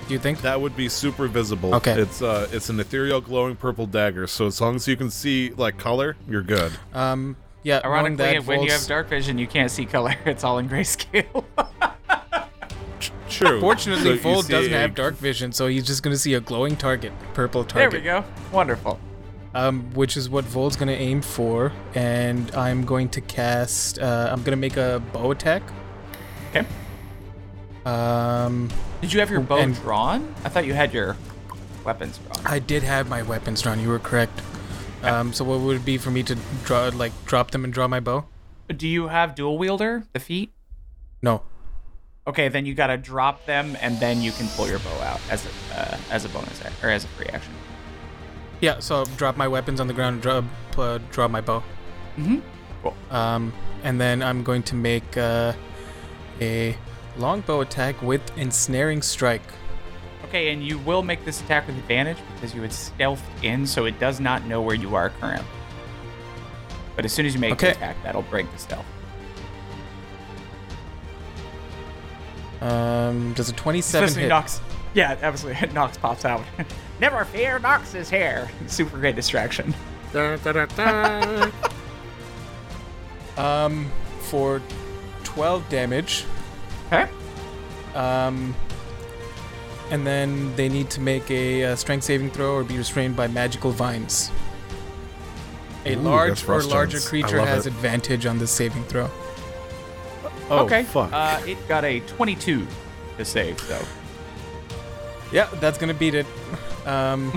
Speaker 3: Do you think?
Speaker 4: that would be super visible.
Speaker 3: Okay.
Speaker 4: It's uh, it's an ethereal glowing purple dagger. So as long as you can see like color, you're good.
Speaker 3: Um, yeah, knowing
Speaker 5: Ironically,
Speaker 3: that,
Speaker 5: when you
Speaker 3: Vol's-
Speaker 5: have dark vision, you can't see color. *laughs* It's all in grayscale. *laughs*
Speaker 4: True. So
Speaker 3: Fortunately,
Speaker 4: you
Speaker 3: Vol
Speaker 4: see
Speaker 3: doesn't
Speaker 4: a-
Speaker 3: have dark vision, so he's just gonna see a glowing target, purple
Speaker 5: there
Speaker 3: target.
Speaker 5: we go. Wonderful.
Speaker 3: um, which is what Vol's gonna aim for, and I'm going to cast. Uh, I'm gonna make a bow attack.
Speaker 5: Okay.
Speaker 3: Um,
Speaker 5: Did you have your bow
Speaker 3: And-
Speaker 5: drawn? I thought you had your weapons drawn.
Speaker 3: I did have my weapons drawn. You were correct. Um, so what would it be for me to draw, like, drop them and draw my bow?
Speaker 5: Do you have dual wielder, the feet?
Speaker 3: No.
Speaker 5: Okay, then you gotta drop them, and then you can pull your bow out as a uh, as a bonus act, or as a free action.
Speaker 3: Yeah. So drop my weapons on the ground and draw, uh, draw my bow.
Speaker 5: Mhm. Cool.
Speaker 3: Um, and then I'm going to make uh, a longbow attack with ensnaring strike.
Speaker 5: Okay, and you will make this attack with advantage because you had stealthed in, so it does not know where you are currently. But as soon as you make
Speaker 3: Okay.
Speaker 5: the attack, that'll break the stealth.
Speaker 3: Um, does a 27
Speaker 5: Especially
Speaker 3: hit?
Speaker 5: Nox. Yeah, *laughs* absolutely. Nox pops out. Never fear, Nox is here. *laughs* Super great distraction.
Speaker 3: Um, for 12 damage.
Speaker 5: Okay.
Speaker 3: Um, and then they need to make a, uh strength saving throw or be restrained by magical vines. A
Speaker 4: Ooh, that's
Speaker 3: large or
Speaker 4: frost
Speaker 3: larger
Speaker 4: giants. I
Speaker 3: creature
Speaker 4: love
Speaker 3: has
Speaker 4: it.
Speaker 3: advantage on this saving throw.
Speaker 4: Oh,
Speaker 5: okay.
Speaker 4: fuck.
Speaker 5: Uh, it got a 22 to save, though.
Speaker 3: Yeah, that's gonna beat it.
Speaker 5: *laughs*
Speaker 3: Um,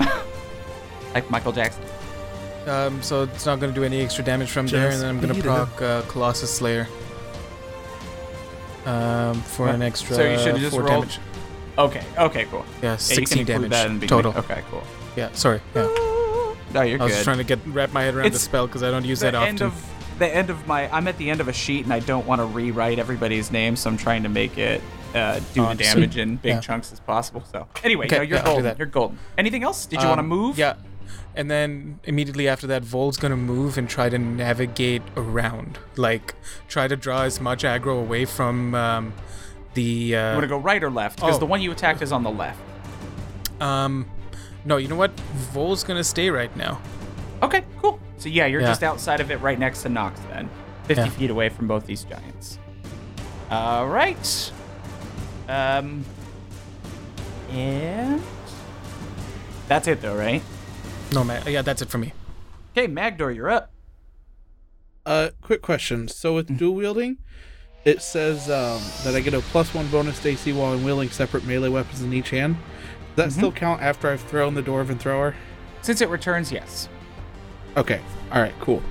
Speaker 5: Like Michael Jackson.
Speaker 3: um, so it's not gonna do any extra damage from there, and then I'm gonna proc uh, Colossus Slayer. Um, for an extra
Speaker 5: so you should've just
Speaker 3: four
Speaker 5: rolled-
Speaker 3: damage.
Speaker 5: Okay. Okay. Cool.
Speaker 3: Yeah,
Speaker 5: Yeah, you can
Speaker 3: 16
Speaker 5: include
Speaker 3: damage
Speaker 5: that in the
Speaker 3: total.
Speaker 5: beginning. Okay. Cool.
Speaker 3: Yeah, sorry. Yeah.
Speaker 5: No, you're
Speaker 3: I was
Speaker 5: good.
Speaker 3: just trying to get wrap my head around the
Speaker 5: It's
Speaker 3: spell because I don't use that often.
Speaker 5: end of the end of my I'm at the end of a sheet and I don't want to rewrite everybody's name, so I'm trying to make it uh, do the
Speaker 3: Understood.
Speaker 5: damage in big
Speaker 3: Yeah.
Speaker 5: chunks as possible. So anyway,
Speaker 3: Okay,
Speaker 5: no, you're
Speaker 3: yeah, I'll do
Speaker 5: golden.
Speaker 3: that.
Speaker 5: You're golden. Anything else? Did you want to
Speaker 3: Um,
Speaker 5: move?
Speaker 3: Yeah. And then immediately after that, Vol's gonna move and try to navigate around. Like, try to draw as much aggro away from um, the.
Speaker 5: You want to
Speaker 3: Uh,
Speaker 5: go right or left? Because
Speaker 3: Oh.
Speaker 5: the one you attacked is on the left.
Speaker 3: um, no, you know what? Vol's gonna stay right now.
Speaker 5: Okay, cool. So yeah, you're
Speaker 3: Yeah.
Speaker 5: just outside of it, right next to Nox, then, 50
Speaker 3: Yeah.
Speaker 5: feet away from both these giants. All right. Um. And that's it, though, right?
Speaker 3: No, man. Yeah, that's it for me.
Speaker 5: Okay, Magdor, you're up.
Speaker 2: *laughs* Uh, quick question. So with dual wielding, it says um, that I get a plus one bonus to AC while I'm wielding separate melee weapons in each hand. Does that still count after I've thrown the Dwarven Thrower?
Speaker 5: Since it returns, yes.
Speaker 2: Okay. All right. Cool.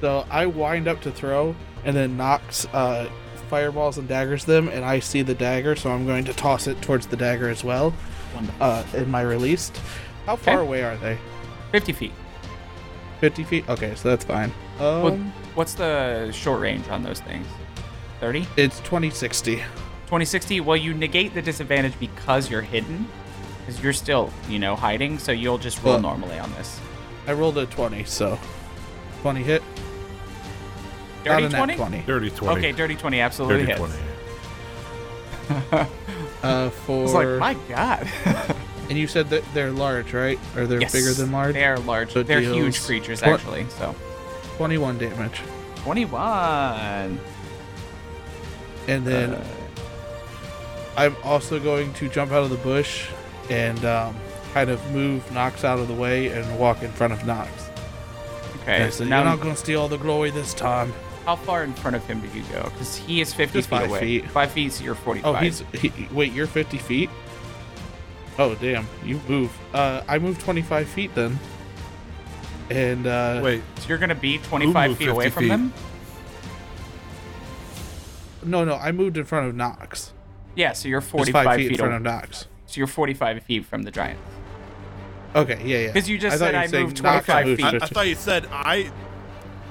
Speaker 2: So I wind up to throw, and then knocks uh, fireballs and daggers them, and I see the dagger, so I'm going to toss it towards the dagger as well. Uh, in my released. How far
Speaker 5: Okay.
Speaker 2: away are they?
Speaker 5: 50 feet.
Speaker 2: Fifty feet. Okay, so that's fine. Um,
Speaker 5: What- What's the short range on those things? 30?
Speaker 2: it's twenty sixty.
Speaker 5: 2060? Well, you negate the disadvantage because you're hidden. Because you're still, you know, hiding, so you'll just roll
Speaker 2: Well-
Speaker 5: normally on this.
Speaker 2: I rolled a twenty, so twenty hit. Not
Speaker 5: Dirty
Speaker 2: a nat
Speaker 5: 20?
Speaker 2: twenty.
Speaker 4: Dirty twenty.
Speaker 5: Okay, dirty 20 absolutely
Speaker 4: Dirty
Speaker 5: hits.
Speaker 4: twenty.
Speaker 2: Uh, for
Speaker 5: It's like, my god.
Speaker 2: and you said that they're large, right? Or *laughs* they're
Speaker 5: Yes,
Speaker 2: bigger than large.
Speaker 5: They are large.
Speaker 2: So it
Speaker 5: They're huge
Speaker 2: deals
Speaker 5: creatures,
Speaker 2: tw-
Speaker 5: actually. So,
Speaker 2: Twenty-one damage,
Speaker 5: 21.
Speaker 2: and then I'm also going to jump out of the bush and um, kind of move Knox out of the way and walk in front of Knox.
Speaker 5: Okay,
Speaker 2: so
Speaker 5: so
Speaker 2: you're
Speaker 5: now
Speaker 2: not going to steal all the glory this time.
Speaker 5: How far in front of him do you go? Because he is 50
Speaker 2: Just
Speaker 5: feet
Speaker 2: five
Speaker 5: away.
Speaker 2: feet.
Speaker 5: Five feet, so you're 45.
Speaker 2: Oh, he's he, he- wait. You're 50 feet. Oh damn! You move. Uh, I move 25 feet then. And uh,
Speaker 4: Wait,
Speaker 5: So you're going to be 25
Speaker 4: moved
Speaker 5: feet away
Speaker 4: 50
Speaker 5: from
Speaker 4: feet?
Speaker 5: them?
Speaker 2: no, no, I moved in front of Knox.
Speaker 5: Yeah, so you're
Speaker 2: Just
Speaker 5: 45
Speaker 2: feet, in
Speaker 5: feet
Speaker 2: front of
Speaker 5: away.
Speaker 2: Knox.
Speaker 5: So you're 45 feet from the giant.
Speaker 2: Okay, yeah, yeah.
Speaker 5: 'Cause you just
Speaker 2: thought
Speaker 5: said
Speaker 2: were
Speaker 5: I
Speaker 2: saying
Speaker 5: moved
Speaker 2: Knox
Speaker 5: 25
Speaker 2: moved
Speaker 5: feet.
Speaker 4: I, I
Speaker 2: 50.
Speaker 4: thought you said I.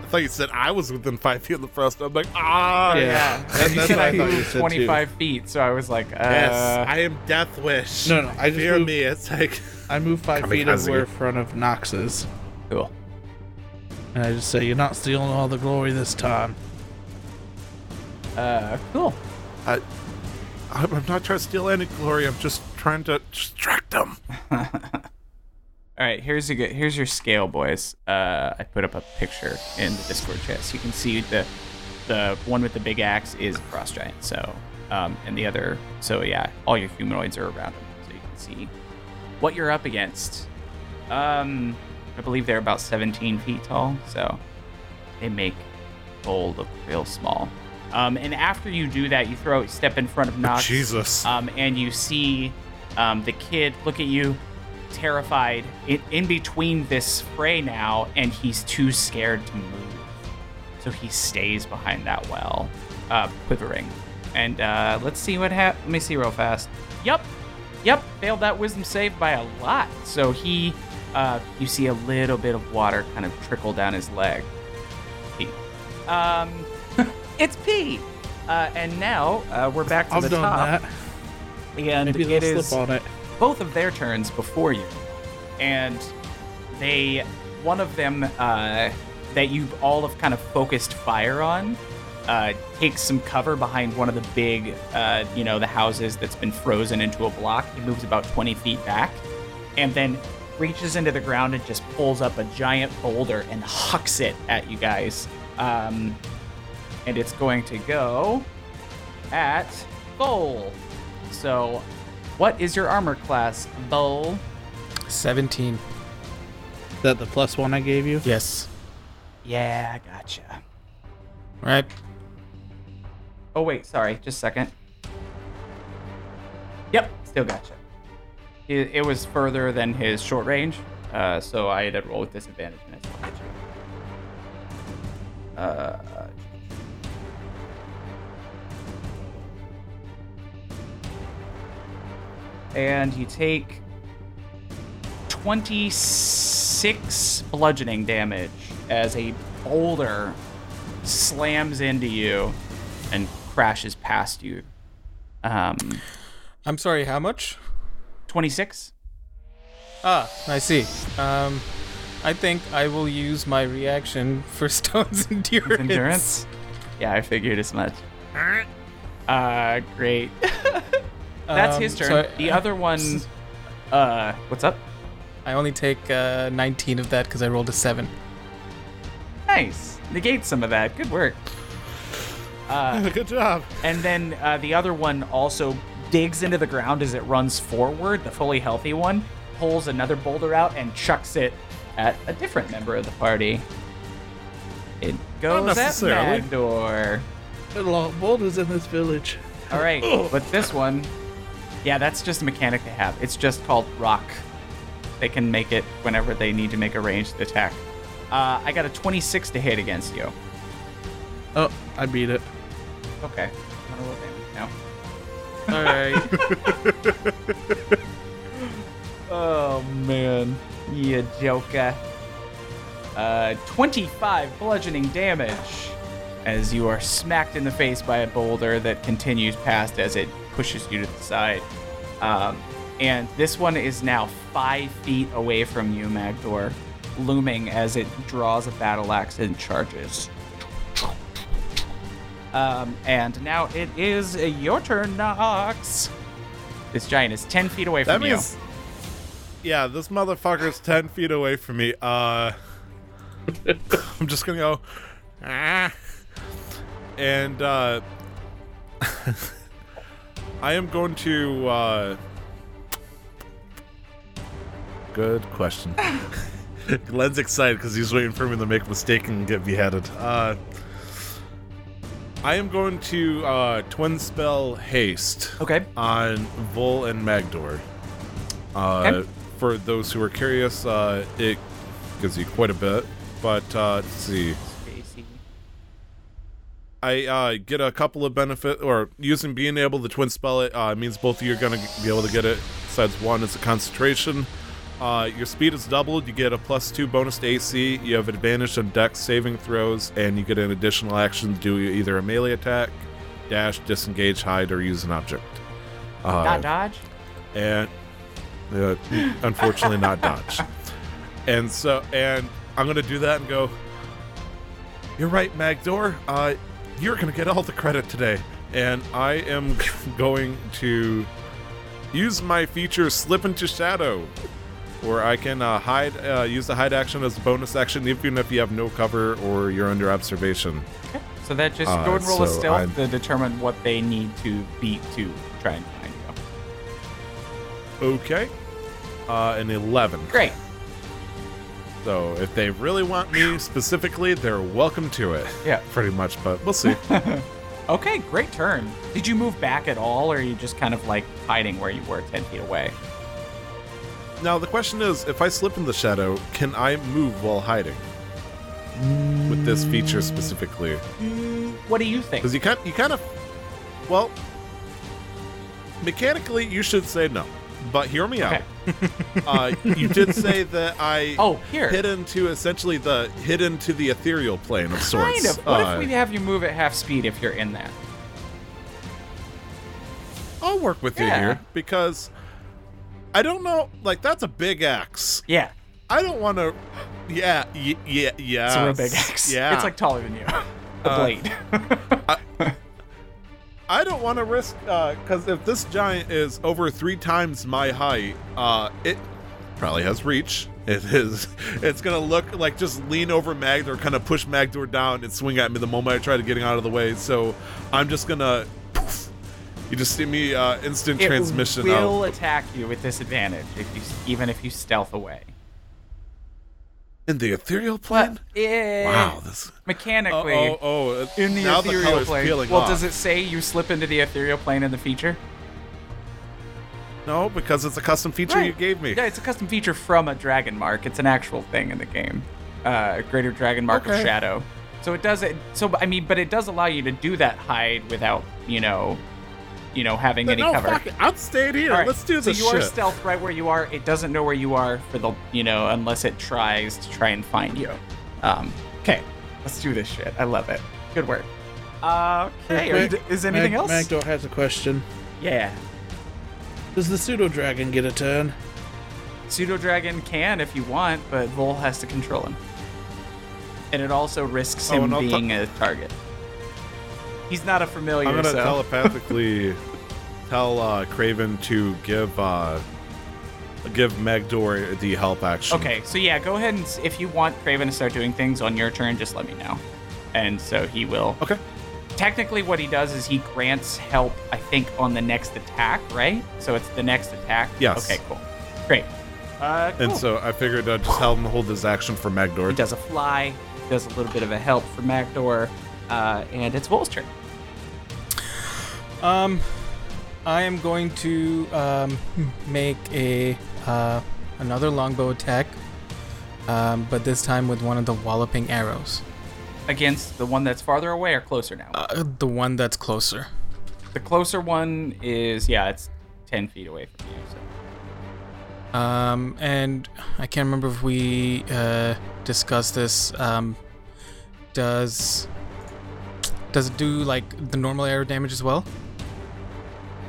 Speaker 4: I thought you said I was within five feet of the first. I'm like, ah,
Speaker 2: Yeah,
Speaker 5: Yeah.
Speaker 2: that- that's
Speaker 5: you said
Speaker 2: what I
Speaker 5: I
Speaker 2: thought you
Speaker 5: moved *laughs*
Speaker 2: said, too.
Speaker 5: 25 feet, so I was like, uh,
Speaker 4: yes, I am Death Wish.
Speaker 2: No, no, I just
Speaker 4: fear
Speaker 2: moved-
Speaker 4: me. It's like
Speaker 2: I move five feet
Speaker 4: Kamikaze.
Speaker 2: of where in front of Knox is,
Speaker 5: cool.
Speaker 2: and I just say, "You're not stealing all the glory this time."
Speaker 5: Uh, cool.
Speaker 4: I, *laughs* I'm I'm not trying to steal any glory. I'm just trying to distract them.
Speaker 5: All right, here's a good, here's your scale, boys. Uh, I put up a picture in the Discord chat, so you can see the the one with the big axe is a frost giant. So, um, and the other, so yeah, all your humanoids are around him, so you can see what you're up against. Um, I believe they're about 17 feet tall, so they make Bull look real small. Um, and after you do that, you throw step in front of Nox.
Speaker 4: Jesus.
Speaker 5: Um, and you see um, the kid look at you, terrified, in, in between this fray now, and he's too scared to move. So he stays behind that well, uh, quivering. And uh, let's see what hap Let me see real fast. Yep, yep, failed that wisdom save by a lot. So he, uh, you see a little bit of water kind of trickle down his leg. Pee. Um, *laughs* it's pee. Uh, and now uh, we're back to
Speaker 2: I've
Speaker 5: the
Speaker 2: done
Speaker 5: top
Speaker 2: that.
Speaker 5: and
Speaker 2: Maybe
Speaker 5: it
Speaker 2: they'll
Speaker 5: is
Speaker 2: slip on it.
Speaker 5: both of their turns before you, and they one of them uh, that you all have kind of focused fire on uh, takes some cover behind one of the big uh, you know the houses that's been frozen into a block. He moves about twenty feet back, and then reaches into the ground and just pulls up a giant boulder and hucks it at you guys. Um, and it's going to go at Bowl. So, what is your armor class, Bowl?
Speaker 3: 17.
Speaker 2: Is that the plus one I gave you?
Speaker 3: Yes.
Speaker 5: Yeah, I gotcha.
Speaker 3: All right.
Speaker 5: Oh, wait, sorry, just a second. Yep, still gotcha. It, it was further than his short range, uh, so I had to roll with disadvantage. And I still hit you. Uh, and you take 26 bludgeoning damage as a boulder slams into you and crashes past you. Um,
Speaker 3: I'm sorry, how much?
Speaker 5: 26?
Speaker 3: Ah, I see. Um, I think I will use my reaction for *laughs* Stone's endurance.
Speaker 5: Endurance? Yeah, I figured as much. Uh, great. *laughs* That's
Speaker 3: Um,
Speaker 5: his turn.
Speaker 3: so I-
Speaker 5: the other one, uh, what's up?
Speaker 3: I only take uh, 19 of that because I rolled a 7.
Speaker 5: Nice. Negate some of that. Good work. Uh,
Speaker 4: *laughs* Good job.
Speaker 5: And then uh, the other one also digs into the ground as it runs forward. The fully healthy one pulls another boulder out and chucks it at a different member of the party. It goes at
Speaker 4: necessarily.
Speaker 5: Magdor.
Speaker 2: There are a lot of boulders in this village.
Speaker 5: All right, but this one, yeah, that's just a mechanic they have. It's just called rock. They can make it whenever they need to make a ranged attack. Uh, I got a 26 to hit against you.
Speaker 2: Oh, I beat it.
Speaker 5: Okay. I'm gonna roll damage now.
Speaker 3: All right.
Speaker 5: Oh man, you joker. Uh, 25 bludgeoning damage as you are smacked in the face by a boulder that continues past as it pushes you to the side. Um, and this one is now five feet away from you, Magdor, looming as it draws a battle axe and charges. Um, and now it is your turn, Nox. This giant is 10 feet away
Speaker 4: That
Speaker 5: from you.
Speaker 4: means. Yeah, this motherfucker's ten feet away from me. Uh, I'm just gonna go. Ah, and uh, *laughs* I am going to. Uh, good *laughs* question. Glenn's excited because he's waiting for me to make a mistake and get beheaded. Uh, I am going to uh, twin spell haste
Speaker 5: Okay.
Speaker 4: on Vol and Magdor. Uh,
Speaker 5: Okay.
Speaker 4: For those who are curious, uh, it gives you quite a bit. But uh, let's see. I uh, get a couple of benefit, or using being able to twin spell it uh, means both of you are going to be able to get it. Besides, one is a concentration. Uh, your speed is doubled. You get a plus two bonus to AC. You have advantage on Dex saving throws, and you get an additional action to do either a melee attack, dash, disengage, hide, or use an object. Uh,
Speaker 5: Not dodge.
Speaker 4: and uh, unfortunately not dodge. And so, and I'm gonna do that and go. You're right, Magdor. Uh, you're gonna get all the credit today, and I am *laughs* going to use my feature Slip into Shadow, where I can uh, hide, uh, use the hide action as a bonus action, even if you have no cover or you're under observation.
Speaker 5: So that just
Speaker 4: Uh,
Speaker 5: go and roll a
Speaker 4: so
Speaker 5: stealth
Speaker 4: I'm-
Speaker 5: to determine what they need to beat to try and find you.
Speaker 4: Okay. Uh, an 11.
Speaker 5: Great.
Speaker 4: So if they really want me specifically, they're welcome to it.
Speaker 5: Yeah.
Speaker 4: Pretty much, but we'll
Speaker 5: *laughs*
Speaker 4: see.
Speaker 5: Okay, great turn. Did you move back at all, or are you just kind of like hiding where you were ten feet away?
Speaker 4: now the question is, if I slip in the shadow, can I move while hiding? With this feature specifically,
Speaker 5: What do you think?
Speaker 4: because you kind you kind of, well, mechanically you should say no, but hear me out. uh, you did
Speaker 5: *laughs*
Speaker 4: say that I
Speaker 5: Oh, here.
Speaker 4: hid into essentially the hid into the ethereal plane of sorts.
Speaker 5: Kind of. What
Speaker 4: Uh,
Speaker 5: if we have you move at half speed if you're in that?
Speaker 4: I'll work with you
Speaker 5: Yeah.
Speaker 4: here because I don't know. Like that's a big axe.
Speaker 5: Yeah,
Speaker 4: I don't want to. Yeah, y- yeah, yeah.
Speaker 5: it's a real big axe.
Speaker 4: Uh, Yeah, Uh,
Speaker 5: it's like taller than you. The blade.
Speaker 4: I don't want to risk because if this giant is over three times my height, uh, it probably has reach. It is. *laughs* It's gonna look like just lean over Magdor, kind of push Magdor down and swing at me the moment I try to getting out of the way. So I'm just gonna. Poof, you just see me uh, instant transmission.
Speaker 5: It will
Speaker 4: out.
Speaker 5: attack you with disadvantage if you, even if you stealth away.
Speaker 4: in the ethereal plane.
Speaker 5: Yeah.
Speaker 4: Wow, this.
Speaker 5: Mechanically.
Speaker 4: Oh, oh, oh.
Speaker 5: In the
Speaker 4: now the
Speaker 5: ethereal
Speaker 4: color's
Speaker 5: plane.
Speaker 4: peeling
Speaker 5: well,
Speaker 4: off.
Speaker 5: does it say you slip into the ethereal plane in the feature?
Speaker 4: No, because it's a custom feature you gave me.
Speaker 5: Yeah, it's a custom feature from a Dragon Mark. It's an actual thing in the game. Uh, Greater Dragon Mark of
Speaker 4: Okay.
Speaker 5: Shadow. So it does it. So I mean, but it does allow you to do that hide without you know, you know, having any
Speaker 4: no,
Speaker 5: cover.
Speaker 4: fuck it. I'm staying here.
Speaker 5: All right,
Speaker 4: Let's do
Speaker 5: so
Speaker 4: this
Speaker 5: you are
Speaker 4: shit.
Speaker 5: stealth right where you are. It doesn't know where you are for the you know unless it tries to try and find you. Um. Okay. Let's do this shit. I love it. Good work. Uh, okay. are you-
Speaker 2: Mag-
Speaker 5: is anything
Speaker 2: Mag-
Speaker 5: else?
Speaker 2: Magdor has a question.
Speaker 5: yeah.
Speaker 2: Does the pseudo dragon get a turn?
Speaker 5: Pseudo Dragon can if you want, but Vol has to control him. And it also risks
Speaker 4: Oh,
Speaker 5: him
Speaker 4: and I'll
Speaker 5: being a target. He's not a familiar,
Speaker 4: I'm gonna *laughs*
Speaker 5: so
Speaker 4: telepathically tell uh, Craven to give uh, give Megdor the help action.
Speaker 5: okay. So yeah, go ahead and s- if you want Craven to start doing things on your turn, just let me know. And so he will.
Speaker 4: Okay.
Speaker 5: Technically, what he does is he grants help. I think on the next attack, right? So it's the next attack.
Speaker 4: Yes.
Speaker 5: Okay. Cool. Great. Uh, cool.
Speaker 4: And so I figured I'd just help him hold his action for Magdor.
Speaker 5: He does a fly. Does a little bit of a help for Magdor, uh, and it's Vol's turn.
Speaker 3: Um, I am going to um, make a uh, another longbow attack, um, but this time with one of the walloping arrows,
Speaker 5: against the one that's farther away or closer now?
Speaker 3: uh, the one that's closer.
Speaker 5: the closer one is yeah, it's ten feet away from you. So.
Speaker 3: Um, and I can't remember if we uh, discussed this. Um, does does it do like the normal arrow damage as well?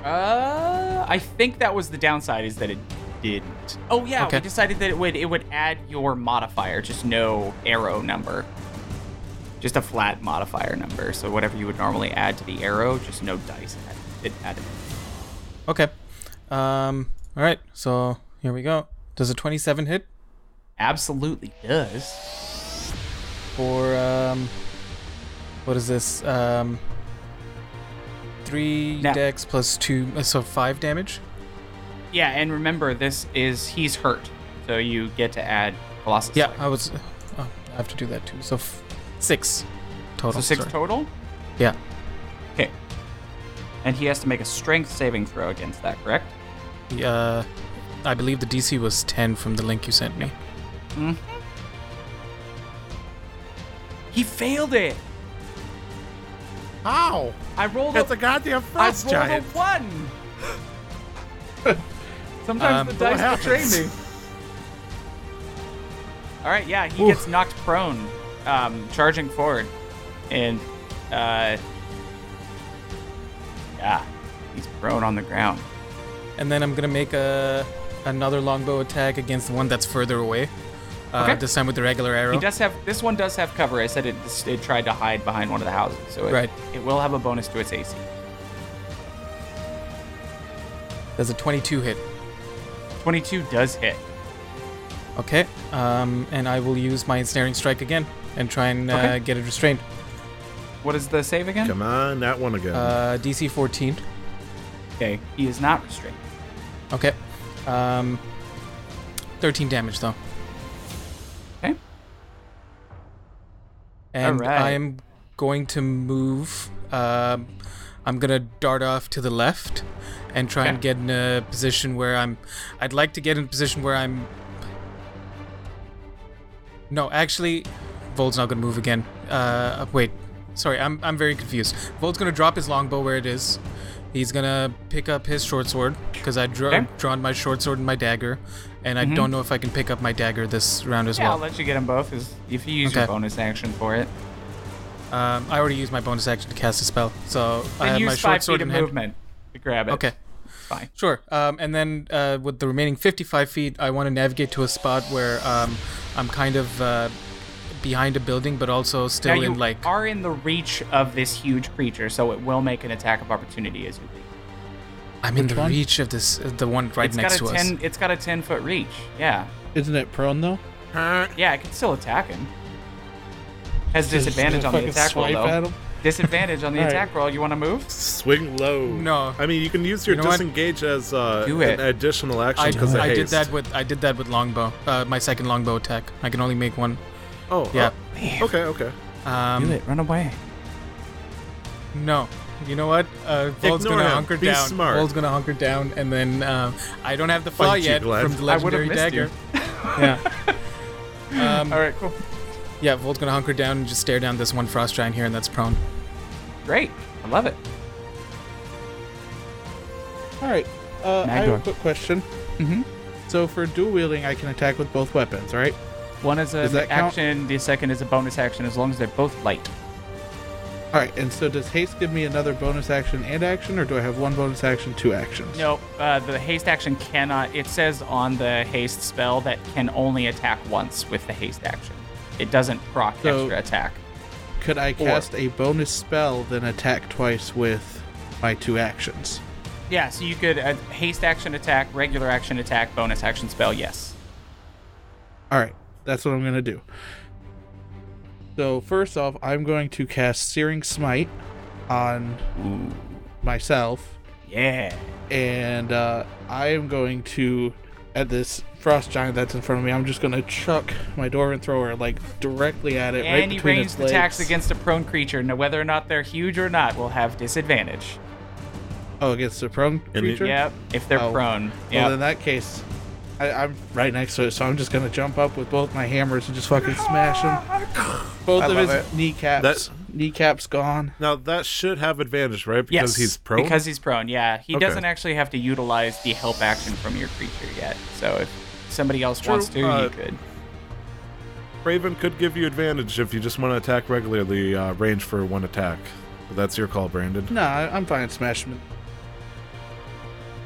Speaker 5: Uh, I think that was the downside is that it didn't. Oh yeah,
Speaker 3: Okay.
Speaker 5: we decided that it would it would add your modifier, just no arrow number, just a flat modifier number. So whatever you would normally add to the arrow, just no dice. Add, it added.
Speaker 3: Okay. Um, all right. So here we go. Does a 27 hit
Speaker 5: Absolutely does.
Speaker 3: for um, what is this? Um, three
Speaker 5: Now-
Speaker 3: dex plus two, uh, so five damage.
Speaker 5: Yeah, and remember this is he's hurt, so you get to add Colossus.
Speaker 3: Yeah,
Speaker 5: Slayer.
Speaker 3: I was. Oh, I have to do that too. So f- six total.
Speaker 5: So six
Speaker 3: sorry.
Speaker 5: total.
Speaker 3: Yeah.
Speaker 5: and he has to make a strength saving throw against that, correct?
Speaker 3: Uh, I believe the DC was 10 from the link you sent me.
Speaker 5: He failed it.
Speaker 4: How?
Speaker 5: I rolled
Speaker 4: It's
Speaker 5: a,
Speaker 4: a goddamn
Speaker 5: I
Speaker 4: frost
Speaker 5: rolled
Speaker 4: giant.
Speaker 5: a one. Sometimes the dice betray
Speaker 4: happens?
Speaker 5: me. All right, yeah, he gets knocked prone, um, charging forward, and uh, yeah, he's prone on the ground.
Speaker 3: And then I'm gonna make a another longbow attack against the one that's further away. Uh,
Speaker 5: Okay.
Speaker 3: This time with the regular arrow.
Speaker 5: He does have this one does have cover. I said it, it tried to hide behind one of the houses, so it,
Speaker 3: Right.
Speaker 5: it will have a bonus to its AC.
Speaker 3: Does a 22 hit?
Speaker 5: Twenty-two does hit.
Speaker 3: Okay. Um, and I will use my ensnaring strike again and try and uh,
Speaker 5: Okay.
Speaker 3: get it restrained.
Speaker 5: What is the save again?
Speaker 4: Come on, that one again.
Speaker 3: Uh, DC 14.
Speaker 5: Okay, he is not restrained.
Speaker 3: Okay. Um, 13 damage though.
Speaker 5: Okay.
Speaker 3: And
Speaker 5: Alright.
Speaker 3: I am going to move. Um, I'm gonna dart off to the left and try and
Speaker 5: Okay.
Speaker 3: get in a position where I'm. I'd like to get in a position where I'm. No, actually, Vold's not gonna move again. Uh, wait. Sorry, I'm, I'm very confused. Vold's gonna drop his longbow where it is. He's gonna pick up his short sword because I drew
Speaker 5: Okay. Mm-hmm.
Speaker 3: drawn my short sword and my dagger, and I don't know if I can pick up my dagger this round as
Speaker 5: Yeah, I'll
Speaker 3: well.
Speaker 5: let you get them both is- if you use your
Speaker 3: Okay.
Speaker 5: bonus action for it.
Speaker 3: Um, I already used my bonus action to cast a spell, so I
Speaker 5: Then
Speaker 3: have my
Speaker 5: use
Speaker 3: short
Speaker 5: five
Speaker 3: sword
Speaker 5: feet
Speaker 3: in
Speaker 5: of
Speaker 3: hand.
Speaker 5: movement to grab it.
Speaker 3: Okay,
Speaker 5: Fine.
Speaker 3: sure. Um, and then uh, with the remaining 55 feet, I want to navigate to a spot where um, I'm kind of uh, behind a building, but also
Speaker 5: Now
Speaker 3: still
Speaker 5: you
Speaker 3: in like.
Speaker 5: are in the reach of this huge creature, so it will make an attack of opportunity as you leave.
Speaker 3: I'm in
Speaker 2: Which
Speaker 3: the
Speaker 2: one?
Speaker 3: reach of this, uh, the one right
Speaker 5: It's
Speaker 3: next
Speaker 5: got
Speaker 3: to
Speaker 5: a
Speaker 3: us.
Speaker 5: ten. It's got a ten foot reach. Yeah,
Speaker 2: Isn't it prone though?
Speaker 4: Huh?
Speaker 5: yeah. It can still attack him. Has
Speaker 2: Just-
Speaker 5: disadvantage
Speaker 2: just
Speaker 5: on the
Speaker 2: fucking
Speaker 5: attack roll
Speaker 2: swipe at
Speaker 5: though.
Speaker 2: him?
Speaker 5: Disadvantage
Speaker 3: *laughs*
Speaker 5: on the
Speaker 2: All right.
Speaker 5: attack roll. You want to move?
Speaker 4: Swing low.
Speaker 3: No.
Speaker 4: I mean, you can use your
Speaker 3: You know what?
Speaker 4: disengage as uh,
Speaker 5: Do it.
Speaker 4: an additional
Speaker 3: I,
Speaker 4: action because
Speaker 3: I
Speaker 4: haste.
Speaker 3: did that with I did that with longbow. Uh, my second longbow attack. I can only make one.
Speaker 4: Oh, oh,
Speaker 3: Yeah.
Speaker 4: okay, okay.
Speaker 5: Do
Speaker 3: Um,
Speaker 5: it. Run away.
Speaker 3: no. You know what? Uh, Vol's
Speaker 4: Ignore
Speaker 3: gonna
Speaker 4: him.
Speaker 3: hunker
Speaker 4: Be
Speaker 3: down.
Speaker 4: smart.
Speaker 3: Vol's gonna hunker down, and then uh, I don't have the flaw
Speaker 4: Thank you,
Speaker 3: yet
Speaker 4: Glenn.
Speaker 3: from the
Speaker 4: I
Speaker 3: legendary
Speaker 5: missed
Speaker 3: dagger.
Speaker 5: you.
Speaker 3: yeah. Um,
Speaker 5: All right. Cool.
Speaker 3: Yeah, Volt's gonna hunker down and just stare down this one frost giant here, and that's prone.
Speaker 5: Great. I love it.
Speaker 2: All right. Uh, I have a
Speaker 5: Magdor.
Speaker 2: quick question. Mm-hmm.
Speaker 5: Mhm.
Speaker 2: So for dual wielding, I can attack with both weapons, right?
Speaker 5: One is an
Speaker 2: Does that count?
Speaker 5: action. The second is a bonus action. As long as they're both light.
Speaker 2: All right. And so does haste give me another bonus action and action, or do I have one bonus action, two actions?
Speaker 5: No, uh, the haste action cannot. It says on the haste spell that can only attack once with the haste action. It doesn't proc
Speaker 2: So-
Speaker 5: extra attack.
Speaker 2: Could I cast a bonus spell then attack twice with my two actions?
Speaker 5: Yeah, so you could uh, haste action attack, regular action attack, bonus action spell. Yes.
Speaker 2: All right, that's what I'm gonna do. So first off, I'm going to cast Searing Smite on myself,
Speaker 5: Yeah.
Speaker 2: and uh, I am going to at this frost giant that's in front of me. I'm just gonna chuck my Doran thrower like directly at it, right
Speaker 5: Any
Speaker 2: between
Speaker 5: ranged
Speaker 2: its legs.
Speaker 5: attacks against a prone creature, now whether or not they're huge or not, will have disadvantage.
Speaker 2: Oh, against the prone
Speaker 4: And it-
Speaker 2: creature.
Speaker 5: Yep. If they're
Speaker 2: Oh.
Speaker 5: prone.
Speaker 2: Well,
Speaker 5: Yep.
Speaker 2: in that case, I, I'm right next to it, so I'm just gonna jump up with both my hammers and just fucking smash him.
Speaker 4: *laughs*
Speaker 2: Both
Speaker 4: I
Speaker 2: of
Speaker 4: love
Speaker 2: his
Speaker 4: it.
Speaker 2: kneecaps,
Speaker 4: That-
Speaker 2: kneecaps gone.
Speaker 4: Now that should have advantage, right? Because
Speaker 5: yes.
Speaker 4: he's prone.
Speaker 5: Because he's prone. Yeah. He
Speaker 4: Okay.
Speaker 5: doesn't actually have to utilize the help action from your creature yet. So if somebody else
Speaker 4: True,
Speaker 5: wants to,
Speaker 4: uh,
Speaker 5: you could.
Speaker 4: Raven could give you advantage if you just want to attack regularly, uh, range for one attack. But that's your call, Brandon.
Speaker 2: No, I- I'm fine smashing him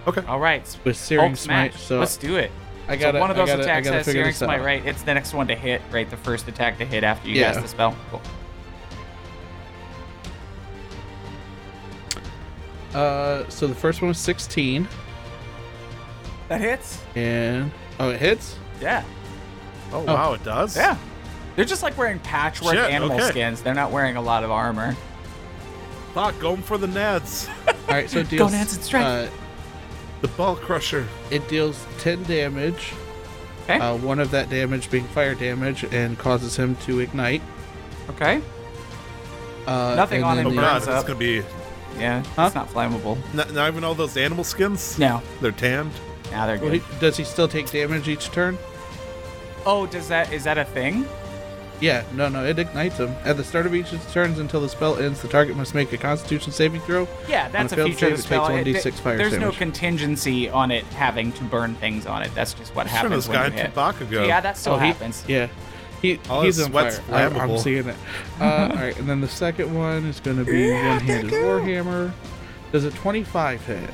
Speaker 4: Okay.
Speaker 5: All right.
Speaker 2: with Searing
Speaker 5: Hulk
Speaker 2: Smite.
Speaker 5: smash.
Speaker 2: So
Speaker 5: Let's do it.
Speaker 2: I
Speaker 5: So
Speaker 2: got
Speaker 5: one of those
Speaker 2: I gotta,
Speaker 5: attacks
Speaker 2: I gotta
Speaker 5: has
Speaker 2: figure
Speaker 5: Searing
Speaker 2: this out.
Speaker 5: Smite, right? It's the next one to hit, right? The first attack to hit after you
Speaker 2: Yeah.
Speaker 5: cast the spell. Cool.
Speaker 2: Uh, so the first one was 16,
Speaker 5: That hits.
Speaker 2: and oh, it hits.
Speaker 5: Yeah.
Speaker 4: Oh, wow, it does.
Speaker 5: Yeah. They're just like wearing patchwork
Speaker 4: Shit,
Speaker 5: animal
Speaker 4: okay.
Speaker 5: skins. They're not wearing a lot of armor.
Speaker 4: Fuck, going for the nads.
Speaker 2: All right, so it deals.
Speaker 5: Nance, it's strike.
Speaker 2: Uh,
Speaker 4: *laughs* the ball crusher.
Speaker 2: it deals 10 damage.
Speaker 5: 'Kay.
Speaker 2: Uh, one of that damage being fire damage, and causes him to ignite.
Speaker 5: Okay.
Speaker 2: Uh,
Speaker 5: Nothing
Speaker 2: and
Speaker 5: on
Speaker 2: then
Speaker 5: him
Speaker 2: the-
Speaker 4: Oh
Speaker 5: Yeah.
Speaker 4: god,
Speaker 5: Hands
Speaker 4: it's
Speaker 5: up.
Speaker 4: gonna be
Speaker 5: Yeah, it's not flammable.
Speaker 4: Not, not even all those animal skins.
Speaker 5: No,
Speaker 4: They're tanned.
Speaker 5: now they're
Speaker 2: Well,
Speaker 5: good.
Speaker 2: he, does he still take damage each turn?
Speaker 5: Oh, does that is that a thing?
Speaker 2: Yeah, no, no, it ignites him. At the start of each of his turns until the spell ends, the target must make a Constitution saving throw.
Speaker 5: Yeah, that's
Speaker 2: a
Speaker 5: a,
Speaker 2: failed
Speaker 5: feature of the
Speaker 2: save, it
Speaker 5: spell.
Speaker 2: takes
Speaker 5: It-
Speaker 2: 1d6 fire
Speaker 5: there's no
Speaker 2: damage.
Speaker 5: contingency on it having to burn things on it. That's just what
Speaker 4: Turn
Speaker 5: happens
Speaker 4: this
Speaker 5: when
Speaker 4: guy
Speaker 5: you
Speaker 4: into
Speaker 5: hit.
Speaker 4: Bakugo.
Speaker 5: Yeah, that still
Speaker 2: Oh, he-
Speaker 5: happens.
Speaker 2: Yeah. He,
Speaker 4: All
Speaker 2: he's
Speaker 4: his
Speaker 2: on
Speaker 4: sweat's
Speaker 2: fire. I, I'm
Speaker 4: flammable.
Speaker 2: seeing
Speaker 4: *laughs*
Speaker 2: it. Uh, all right, and then the second one is going to be one-handed warhammer. Does a 25 hit?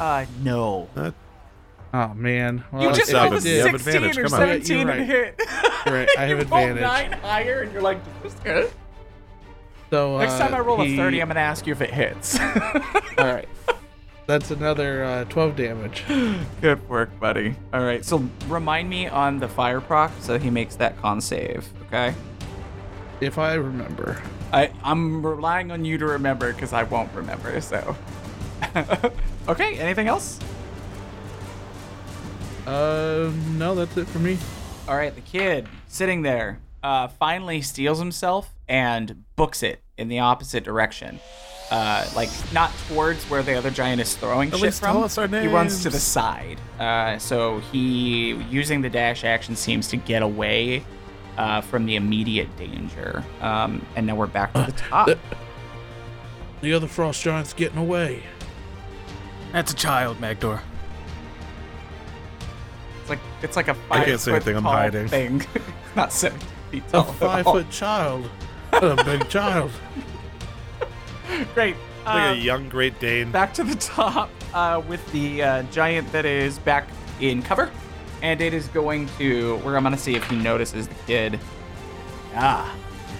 Speaker 5: Uh, no.
Speaker 2: Oh man! Well,
Speaker 5: You just
Speaker 2: if
Speaker 5: rolled
Speaker 2: it
Speaker 5: a
Speaker 4: seven. You have
Speaker 2: did,
Speaker 5: 16
Speaker 4: advantage,
Speaker 5: or
Speaker 4: come on.
Speaker 2: Yeah, you're
Speaker 5: 17
Speaker 2: right.
Speaker 5: and hit.
Speaker 2: right, I have
Speaker 5: *laughs* you rolled
Speaker 2: advantage.
Speaker 5: nine higher, and you're like, this is good.
Speaker 2: So uh,
Speaker 5: Next time I roll
Speaker 2: he-
Speaker 5: a 30, I'm gonna ask you if it hits. *laughs*
Speaker 2: all right. That's another uh, 12 damage.
Speaker 5: good work, buddy. All right, so remind me on the fire proc, so he makes that con save. Okay.
Speaker 2: If I remember.
Speaker 5: I, I'm relying on you to remember because I won't remember, so. *laughs* okay, anything else?
Speaker 2: Uh, no, that's it for me.
Speaker 5: All right, the kid sitting there uh, finally steals himself and books it in the opposite direction. Uh, like, not towards where the other giant is throwing shit
Speaker 4: least
Speaker 5: from.
Speaker 4: tell us our
Speaker 5: He runs to the
Speaker 4: names.
Speaker 5: side. Uh, so he, using the dash action, seems to get away uh, from the immediate danger. Um, and now we're
Speaker 4: *laughs*
Speaker 5: back to the top.
Speaker 2: The other frost giant's getting away.
Speaker 3: That's a child, Magdor.
Speaker 5: It's like it's like a five
Speaker 4: I can't say
Speaker 5: foot
Speaker 4: anything, I'm
Speaker 5: tall
Speaker 4: hiding.
Speaker 5: Thing. *laughs* It's not seven feet
Speaker 2: A
Speaker 5: tall. at
Speaker 2: five
Speaker 5: all.
Speaker 2: foot child. What a big child.
Speaker 5: *laughs* Great.
Speaker 4: Like
Speaker 5: Uh,
Speaker 4: a young Great Dane.
Speaker 5: back to the top uh, with the uh, giant that is back in cover, and it is going to. We're I'm gonna see if he notices the kid. Ah,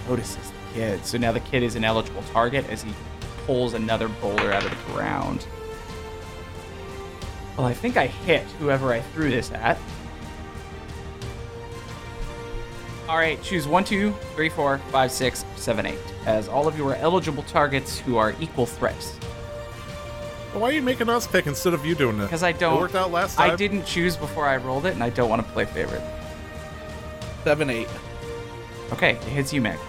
Speaker 5: notices the kid. So now the kid is an eligible target as he pulls another boulder out of the ground. Well, I think I hit whoever I threw this at. All right, choose one, two, three, four, five, six, seven, eight, as all of you are eligible targets who are equal threats.
Speaker 4: Why are you making us pick instead of you doing it?
Speaker 5: Because I don't.
Speaker 4: It worked out last time.
Speaker 5: I didn't choose before I rolled it, and I don't want to play favorite.
Speaker 2: *laughs* Seven, eight.
Speaker 5: Okay, it hits you, Mac.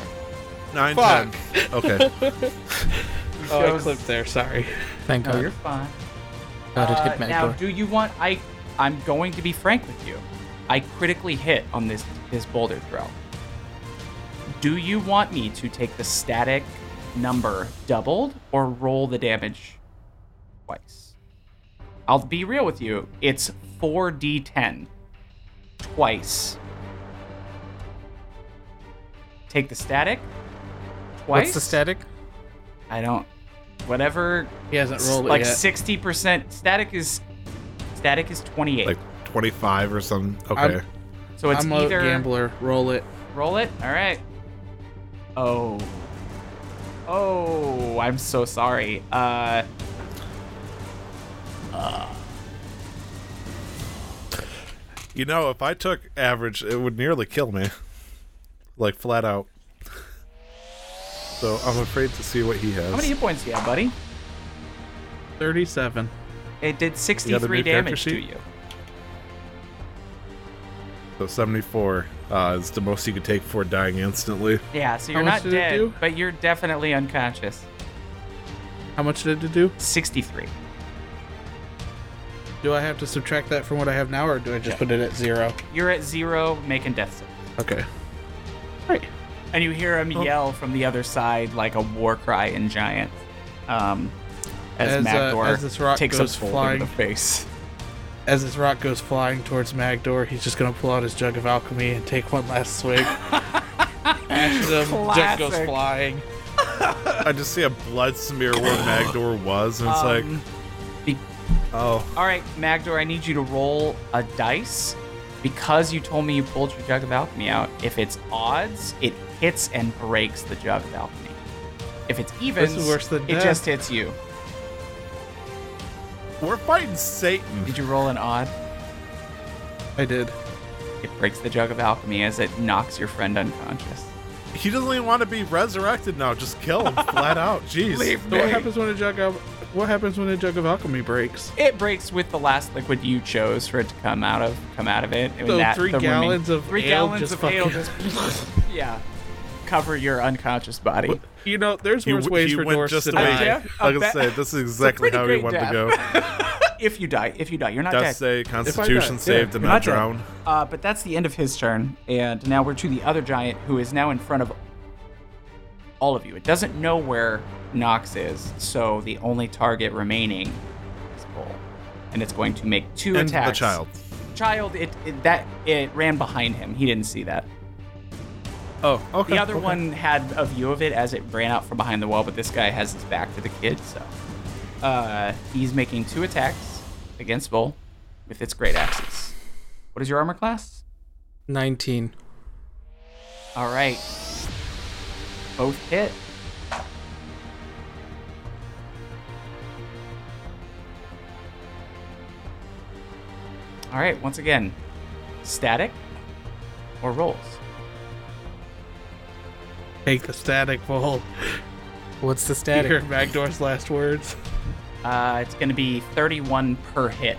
Speaker 4: Nine,
Speaker 2: Fuck.
Speaker 4: ten. Okay.
Speaker 2: Oh, I
Speaker 5: Shows-
Speaker 2: clipped there. Sorry.
Speaker 3: Thank
Speaker 5: No,
Speaker 3: God.
Speaker 5: you're fine.
Speaker 3: God, it
Speaker 5: Uh,
Speaker 3: hit
Speaker 5: now,
Speaker 3: Magdor.
Speaker 5: do you want? I, I'm going to be frank with you. I critically hit on this this boulder throw. Do you want me to take the static number doubled or roll the damage twice? I'll be real with you. It's 4d10 twice. Take the static twice.
Speaker 3: What's the static?
Speaker 5: I don't. Whatever.
Speaker 2: He hasn't rolled it
Speaker 5: Like
Speaker 2: yet.
Speaker 5: sixty percent. Static is static is twenty eight.
Speaker 4: like 25 or something. Okay.
Speaker 2: I'm-
Speaker 5: so it's
Speaker 2: I'm a
Speaker 5: either
Speaker 2: gambler. Roll it.
Speaker 5: roll it. All right. Oh. Oh, I'm so sorry. Uh. Uh.
Speaker 4: You know, if I took average, it would nearly kill me. Like, flat out. So I'm afraid to see what he has.
Speaker 5: How many hit points do you have, buddy?
Speaker 2: 37.
Speaker 5: It did
Speaker 4: new
Speaker 5: sixty-three
Speaker 4: character
Speaker 5: damage to
Speaker 4: sheet?
Speaker 5: you.
Speaker 4: so 74 uh, is the most you could take before dying instantly. *laughs*
Speaker 5: Yeah, so you're
Speaker 2: much
Speaker 5: not
Speaker 2: did it
Speaker 5: dead,
Speaker 2: do?
Speaker 5: but you're definitely unconscious.
Speaker 2: How much did it do?
Speaker 5: Sixty-three.
Speaker 2: Do I have to subtract that from what I have now, or do I just put it at zero?
Speaker 5: You're at zero, making death saves.
Speaker 2: Okay. Right.
Speaker 5: And you hear
Speaker 2: Oh.
Speaker 5: him yell from the other side like a war cry in giant. Um,
Speaker 2: As,
Speaker 5: as,
Speaker 2: uh,
Speaker 5: Magdor
Speaker 2: as this rock
Speaker 5: takes
Speaker 2: goes
Speaker 5: a bolt
Speaker 2: flying.
Speaker 5: in the face.
Speaker 2: As this rock goes flying towards Magdor, he's just gonna pull out his jug of alchemy and take one last swig. Ashes of jug goes
Speaker 5: Classic.
Speaker 2: flying.
Speaker 4: I just see a blood smear where Magdor was, and it's
Speaker 5: Um,
Speaker 4: like,
Speaker 5: be- Um,
Speaker 4: oh,
Speaker 5: All right, Magdor, I need you to roll a dice because you told me you pulled your jug of alchemy out. If it's odds, it hits and breaks the jug of alchemy. If it's evens,
Speaker 2: worse than
Speaker 5: it
Speaker 2: death.
Speaker 5: just hits you.
Speaker 4: we're fighting Satan.
Speaker 5: Did you roll an odd?
Speaker 2: I did.
Speaker 5: It breaks the jug of alchemy as it knocks your friend unconscious.
Speaker 4: He doesn't even want to be resurrected now. Just kill
Speaker 5: *laughs*
Speaker 4: him flat out. Jeez.
Speaker 2: So what happens when a jug of what happens when a jug of alchemy breaks?
Speaker 5: It breaks with the last liquid you chose for it to come out of come out of it. And
Speaker 2: So
Speaker 5: that-
Speaker 2: three
Speaker 5: the remaining-
Speaker 2: gallons of
Speaker 5: three
Speaker 2: ale
Speaker 5: gallons
Speaker 2: just
Speaker 5: of ale
Speaker 2: fucking-
Speaker 5: just *laughs* yeah. cover your unconscious body.
Speaker 2: You know, there's
Speaker 4: He,
Speaker 2: worse
Speaker 4: w-
Speaker 2: ways
Speaker 4: he
Speaker 2: for
Speaker 4: went
Speaker 2: Norse
Speaker 4: just
Speaker 2: to
Speaker 4: the
Speaker 2: die.
Speaker 4: way.
Speaker 5: Yeah, I
Speaker 4: like I
Speaker 5: bet.
Speaker 4: say, this is exactly
Speaker 5: pretty
Speaker 4: how he
Speaker 5: great
Speaker 4: wanted
Speaker 5: death.
Speaker 4: to
Speaker 5: *laughs*
Speaker 4: go.
Speaker 5: If you die, if you die, you're not
Speaker 4: Death
Speaker 5: dead.
Speaker 4: say, Constitution saved and
Speaker 2: You're
Speaker 4: not
Speaker 2: not dead.
Speaker 4: drown.
Speaker 5: Uh, but that's the end of his turn, and now we're to the other giant who is now in front of all of you. It doesn't know where Nox is, so the only target remaining is Bull, and it's going to make two
Speaker 4: And the
Speaker 5: attacks.
Speaker 4: child.
Speaker 5: child, it, it that it ran behind him. He didn't see that.
Speaker 4: Oh, okay.
Speaker 5: The other one had a view of it as it ran out from behind the wall, but this guy has his back to the kid, so uh, he's making two attacks against Bull with its great axes. What is your armor class?
Speaker 3: 19.
Speaker 5: All right. Both hit. All right, once again, static or rolls?
Speaker 2: Take the static roll.
Speaker 3: What's the
Speaker 2: You
Speaker 3: static?
Speaker 2: heard Magdor's last words.
Speaker 5: Uh, it's going to be 31 per hit.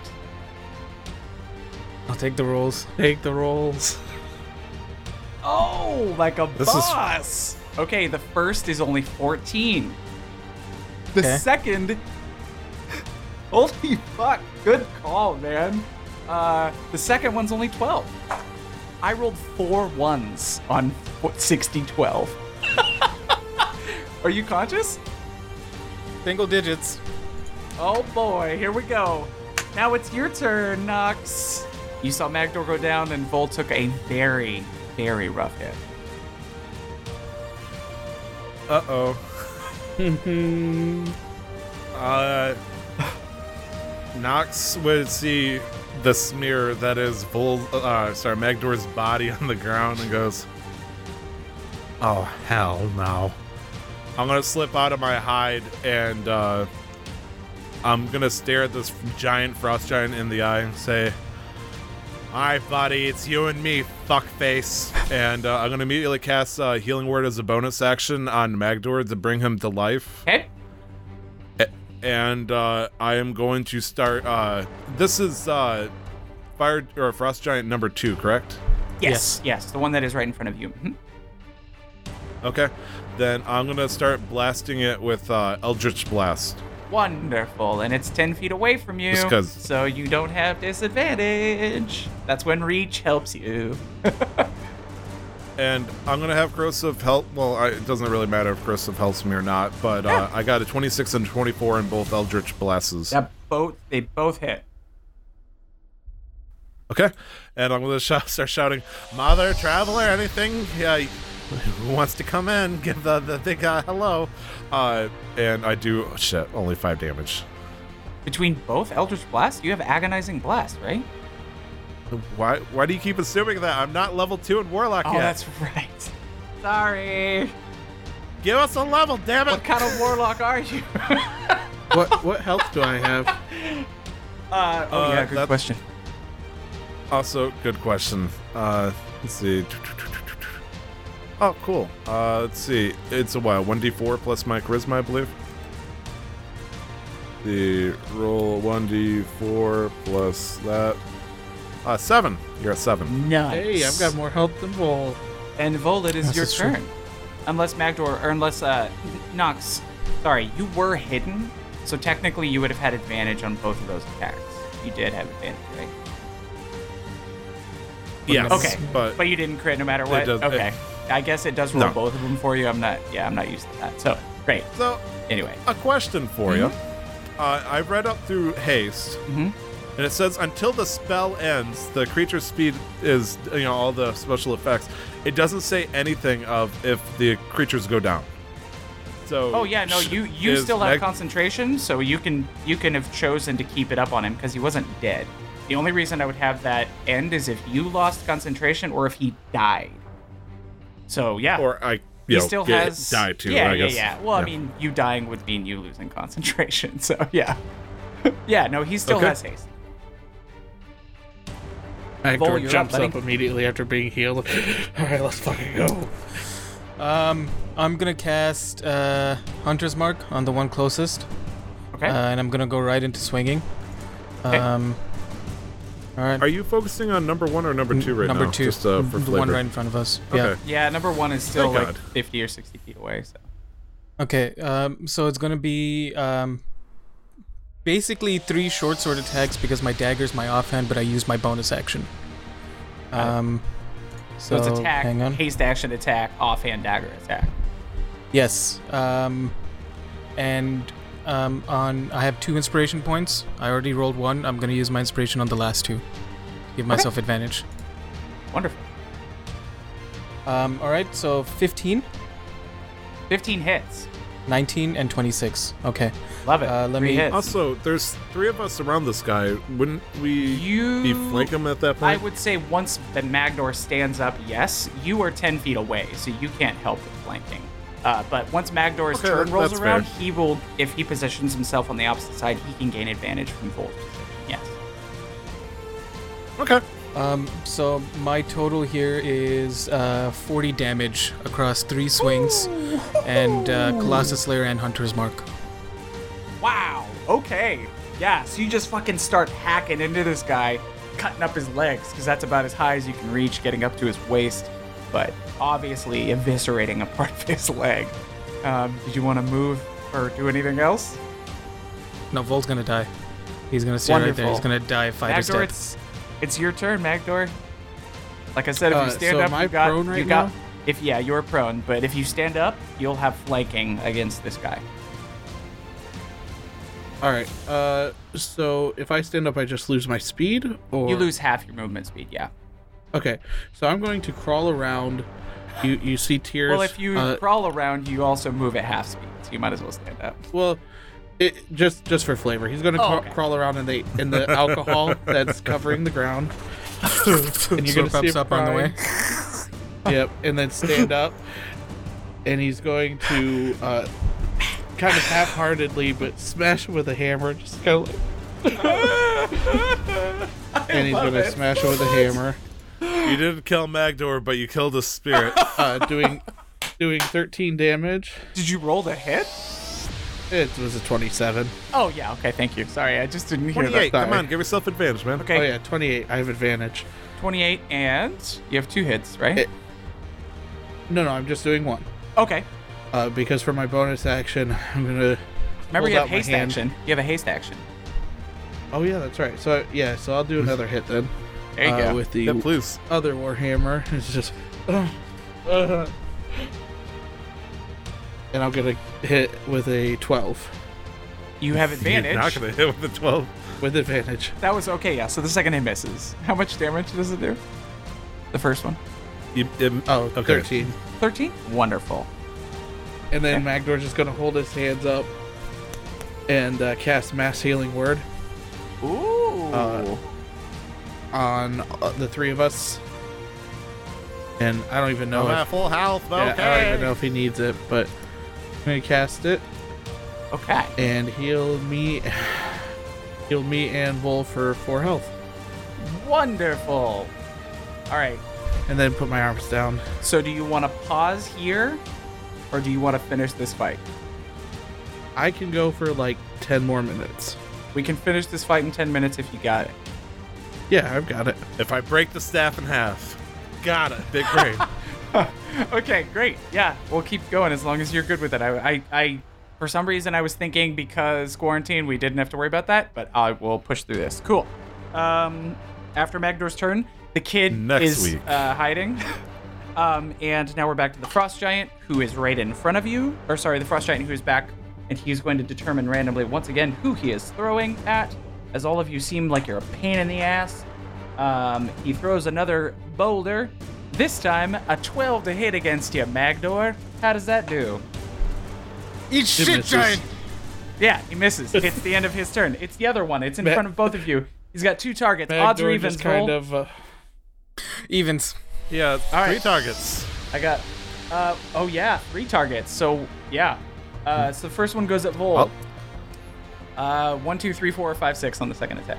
Speaker 3: I'll take the rolls.
Speaker 2: Take the rolls.
Speaker 5: Oh, like a
Speaker 4: This is-
Speaker 5: boss. Okay, the first is only 14. The
Speaker 3: Okay.
Speaker 5: second. *laughs* Holy fuck. Good call, man. Uh, the second one's only 12. I rolled four ones on fo- 60 12. *laughs* Are you conscious?
Speaker 3: Single digits.
Speaker 5: Oh boy, here we go. Now it's your turn, Nox. You saw Magdor go down, and Vol took a very, very rough hit.
Speaker 4: Uh oh. uh. Nox would see the smear that is Bull, uh, sorry, Magdor's body *laughs* on the ground and goes, Oh, hell no. I'm gonna slip out of my hide and, uh, I'm gonna stare at this giant frost giant in the eye and say, Alright, buddy, it's you and me, fuckface. And uh, I'm gonna immediately cast uh, Healing Word as a bonus action on Magdor to bring him to life.
Speaker 5: Okay.
Speaker 4: And uh, I am going to start. Uh, this is uh, Fire or Frost Giant number two, correct?
Speaker 5: Yes. Yes, the one that is right in front of you. Mhm.
Speaker 4: Okay. Then I'm gonna start blasting it with uh, Eldritch Blast.
Speaker 5: Wonderful, and it's ten feet away from you,
Speaker 4: Just 'cause-
Speaker 5: so you don't have disadvantage. That's when reach helps you.
Speaker 4: And I'm gonna have corrosive help. Well, I, it doesn't really matter if corrosive helps me or not, but uh, I got a 26 and 24 in both Eldritch Blasts.
Speaker 5: That both they both hit.
Speaker 4: Okay, and I'm gonna shout, start shouting, "Mother, traveler, anything uh, who wants to come in, give the the big uh, hello." Uh, and I do oh, shit, only five damage.
Speaker 5: Between both Eldritch Blast, you have agonizing blast, right?
Speaker 4: Why why do you keep assuming that I'm not level two in warlock
Speaker 5: Oh,
Speaker 4: yet?
Speaker 5: that's right. Sorry.
Speaker 4: Give us a level, damn it!
Speaker 5: What kind of warlock are you?
Speaker 2: What what health do I have?
Speaker 5: Uh, oh
Speaker 4: Uh,
Speaker 5: yeah, good
Speaker 4: that's-
Speaker 5: question.
Speaker 4: Also, good question. Uh, let's see. Oh, cool. Uh, let's see. It's a while. 1d4 plus my charisma, I believe. The roll 1d4 plus that. Uh, seven. You're at seven.
Speaker 5: Nice.
Speaker 2: Hey, I've got more health than Vol.
Speaker 5: And Vol, it is your turn. Unless Magdor, or unless uh, Nox, sorry, you were hidden, so technically you would have had advantage on both of those attacks. You did have advantage, right?
Speaker 4: Yes.
Speaker 5: Okay,
Speaker 4: But,
Speaker 5: but you didn't crit no matter what.
Speaker 4: does-
Speaker 5: okay, I guess it does roll
Speaker 4: No.
Speaker 5: both of them for you. I'm not, yeah, I'm not used to that. So great.
Speaker 4: so,
Speaker 5: Anyway,
Speaker 4: a question for you.
Speaker 5: Mm-hmm.
Speaker 4: Uh, I read up through haste, and it says until the spell ends, the creature's speed is you know all the special effects. It doesn't say anything of if the creatures go down. So.
Speaker 5: oh yeah, no, you you
Speaker 4: is
Speaker 5: still have
Speaker 4: Mag-
Speaker 5: concentration, so you can you can have chosen to keep it up on him because he wasn't dead. The only reason I would have that end is if you lost concentration or if he died. So yeah,
Speaker 4: Or I. You
Speaker 5: he
Speaker 4: know,
Speaker 5: still
Speaker 4: get-
Speaker 5: has
Speaker 4: die too.
Speaker 5: Yeah,
Speaker 4: I
Speaker 5: yeah,
Speaker 4: guess.
Speaker 5: yeah. Well, I mean, you dying would mean you losing concentration. *laughs* So yeah, yeah. No, he still
Speaker 4: Okay.
Speaker 5: has haste. Vol,
Speaker 2: Magdor
Speaker 5: you're up,
Speaker 2: jumps
Speaker 5: buddy.
Speaker 2: up immediately after being healed. *laughs* All right, let's fucking go.
Speaker 3: Um, I'm gonna cast uh, Hunter's Mark on the one closest,
Speaker 5: Okay.
Speaker 3: uh, and I'm gonna go right into swinging. Um, All right.
Speaker 4: Are you focusing on number one or number two right
Speaker 3: Number
Speaker 4: now?
Speaker 3: two. Mm-hmm.
Speaker 4: Just uh, for
Speaker 3: the
Speaker 4: flavor.
Speaker 3: one right in front of us. Yeah.
Speaker 4: Okay.
Speaker 5: Yeah, number one is still
Speaker 4: Thank
Speaker 5: like
Speaker 4: God.
Speaker 5: 50 or 60 feet away. So
Speaker 3: Okay, um, so it's gonna be um, basically three short sword attacks because my dagger's my offhand, but I use my bonus action. Um, so,
Speaker 5: So it's attack,
Speaker 3: Hang on.
Speaker 5: haste action attack, offhand dagger attack.
Speaker 3: Yes. Um, and um, on I have two inspiration points. I already rolled one. I'm gonna use my inspiration on the last two. Give myself advantage.
Speaker 5: Wonderful.
Speaker 3: Um, all right. So 15,
Speaker 5: 15 hits.
Speaker 3: 19, and 26. Okay.
Speaker 5: Love it.
Speaker 3: Uh, let
Speaker 5: Three
Speaker 3: me-
Speaker 5: hits.
Speaker 4: Also, there's three of us around this guy. Wouldn't we
Speaker 5: You-
Speaker 4: be flank him at that
Speaker 5: I
Speaker 4: point?
Speaker 5: would say once the Magnor stands up, yes, you are 10 feet away, so you can't help with flanking. Uh, but once Magnor's
Speaker 4: Okay,
Speaker 5: turn
Speaker 4: that-
Speaker 5: rolls
Speaker 4: that's
Speaker 5: around,
Speaker 4: fair.
Speaker 5: he will, if he positions himself on the opposite side, he can gain advantage from Vol's position. Yes.
Speaker 4: Okay.
Speaker 3: Um, so my total here is uh, 40 damage across three swings, and uh, Colossus Slayer and Hunter's Mark.
Speaker 5: Wow. Okay. Yeah, so you just fucking start hacking into this guy, cutting up his legs, because that's about as high as you can reach, getting up to his waist, but obviously eviscerating a part of his leg. Um, did you want to move or do anything else?
Speaker 3: No, Vol's gonna die. He's gonna stay right there. He's
Speaker 5: Wonderful.
Speaker 3: gonna die fighter's
Speaker 5: Magdor,
Speaker 3: dead.
Speaker 5: it's it's your turn, Magdor. Like I said, if
Speaker 2: Uh,
Speaker 5: you stand
Speaker 2: so
Speaker 5: up,
Speaker 2: am I
Speaker 5: you got
Speaker 2: prone right
Speaker 5: you got.
Speaker 2: now?
Speaker 5: If yeah, you're prone, but if you stand up, you'll have flanking against this guy.
Speaker 2: All right. Uh, so if I stand up, I just lose my speed, or
Speaker 5: You lose half your movement speed. Yeah.
Speaker 2: Okay, so I'm going to crawl around. You you see tears.
Speaker 5: Well, if you
Speaker 2: uh,
Speaker 5: crawl around, you also move at half speed, so you might as well stand up.
Speaker 2: well, it, just just for flavor, he's going to
Speaker 5: Oh,
Speaker 2: crawl,
Speaker 5: okay.
Speaker 2: crawl around in the in
Speaker 5: *laughs*
Speaker 2: the alcohol that's covering the ground. And you're
Speaker 3: Soap
Speaker 2: gonna see
Speaker 3: ups
Speaker 2: him
Speaker 3: up on the way.
Speaker 2: crying.
Speaker 3: *laughs*
Speaker 2: Yep, and then stand up, and he's going to uh, kind of half-heartedly, but smash him with a hammer. Just kind of. Like, *laughs* and he's going to smash him with a hammer.
Speaker 4: You didn't kill Magdor, but you killed his spirit.
Speaker 2: uh, doing doing 13 damage.
Speaker 5: Did you roll the hit?
Speaker 2: It was a 27.
Speaker 5: Oh yeah. Okay. Thank you. Sorry, I just didn't hear that.
Speaker 4: 28. Come
Speaker 2: sorry.
Speaker 4: on, give yourself advantage, man.
Speaker 5: Okay.
Speaker 2: Oh yeah, 28. I have advantage.
Speaker 5: 28, and you have two hits, right?
Speaker 2: It- No, no, I'm just doing one.
Speaker 5: okay.
Speaker 2: Uh, because for my bonus action, I'm gonna.
Speaker 5: Remember,
Speaker 2: hold
Speaker 5: you have
Speaker 2: out my
Speaker 5: haste
Speaker 2: hand.
Speaker 5: action. You have a haste action.
Speaker 2: Oh yeah, that's right. So yeah, so I'll do another hit then.
Speaker 5: There you
Speaker 2: uh,
Speaker 5: go.
Speaker 2: With the
Speaker 4: Yeah, please.
Speaker 2: other warhammer, it's just. Uh, uh, and I'm gonna hit with a 12
Speaker 5: You have advantage.
Speaker 4: You're not gonna hit with the 12.
Speaker 2: with advantage.
Speaker 5: That was okay, yeah. So the second hit misses. How much damage does it do? The first one?
Speaker 4: You, it,
Speaker 2: Oh,
Speaker 4: okay.
Speaker 2: 13.
Speaker 5: 13? Wonderful.
Speaker 2: And then Magdor's just gonna hold his hands up and uh, cast mass healing word
Speaker 5: Ooh.
Speaker 2: Uh, on uh, the three of us. And I don't even know
Speaker 4: I'm
Speaker 2: if
Speaker 4: at full health.
Speaker 2: Yeah, I don't
Speaker 4: okay.
Speaker 2: even know if he needs it, but I'm gonna cast it
Speaker 5: okay.
Speaker 2: and heal me, *sighs* heal me and Vol for four health,
Speaker 5: Wonderful. All right.
Speaker 2: and then put my arms down.
Speaker 5: So do you want to pause here or do you want to finish this fight?
Speaker 2: I can go for like ten more minutes.
Speaker 5: We can finish this fight in 10 minutes if you got it. *laughs*
Speaker 2: Yeah, I've got it.
Speaker 4: If I break the staff in half, got it. Big brain.
Speaker 5: okay, great. Yeah, we'll keep going as long as you're good with it. I, I, I for some reason, I was thinking because quarantine, we didn't have to worry about that, but I will push through this. Cool. Um, after Magdor's turn, the kid
Speaker 4: Next
Speaker 5: is
Speaker 4: week.
Speaker 5: Uh, hiding. *laughs* um, and now we're back to the frost giant, who is right in front of you. Or sorry, the frost giant who is back, and he's going to determine randomly once again who he is throwing at. As all of you seem like you're a pain in the ass, um, he throws another boulder. This time, a 12 to hit against you, Magdor. How does that do?
Speaker 3: Eat shit,
Speaker 2: misses.
Speaker 3: giant.
Speaker 5: Yeah, he misses. It's the end of his turn. It's the other one. It's
Speaker 2: *laughs*
Speaker 5: in
Speaker 2: Ma-
Speaker 5: front of both of you. He's got two targets. Odds or
Speaker 2: Magdor
Speaker 5: evens.
Speaker 2: just kind
Speaker 5: roll.
Speaker 2: of. Uh,
Speaker 3: Evens.
Speaker 4: yeah, three targets.
Speaker 5: I got. Uh, oh yeah, three targets. So yeah.
Speaker 4: Hmm.
Speaker 5: Uh, so the first one goes at Vol.
Speaker 4: Oh.
Speaker 5: Uh, one, two, three, four, five, six on the second attack.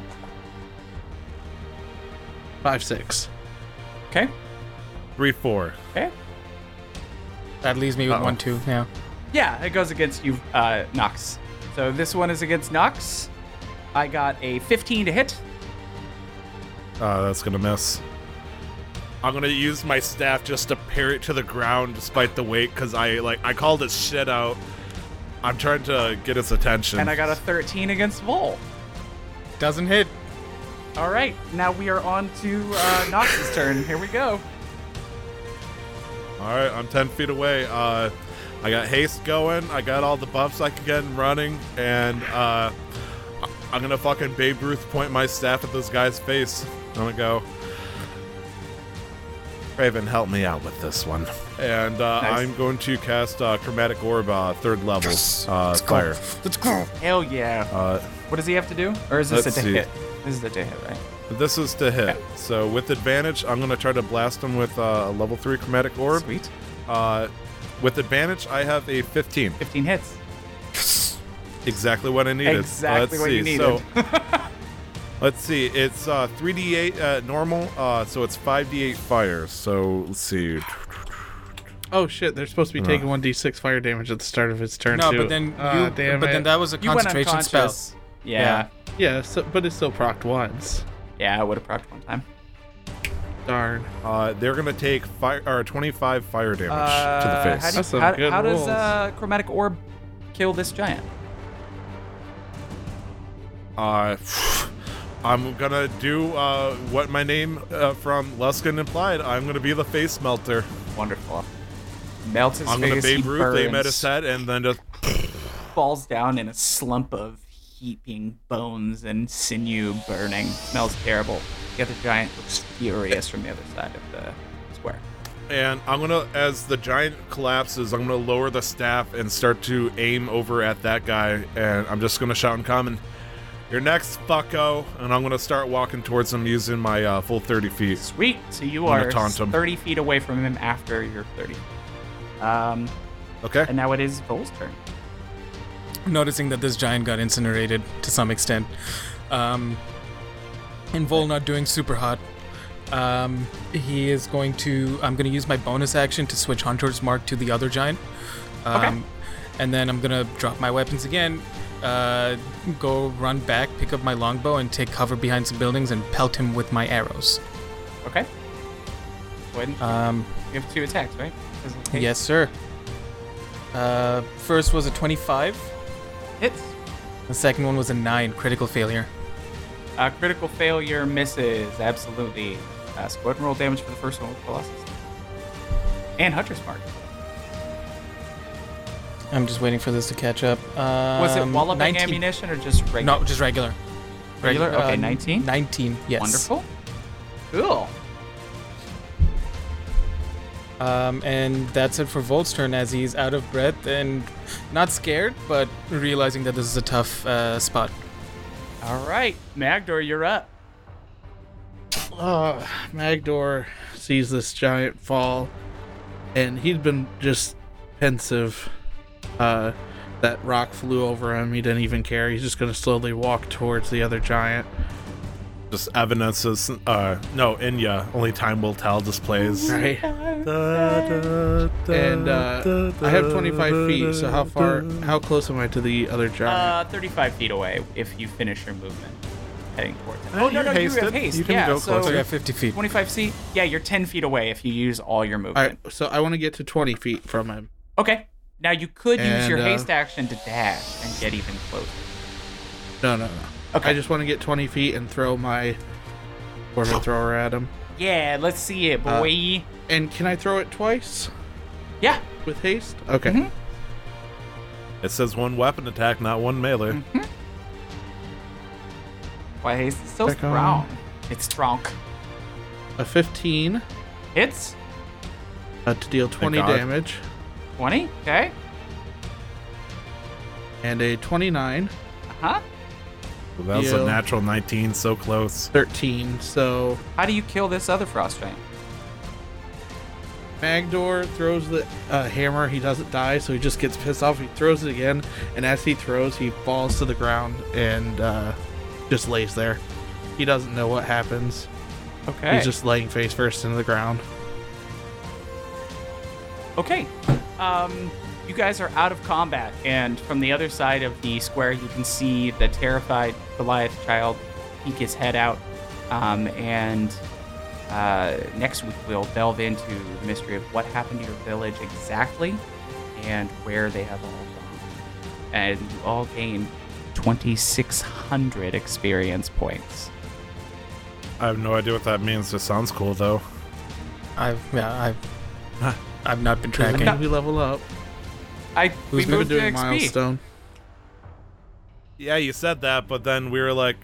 Speaker 2: Five six.
Speaker 5: Okay.
Speaker 4: Three, four.
Speaker 5: Okay.
Speaker 3: That leaves me with
Speaker 4: Uh-oh.
Speaker 3: one two. Yeah.
Speaker 5: Yeah, it goes against you, uh, Nox. So this one is against Nox. I got a 15 to hit.
Speaker 4: Uh, that's gonna miss. I'm gonna use my staff just to pare it to the ground despite the weight, cause I like I called its shit out. I'm trying to get its attention.
Speaker 5: And I got a 13 against Vol.
Speaker 3: Doesn't hit.
Speaker 5: All right, now we are on to uh, Nox's turn. Here we go.
Speaker 4: All right, I'm 10 feet away. Uh, I got haste going. I got all the buffs I can get in running, and uh, I- I'm gonna fucking Babe Ruth point my staff at this guy's face. I'm gonna go. Raven, help me out with this one. And uh,
Speaker 5: Nice.
Speaker 4: I'm going to cast uh, Chromatic Orb, uh, third level uh, fire.
Speaker 3: Let's go.
Speaker 5: Hell yeah.
Speaker 4: Uh,
Speaker 5: What does he have to do? Or is this
Speaker 4: Let's
Speaker 5: a to
Speaker 4: see.
Speaker 5: hit? This is a to hit, right?
Speaker 4: this is to hit. So with advantage, I'm gonna try to blast him with uh, a level three Chromatic Orb.
Speaker 5: Sweet.
Speaker 4: Uh, with advantage, I have a 15.
Speaker 5: 15 hits.
Speaker 4: Exactly what I needed.
Speaker 5: Exactly
Speaker 4: let's
Speaker 5: what
Speaker 4: see.
Speaker 5: you needed.
Speaker 4: So,
Speaker 5: *laughs*
Speaker 4: let's see. It's uh, 3d8 uh, normal, uh, so it's 5d8 fire. So let's see.
Speaker 2: Oh shit! They're supposed to be taking one d six fire damage at the start of his turn.
Speaker 3: No,
Speaker 2: too.
Speaker 3: but then
Speaker 2: Ah,
Speaker 3: you,
Speaker 2: damn
Speaker 3: but
Speaker 2: it.
Speaker 3: then that was a
Speaker 5: You went
Speaker 3: concentration spell.
Speaker 5: unconscious. Yeah.
Speaker 2: yeah, so, but it's still procced once.
Speaker 5: Yeah, I would have procked one time.
Speaker 2: Darn.
Speaker 4: Uh, they're going to take fire, or 25 fire damage to the
Speaker 5: Uh, How,
Speaker 4: face.
Speaker 5: do you-
Speaker 2: That's some
Speaker 5: how-
Speaker 2: good
Speaker 5: how does
Speaker 2: rolls.
Speaker 5: uh, Chromatic Orb kill this giant?
Speaker 4: Uh, *sighs* I'm going to do uh, what my name uh, from Luskin implied. I'm going to be the face melter.
Speaker 5: Wonderful. Melts his
Speaker 4: I'm going to
Speaker 5: face.
Speaker 4: Babe
Speaker 5: he
Speaker 4: Ruth aim at
Speaker 5: burns,
Speaker 4: his head and then just.
Speaker 5: falls down in a slump of heaping bones and sinew burning. Smells terrible. The other giant looks furious from the other side of the square.
Speaker 4: And I'm gonna, as the giant collapses, I'm gonna lower the staff and start to aim over at that guy. And I'm just gonna shout in common, "You're next, fucko!" And I'm gonna start walking towards him using my uh, full 30 feet.
Speaker 5: Sweet. So you
Speaker 4: I'm
Speaker 5: are
Speaker 4: gonna taunt him.
Speaker 5: 30 feet away from him after you're 30. Um,
Speaker 4: Okay.
Speaker 5: and now it is Vol's turn.
Speaker 3: Noticing that this giant got incinerated to some extent, um, and Vol not doing super hot. Um, he is going to. I'm going to use my bonus action to switch Hunter's Mark to the other giant. Um, And then I'm going to drop my weapons again, uh, go run back, pick up my longbow, and take cover behind some buildings and pelt him with my arrows.
Speaker 5: Okay. Go ahead.
Speaker 4: Uh,
Speaker 5: and-
Speaker 3: Um,
Speaker 5: you have two attacks, right? 'Cause it takes
Speaker 3: Yes, sir. Uh, first was a 25.
Speaker 5: Hits.
Speaker 3: The second one was a 9, critical failure.
Speaker 5: Uh, critical failure misses. Absolutely. Uh, so go ahead and roll damage for the first one with Colossus. And Hunter's Mark.
Speaker 3: I'm just waiting for this to catch up. Um,
Speaker 5: Was it walloping
Speaker 3: 19.
Speaker 5: ammunition or just regular?
Speaker 3: No, just regular.
Speaker 5: Regular?
Speaker 3: Regu-
Speaker 5: Okay,
Speaker 3: uh,
Speaker 5: 19?
Speaker 3: 19, yes.
Speaker 5: Wonderful. Cool.
Speaker 3: Um, and that's it for Volt's turn as he's out of breath and not scared, but realizing that this is a tough uh, spot.
Speaker 5: All right, Magdor, you're up.
Speaker 2: Uh, Magdor sees this giant fall, and he'd been just pensive. Uh, that rock flew over him. He didn't even care. He's just gonna slowly walk towards the other giant.
Speaker 4: Just evidences. Uh, no, Inya. Only time will tell. Displays.
Speaker 2: Right. And uh, I have 25 feet. So how far? How close am I to the other giant?
Speaker 5: Uh, 35 feet away if you finish your movement heading towards him.
Speaker 4: Oh, you hasted. You didn't
Speaker 5: yeah,
Speaker 4: go
Speaker 5: so
Speaker 3: So
Speaker 4: closer.
Speaker 3: we have 50 feet.
Speaker 5: 25 feet. Yeah, you're 10 feet away if you use all your
Speaker 2: All
Speaker 5: movement.
Speaker 2: right. So I want to get to 20 feet from him.
Speaker 5: Okay. Now you could use
Speaker 2: And,
Speaker 5: your
Speaker 2: uh,
Speaker 5: haste action to dash and get even closer.
Speaker 2: No, no, no.
Speaker 5: Okay.
Speaker 2: I just want to get 20 feet and throw my flamethrower at him.
Speaker 5: Yeah, let's see it, boy.
Speaker 2: And can I throw it twice
Speaker 5: yeah.
Speaker 2: with haste? Okay.
Speaker 4: It says one weapon attack, not one melee.
Speaker 5: Why haste is so
Speaker 2: Check on-
Speaker 5: strong. It's strong.
Speaker 2: A 15
Speaker 5: Hits
Speaker 2: uh, to deal 20
Speaker 4: God.
Speaker 2: damage
Speaker 5: 20. Okay.
Speaker 2: and a 29,
Speaker 5: Uh-huh.
Speaker 4: That was
Speaker 2: Yeah.
Speaker 4: a natural 19. So close.
Speaker 2: 13. So
Speaker 5: How do you kill this other frost giant?
Speaker 2: Magdor throws the uh, hammer. He doesn't die, so he just gets pissed off. He throws it again, and as he throws, he falls to the ground and uh, just lays there. He doesn't know what happens.
Speaker 5: Okay.
Speaker 2: He's just laying face first into the ground.
Speaker 5: Okay. Um, you guys are out of combat, and from the other side of the square, you can see the terrified Goliath child peek his head out.
Speaker 1: Um, and uh, next week, we'll delve into the mystery of what happened to your village exactly and where they have all gone. And you all gain 2,600 experience points.
Speaker 4: I have no idea what that means. It sounds cool though.
Speaker 3: I've yeah I've I've not been tracking.
Speaker 2: we level up.
Speaker 5: I
Speaker 2: Who's
Speaker 5: we
Speaker 2: been
Speaker 5: moved to
Speaker 2: doing
Speaker 5: XP.
Speaker 2: milestone?
Speaker 4: Yeah, you said that, but then we were like,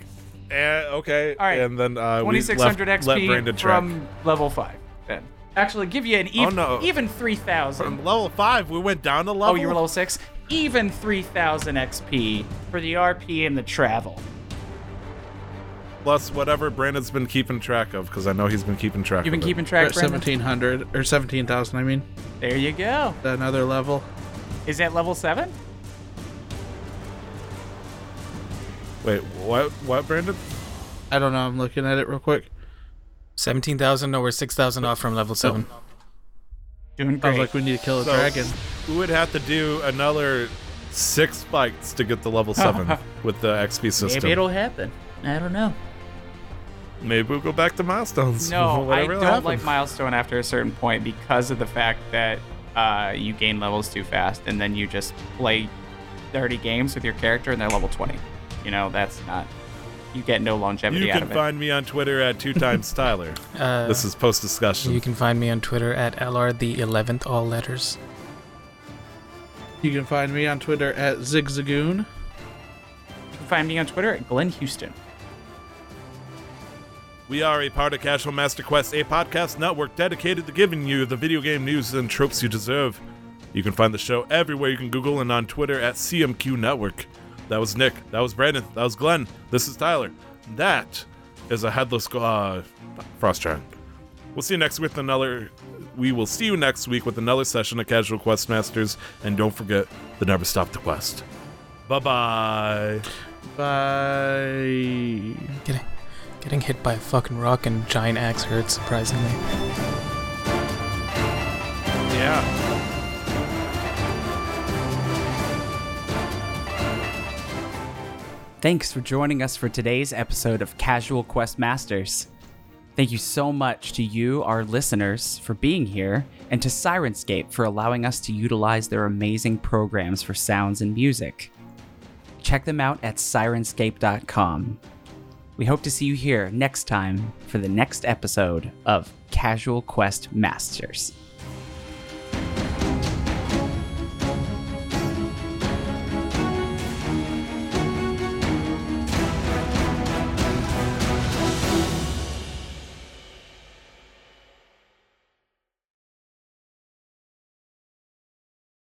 Speaker 4: eh, okay.
Speaker 5: All right.
Speaker 4: And then uh, we left,
Speaker 5: 2600
Speaker 4: let Brandon
Speaker 5: XP
Speaker 4: track. Oh,
Speaker 5: from level 5 then. Actually, give you an even
Speaker 4: no.
Speaker 5: even
Speaker 4: From
Speaker 5: 3000.
Speaker 4: level five, we went down to level.
Speaker 5: Oh, you were level 6. Even 3000 XP for the RP and the travel.
Speaker 4: plus whatever Brandon's been keeping track of because I know he's been keeping track.
Speaker 5: You've been
Speaker 4: of it.
Speaker 5: keeping
Speaker 2: We're
Speaker 5: track
Speaker 2: at
Speaker 5: Brandon?
Speaker 2: seventeen hundred or seventeen thousand. I mean,
Speaker 5: There you go.
Speaker 2: another level.
Speaker 5: Is that level 7?
Speaker 4: Wait, what? What, Brandon?
Speaker 2: I don't know. I'm looking at it real quick.
Speaker 3: Seventeen thousand. No, we're six thousand off from level seven.
Speaker 5: Doing
Speaker 2: Sounds
Speaker 5: great.
Speaker 2: like we need to kill a
Speaker 4: So-
Speaker 2: dragon.
Speaker 4: We would have to do another six fights to get the
Speaker 5: *laughs*
Speaker 4: level seven with the XP system.
Speaker 5: Maybe it'll happen. I don't know.
Speaker 4: Maybe we'll go back to *laughs* milestones.
Speaker 5: No, I
Speaker 4: Whatever
Speaker 5: don't
Speaker 4: happens.
Speaker 5: like milestone after a certain point because of the fact that uh, you gain levels too fast, and then you just play 30 games with your character and they're level 20. You know, that's not. You get no longevity
Speaker 4: You
Speaker 5: out
Speaker 4: can
Speaker 5: of it.
Speaker 4: find me on Twitter at two times Tyler.
Speaker 3: Uh,
Speaker 4: this is post discussion.
Speaker 3: You can find me on Twitter at lr the eleventh, all letters.
Speaker 2: You can find me on Twitter at zigzagoon.
Speaker 5: you can find me on Twitter at Glenn Houston.
Speaker 4: We are a part of Casual Master Quest, a podcast network dedicated to giving you the video game news and tropes you deserve. You can find the show everywhere you can Google and on Twitter at CMQ Network. That was Nick. That was Brandon. That was Glenn. This is Tyler. That is a headless go- uh, frost giant. We'll see you next with another. We will see you next week with another session of Casual Quest Masters, and don't forget to never stop the quest. Bye bye.
Speaker 2: Bye.
Speaker 3: Getting, getting hit by a fucking rock and giant axe hurts surprisingly.
Speaker 4: Yeah.
Speaker 1: Thanks for joining us for today's episode of Casual Quest Masters. Thank you so much to you, our listeners, for being here, and to Sirenscape for allowing us to utilize their amazing programs for sounds and music. Check them out at sirenscape.com. We hope to see you here next time for the next episode of Casual Quest Masters.